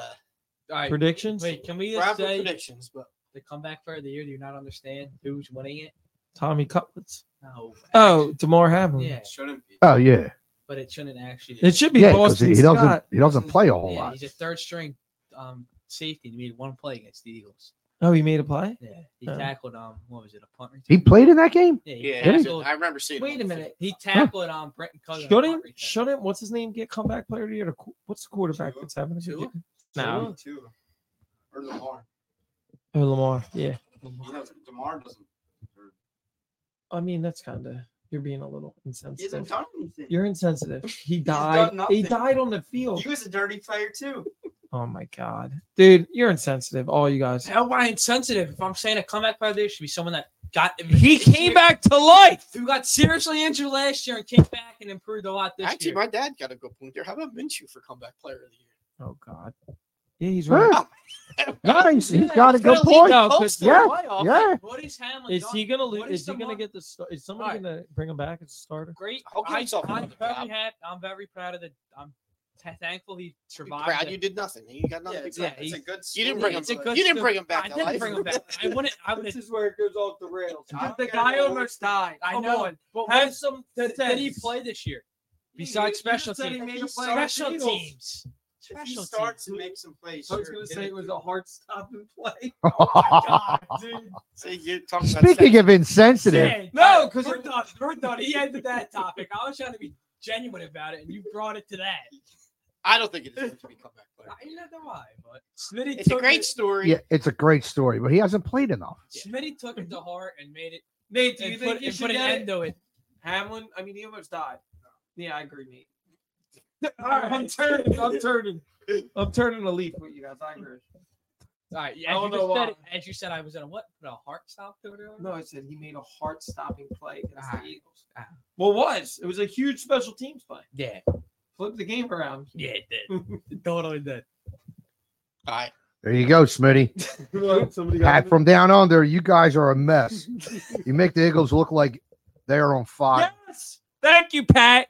Speaker 5: All right.
Speaker 4: Predictions?
Speaker 5: Wait, can we just
Speaker 3: rapid
Speaker 5: say
Speaker 3: predictions. But
Speaker 5: the comeback player of the year? Do you not understand who's winning it?
Speaker 4: Tommy Cutlets.
Speaker 5: No.
Speaker 4: Oh, Demar Hamlin.
Speaker 5: Yeah,
Speaker 2: it shouldn't be.
Speaker 1: Oh yeah,
Speaker 5: but it shouldn't actually.
Speaker 4: It should be
Speaker 1: yeah, because
Speaker 4: Boston
Speaker 1: he, he
Speaker 4: Scott.
Speaker 1: doesn't he doesn't play a whole
Speaker 5: yeah,
Speaker 1: lot.
Speaker 5: he's a third string um, safety. He made one play against the Eagles.
Speaker 4: Oh, he made a play.
Speaker 5: Yeah, he
Speaker 4: Yeah.
Speaker 5: tackled um, what was it, a punt?
Speaker 1: He
Speaker 5: return?
Speaker 1: played in that game.
Speaker 5: Yeah, he
Speaker 3: yeah,
Speaker 1: Really?
Speaker 5: tackled-
Speaker 3: I remember seeing.
Speaker 5: Wait a
Speaker 3: him.
Speaker 5: minute, he tackled on Brenton Cousins. on a punt
Speaker 4: Shouldn't
Speaker 5: return.
Speaker 4: shouldn't what's his name get comeback player of the year? The qu- What's the quarterback
Speaker 2: Tua?
Speaker 4: that's having a good
Speaker 5: Tua?
Speaker 4: year? No,
Speaker 2: Two. Or Lamar.
Speaker 4: oh, Lamar. Yeah,
Speaker 2: He doesn't. Demar doesn't. or-
Speaker 4: I mean that's kind of you're being a little
Speaker 2: He hasn't
Speaker 4: insensitive.
Speaker 2: done anything.
Speaker 4: You're insensitive. He
Speaker 2: done
Speaker 4: died. He
Speaker 2: nothing.
Speaker 4: died on the field.
Speaker 2: He was a dirty player too.
Speaker 4: Oh my god, dude, you're insensitive. All you guys.
Speaker 5: How am I insensitive? If I'm saying a comeback player, there should be someone that got
Speaker 4: He came back to life.
Speaker 5: who got seriously injured last year and came back and improved a lot this
Speaker 3: Actually,
Speaker 5: year.
Speaker 3: my dad got a good point there. How about Minshew for comeback player of the year?
Speaker 4: Oh god. Yeah, he's right.
Speaker 5: Oh
Speaker 1: Huh? No, he's, he's got a good
Speaker 3: Gotta leave
Speaker 1: point.
Speaker 4: No,
Speaker 3: close
Speaker 4: 'cause-
Speaker 3: to the
Speaker 1: Yeah,
Speaker 3: playoff.
Speaker 1: Yeah,
Speaker 5: what is Hamlin?
Speaker 4: Is
Speaker 5: done?
Speaker 4: he gonna lose?
Speaker 5: What is
Speaker 4: Is he gonna
Speaker 5: someone-
Speaker 4: get the? st- Is someone
Speaker 5: Alright.
Speaker 4: gonna bring him back as a starter?
Speaker 5: great?
Speaker 3: I'll give
Speaker 5: I,
Speaker 3: himself
Speaker 5: am
Speaker 3: another
Speaker 5: very
Speaker 3: job.
Speaker 5: happy. I'm very proud of the. I'm t- thankful he
Speaker 3: Be
Speaker 5: survived.
Speaker 3: proud
Speaker 5: it.
Speaker 3: you did nothing. You got
Speaker 2: Yeah,
Speaker 3: nothing. to
Speaker 2: it's,
Speaker 3: be proud
Speaker 2: a, it's a good.
Speaker 3: You didn't
Speaker 2: story.
Speaker 3: bring him.
Speaker 5: It's a
Speaker 3: back.
Speaker 5: good
Speaker 3: You didn't
Speaker 5: story.
Speaker 3: bring him back.
Speaker 5: I
Speaker 3: to
Speaker 5: didn't
Speaker 3: life.
Speaker 5: bring him back. I wouldn't. I would.
Speaker 9: This is where it goes off the rails.
Speaker 2: I don't
Speaker 9: The
Speaker 2: care
Speaker 9: guy
Speaker 2: anymore.
Speaker 9: almost died.
Speaker 5: I
Speaker 9: Come
Speaker 5: know.
Speaker 9: on.
Speaker 5: But
Speaker 9: Have
Speaker 5: what
Speaker 9: some
Speaker 5: did he
Speaker 9: sense.
Speaker 5: play this year?
Speaker 9: You-
Speaker 5: Besides
Speaker 9: you just
Speaker 5: special
Speaker 9: said he
Speaker 5: teams.
Speaker 9: made a play with
Speaker 5: Special
Speaker 9: the Eagles.
Speaker 5: teams.
Speaker 2: If he
Speaker 5: Special
Speaker 2: starts
Speaker 5: teams.
Speaker 2: and makes some plays.
Speaker 9: I was
Speaker 2: sure,
Speaker 9: gonna
Speaker 2: get
Speaker 9: say
Speaker 2: it.
Speaker 9: it was a hard stop and play.
Speaker 1: yeah.
Speaker 9: dude.
Speaker 3: See, you're talking about
Speaker 1: Speaking
Speaker 3: sex.
Speaker 1: of insensitive,
Speaker 5: Yeah, no, because we're done. We're done. He ended that topic. I was trying to be genuine about it, and you brought it to that.
Speaker 3: I don't think it deserves to be comeback player.
Speaker 5: I- Neither do I, but Smitty
Speaker 3: It's a
Speaker 5: took
Speaker 3: great
Speaker 5: it,
Speaker 3: story.
Speaker 1: yeah, it's a great story, but he hasn't played enough.
Speaker 5: Smitty took it to heart and made it.
Speaker 4: Nate,
Speaker 5: and put, and put an end to it.
Speaker 4: Hamlin? I mean, he almost died. Yeah, I agree, Nate.
Speaker 5: All right.
Speaker 4: I'm turning. I'm turning. I'm turning a leaf with you guys. I agree.
Speaker 5: All right.
Speaker 4: I
Speaker 5: As you,
Speaker 4: don't know
Speaker 5: just said,
Speaker 4: why.
Speaker 5: it- as you said, I was in a what? Put a heart stop to it. earlier?
Speaker 4: No, I said he made a heart stopping play against
Speaker 5: Ah.
Speaker 4: the Eagles.
Speaker 5: Ah.
Speaker 4: Well, it was. It was a huge special teams play.
Speaker 5: Yeah.
Speaker 4: Flip the game around.
Speaker 5: Yeah, it did. It totally did.
Speaker 3: All right.
Speaker 1: There you go, Smitty.
Speaker 4: Somebody
Speaker 1: Pat from down under, you guys are a mess. you make the Eagles look like they are on fire.
Speaker 5: Yes. Thank you, Pat.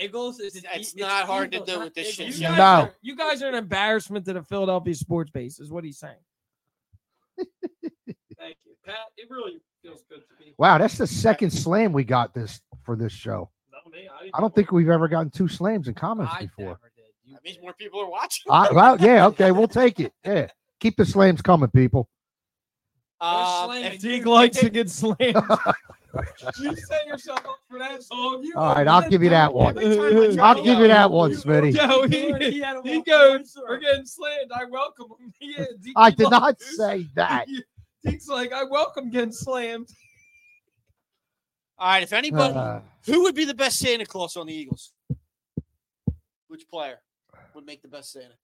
Speaker 5: Eagles is
Speaker 3: It's not hard to do with this shit,
Speaker 5: You
Speaker 3: yeah.
Speaker 5: guys
Speaker 1: No.
Speaker 4: are, you guys are an embarrassment to the Philadelphia sports base, is what he's saying.
Speaker 9: Thank you, Pat. It really feels good to be.
Speaker 1: Wow, that's the second slam we got this for this show.
Speaker 9: Not me. I, didn't
Speaker 1: I don't think we've ever gotten two slams in comments
Speaker 5: I
Speaker 1: before.
Speaker 5: never did. You
Speaker 3: That means
Speaker 5: did.
Speaker 3: more people are watching.
Speaker 1: I, well, yeah, okay, we'll take it. Yeah, keep the slams coming, people.
Speaker 3: Um,
Speaker 5: slamming.
Speaker 3: if-
Speaker 4: Zeke likes to get slammed.
Speaker 9: You set yourself up for that song. You
Speaker 1: All right, I'll give you that one.
Speaker 3: every time I try
Speaker 1: I'll
Speaker 3: to
Speaker 1: give
Speaker 3: go-
Speaker 1: you that one, Smitty.
Speaker 4: Yo,
Speaker 9: he-
Speaker 4: he,
Speaker 9: had a
Speaker 4: he
Speaker 9: walk-
Speaker 4: goes,
Speaker 9: We're getting slammed. I welcome him. Yeah, Zeke
Speaker 1: I did
Speaker 9: Elliott.
Speaker 1: not say that.
Speaker 4: Zeke's like, I welcome getting slammed.
Speaker 3: All right. If anybody,
Speaker 1: Uh,
Speaker 3: who would be the best Santa Claus on the Eagles? Which player would make the best Santa?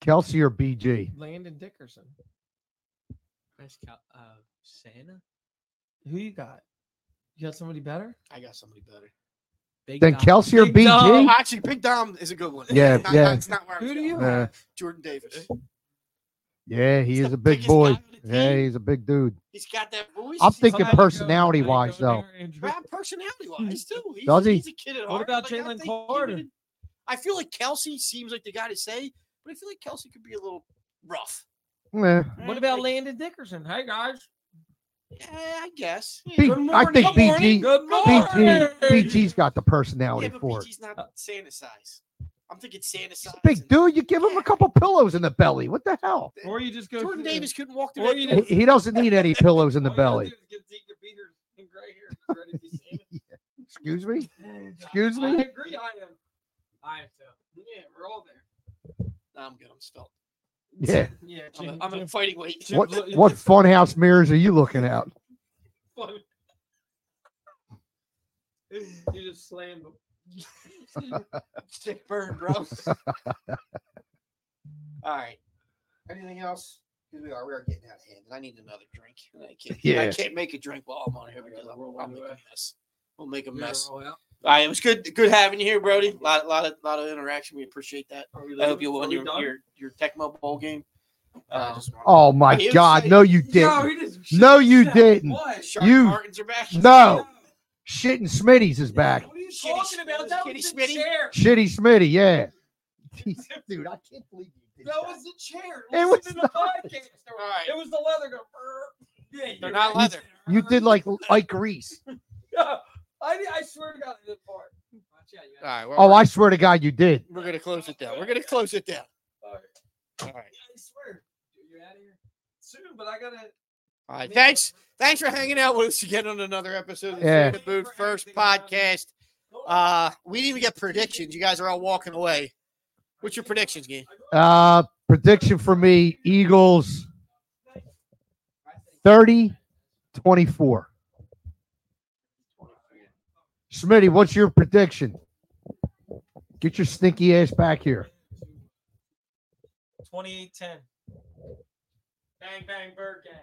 Speaker 1: Kelsey or BG?
Speaker 4: Landon Dickerson.
Speaker 5: Chris Cal- uh, Santa.
Speaker 4: Who you got? You got somebody better?
Speaker 3: I got somebody better.
Speaker 10: Big
Speaker 1: Then
Speaker 10: Dom.
Speaker 1: Kelsey or
Speaker 4: Big dog.
Speaker 1: BG?
Speaker 3: Oh, actually, Big Dom is a good one.
Speaker 1: Yeah,
Speaker 3: Not-
Speaker 1: yeah.
Speaker 3: not- It's not where I was
Speaker 4: Who do
Speaker 3: going.
Speaker 4: you
Speaker 1: Uh,
Speaker 3: Jordan Davis.
Speaker 1: yeah,
Speaker 3: He's
Speaker 1: he is
Speaker 3: the
Speaker 1: a big
Speaker 3: biggest
Speaker 1: boy.
Speaker 3: guy on the
Speaker 1: Yeah,
Speaker 3: team.
Speaker 1: he's a big dude.
Speaker 3: He's got that voice.
Speaker 1: I'm
Speaker 3: He's
Speaker 1: thinking
Speaker 3: got-
Speaker 1: personality-wise, though.
Speaker 3: Bad personality wise too. He's,
Speaker 1: Mm. Does he?
Speaker 3: He's a kid at heart.
Speaker 4: What about
Speaker 3: Like, I
Speaker 4: Jalen
Speaker 3: think he
Speaker 4: Carter?
Speaker 3: would- I feel like Kelsey seems like the guy to say, but I feel like Kelsey could be a little rough.
Speaker 1: Yeah.
Speaker 4: What about Landon Dickerson? Hey guys.
Speaker 3: Yeah, eh, I guess. Yeah,
Speaker 1: B-
Speaker 3: good
Speaker 1: I
Speaker 3: morning.
Speaker 1: think
Speaker 3: Good morning.
Speaker 1: BG,
Speaker 4: Good morning.
Speaker 1: BG, BG's got the personality
Speaker 3: Yeah, but
Speaker 1: for it.
Speaker 3: BG's not
Speaker 4: Uh,
Speaker 3: Santa size. I'm thinking Santa
Speaker 1: He's
Speaker 3: size.
Speaker 1: a big
Speaker 3: and-
Speaker 1: dude. You give him a couple pillows in the belly. What the hell?
Speaker 4: Or you just go
Speaker 3: Jordan
Speaker 4: through-
Speaker 3: Davis couldn't walk the
Speaker 4: Or you
Speaker 1: He,
Speaker 3: door.
Speaker 1: he doesn't need any pillows in the belly.
Speaker 5: Get Zeke to beat her in gray hair. He's ready to be Santa.
Speaker 1: Excuse me.
Speaker 5: And, uh,
Speaker 1: Excuse me?
Speaker 5: I agree. I am. I am too. Yeah, we're all there.
Speaker 3: Nah, I'm good. I'm spelt.
Speaker 1: Yeah.
Speaker 5: Yeah,
Speaker 3: I'm,
Speaker 5: Jim-
Speaker 3: a, I'm a
Speaker 5: Jim-
Speaker 3: fighting weight.
Speaker 1: What what funhouse mirrors are you looking at?
Speaker 5: you just slammed him.
Speaker 3: Sick burn, bro. All right. Anything else? 'Cause We are, we are getting out of hand. and I need another drink. and I can't, I
Speaker 1: Yeah.
Speaker 3: can't make a drink while I'm on here because I'm,
Speaker 5: Roll
Speaker 3: I'll
Speaker 5: one
Speaker 3: make a
Speaker 5: away.
Speaker 3: mess. We'll make a
Speaker 5: You gotta
Speaker 3: mess. All
Speaker 5: roll out.
Speaker 3: right. It was good good having you here, Brody. A lot, lot, of, lot of interaction. We appreciate that.
Speaker 5: Are we
Speaker 3: I
Speaker 5: done?
Speaker 3: hope you
Speaker 5: Are
Speaker 3: won
Speaker 5: we
Speaker 3: your,
Speaker 5: done?
Speaker 3: your, your Tecmo Bowl game. Uh,
Speaker 1: Oh my
Speaker 3: He was
Speaker 1: God!
Speaker 3: like-
Speaker 1: No, you
Speaker 5: Yo,
Speaker 1: didn't.
Speaker 5: he just-
Speaker 1: No, you
Speaker 5: Shit,
Speaker 1: didn't.
Speaker 5: What?
Speaker 3: Sharp
Speaker 1: you-
Speaker 3: Martins are back.
Speaker 1: No, shitting Smitty's is back.
Speaker 5: What are you
Speaker 3: Shitty
Speaker 5: talking about? That
Speaker 3: Smitty,
Speaker 5: was the
Speaker 3: Smitty.
Speaker 5: chair.
Speaker 1: Shitty Smitty, yeah. Dude, I can't believe you
Speaker 5: That was the chair.
Speaker 1: It
Speaker 5: Listen
Speaker 1: was
Speaker 5: to the podcast.
Speaker 3: All right.
Speaker 5: It was the leather. Go, "Brr." yeah,
Speaker 3: They're
Speaker 5: you're
Speaker 3: not
Speaker 5: right.
Speaker 3: leather.
Speaker 1: You did like Ike Reese.
Speaker 5: I, I swear to God, I did part. Watch out, you
Speaker 3: All right. Well,
Speaker 1: Oh,
Speaker 3: we're,
Speaker 1: I swear to God, you did.
Speaker 3: we're gonna close it down. We're gonna close it down.
Speaker 5: All right.
Speaker 3: All
Speaker 1: Uh,
Speaker 3: right.
Speaker 5: I swear. You're out of here soon, but I gotta.
Speaker 3: All right. Thanks. Thanks for hanging out with us again on another episode of the
Speaker 1: Yeah.
Speaker 3: yeah. Boot First podcast. Uh, we didn't even get predictions. You guys are all walking away. What's your predictions, game?
Speaker 1: Uh, prediction for me Eagles 30 24. Smitty, what's your prediction? Get your stinky ass back here.
Speaker 5: 2810. Bang, bang, bird gang.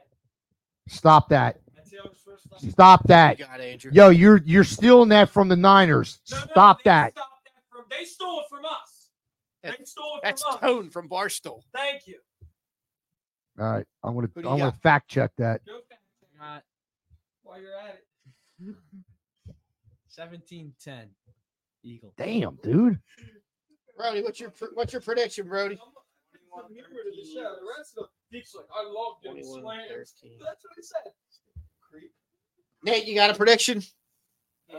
Speaker 1: Stop that.
Speaker 5: That's Taylor Swift's stuff.
Speaker 1: Stop
Speaker 3: You
Speaker 1: that.
Speaker 3: got it, Andrew.
Speaker 1: Yo, you're you're stealing that from the Niners.
Speaker 5: No, no,
Speaker 1: Stop
Speaker 5: they
Speaker 1: that.
Speaker 5: stopped that from, they stole it from us. They stole it
Speaker 3: That's
Speaker 5: from us.
Speaker 3: Tone from Barstool.
Speaker 5: Thank you.
Speaker 1: All right. I'm gonna
Speaker 3: Who
Speaker 1: I'm
Speaker 3: do you
Speaker 1: gonna
Speaker 3: got?
Speaker 1: fact check that.
Speaker 5: Go back to that while you're at it.
Speaker 10: 17 10. Eagle.
Speaker 1: Damn, dude.
Speaker 3: Brody, what's your what's your prediction, Brody?
Speaker 5: I'm newer to the show. The rest of the Deke's like, I love doing slams. That's what he said. Creep.
Speaker 3: Nate, you got a prediction?
Speaker 5: Uh,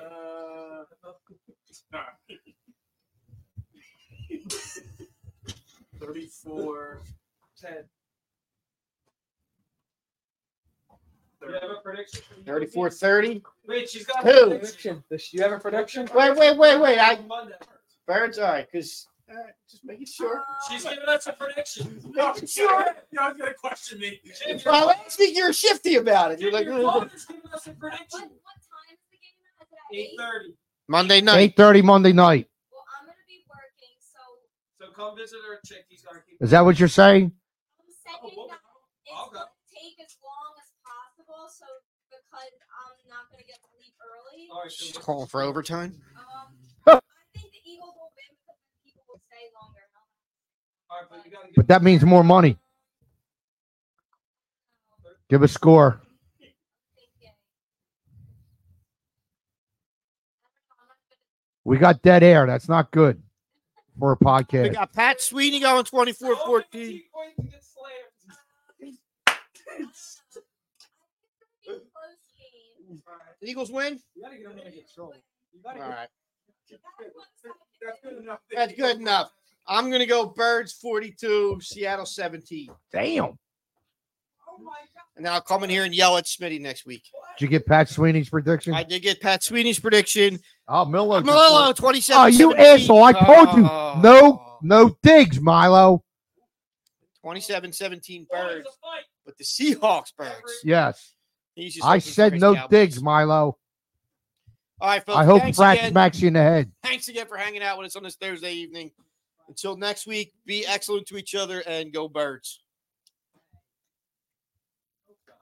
Speaker 5: Thirty-four. Ten. Do you have a prediction? for the
Speaker 3: 34
Speaker 5: Yankees?
Speaker 3: 30.
Speaker 5: Wait, she's got
Speaker 3: Who?
Speaker 5: a prediction. Does she have a prediction?
Speaker 3: Wait, wait, wait, wait. I
Speaker 5: Monday.
Speaker 3: Birds, all right, because just making
Speaker 6: Um,
Speaker 3: sure.
Speaker 5: She's giving us a prediction.
Speaker 3: No, sure.
Speaker 5: You're not gonna question me. Jim,
Speaker 3: Well,
Speaker 5: your,
Speaker 3: last week you were shifty about it. You're
Speaker 5: Jim,
Speaker 3: like,
Speaker 5: your father's giving us a
Speaker 6: What,
Speaker 5: prediction.
Speaker 6: what time is the game now? Is it at
Speaker 5: Eight
Speaker 6: eight?
Speaker 5: thirty.
Speaker 3: Monday night.
Speaker 1: Eight thirty Monday night.
Speaker 6: Well, I'm gonna be working, so
Speaker 5: So come visit her, chick. He's gonna keep.
Speaker 1: Is that what you're saying?
Speaker 6: I'm saying
Speaker 5: Oh,
Speaker 6: that it's
Speaker 5: okay.
Speaker 6: gonna take as long as possible, so because I'm not gonna get to leave early.
Speaker 5: All right,
Speaker 3: She's
Speaker 5: so
Speaker 3: calling for overtime.
Speaker 6: Um, I think the Eagles will win because the people will stay longer.
Speaker 5: all right, but you gotta get.
Speaker 1: But that means more money.
Speaker 6: Um,
Speaker 1: Give a score.
Speaker 6: Thinking.
Speaker 1: We got dead air. That's not good for a
Speaker 3: We
Speaker 1: podcast.
Speaker 3: got Pat Sweeney going 24
Speaker 5: Don't give
Speaker 3: 14.
Speaker 5: Zeke points to get slammed.
Speaker 6: uh, I don't know. I think it's gonna be a close game.
Speaker 3: Eagles win?
Speaker 5: You gotta get under control. You
Speaker 3: All
Speaker 5: gotta
Speaker 3: right.
Speaker 5: get.
Speaker 6: That's what I'm saying.
Speaker 5: That's good enough.
Speaker 3: That's good enough. I'm gonna go Birds 42, Seattle 17,
Speaker 1: Damn.
Speaker 5: Oh my god.
Speaker 3: and then I'll come in here and yell at Smitty next week.
Speaker 1: Did you get Pat Sweeney's prediction?
Speaker 3: I did get Pat Sweeney's prediction.
Speaker 1: oh, Milo. just
Speaker 3: Milo
Speaker 1: won.
Speaker 3: 27.
Speaker 1: Oh, you
Speaker 3: 17.
Speaker 1: asshole. I told you.
Speaker 3: Oh.
Speaker 1: No, no digs, Milo.
Speaker 3: 27 17
Speaker 5: Boy, it's
Speaker 3: Birds,
Speaker 5: a fight.
Speaker 3: but the Seahawks Birds.
Speaker 1: Yes.
Speaker 3: He's just
Speaker 1: I
Speaker 3: looking for
Speaker 1: said
Speaker 3: his
Speaker 1: no
Speaker 3: Cowboys.
Speaker 1: digs, Milo.
Speaker 3: All right, folks.
Speaker 1: I hope
Speaker 3: thanks
Speaker 1: Frank
Speaker 3: again.
Speaker 1: smacks you in the head.
Speaker 3: Thanks again for hanging out with us on this Thursday evening. Until next week, be excellent to each other and go Birds.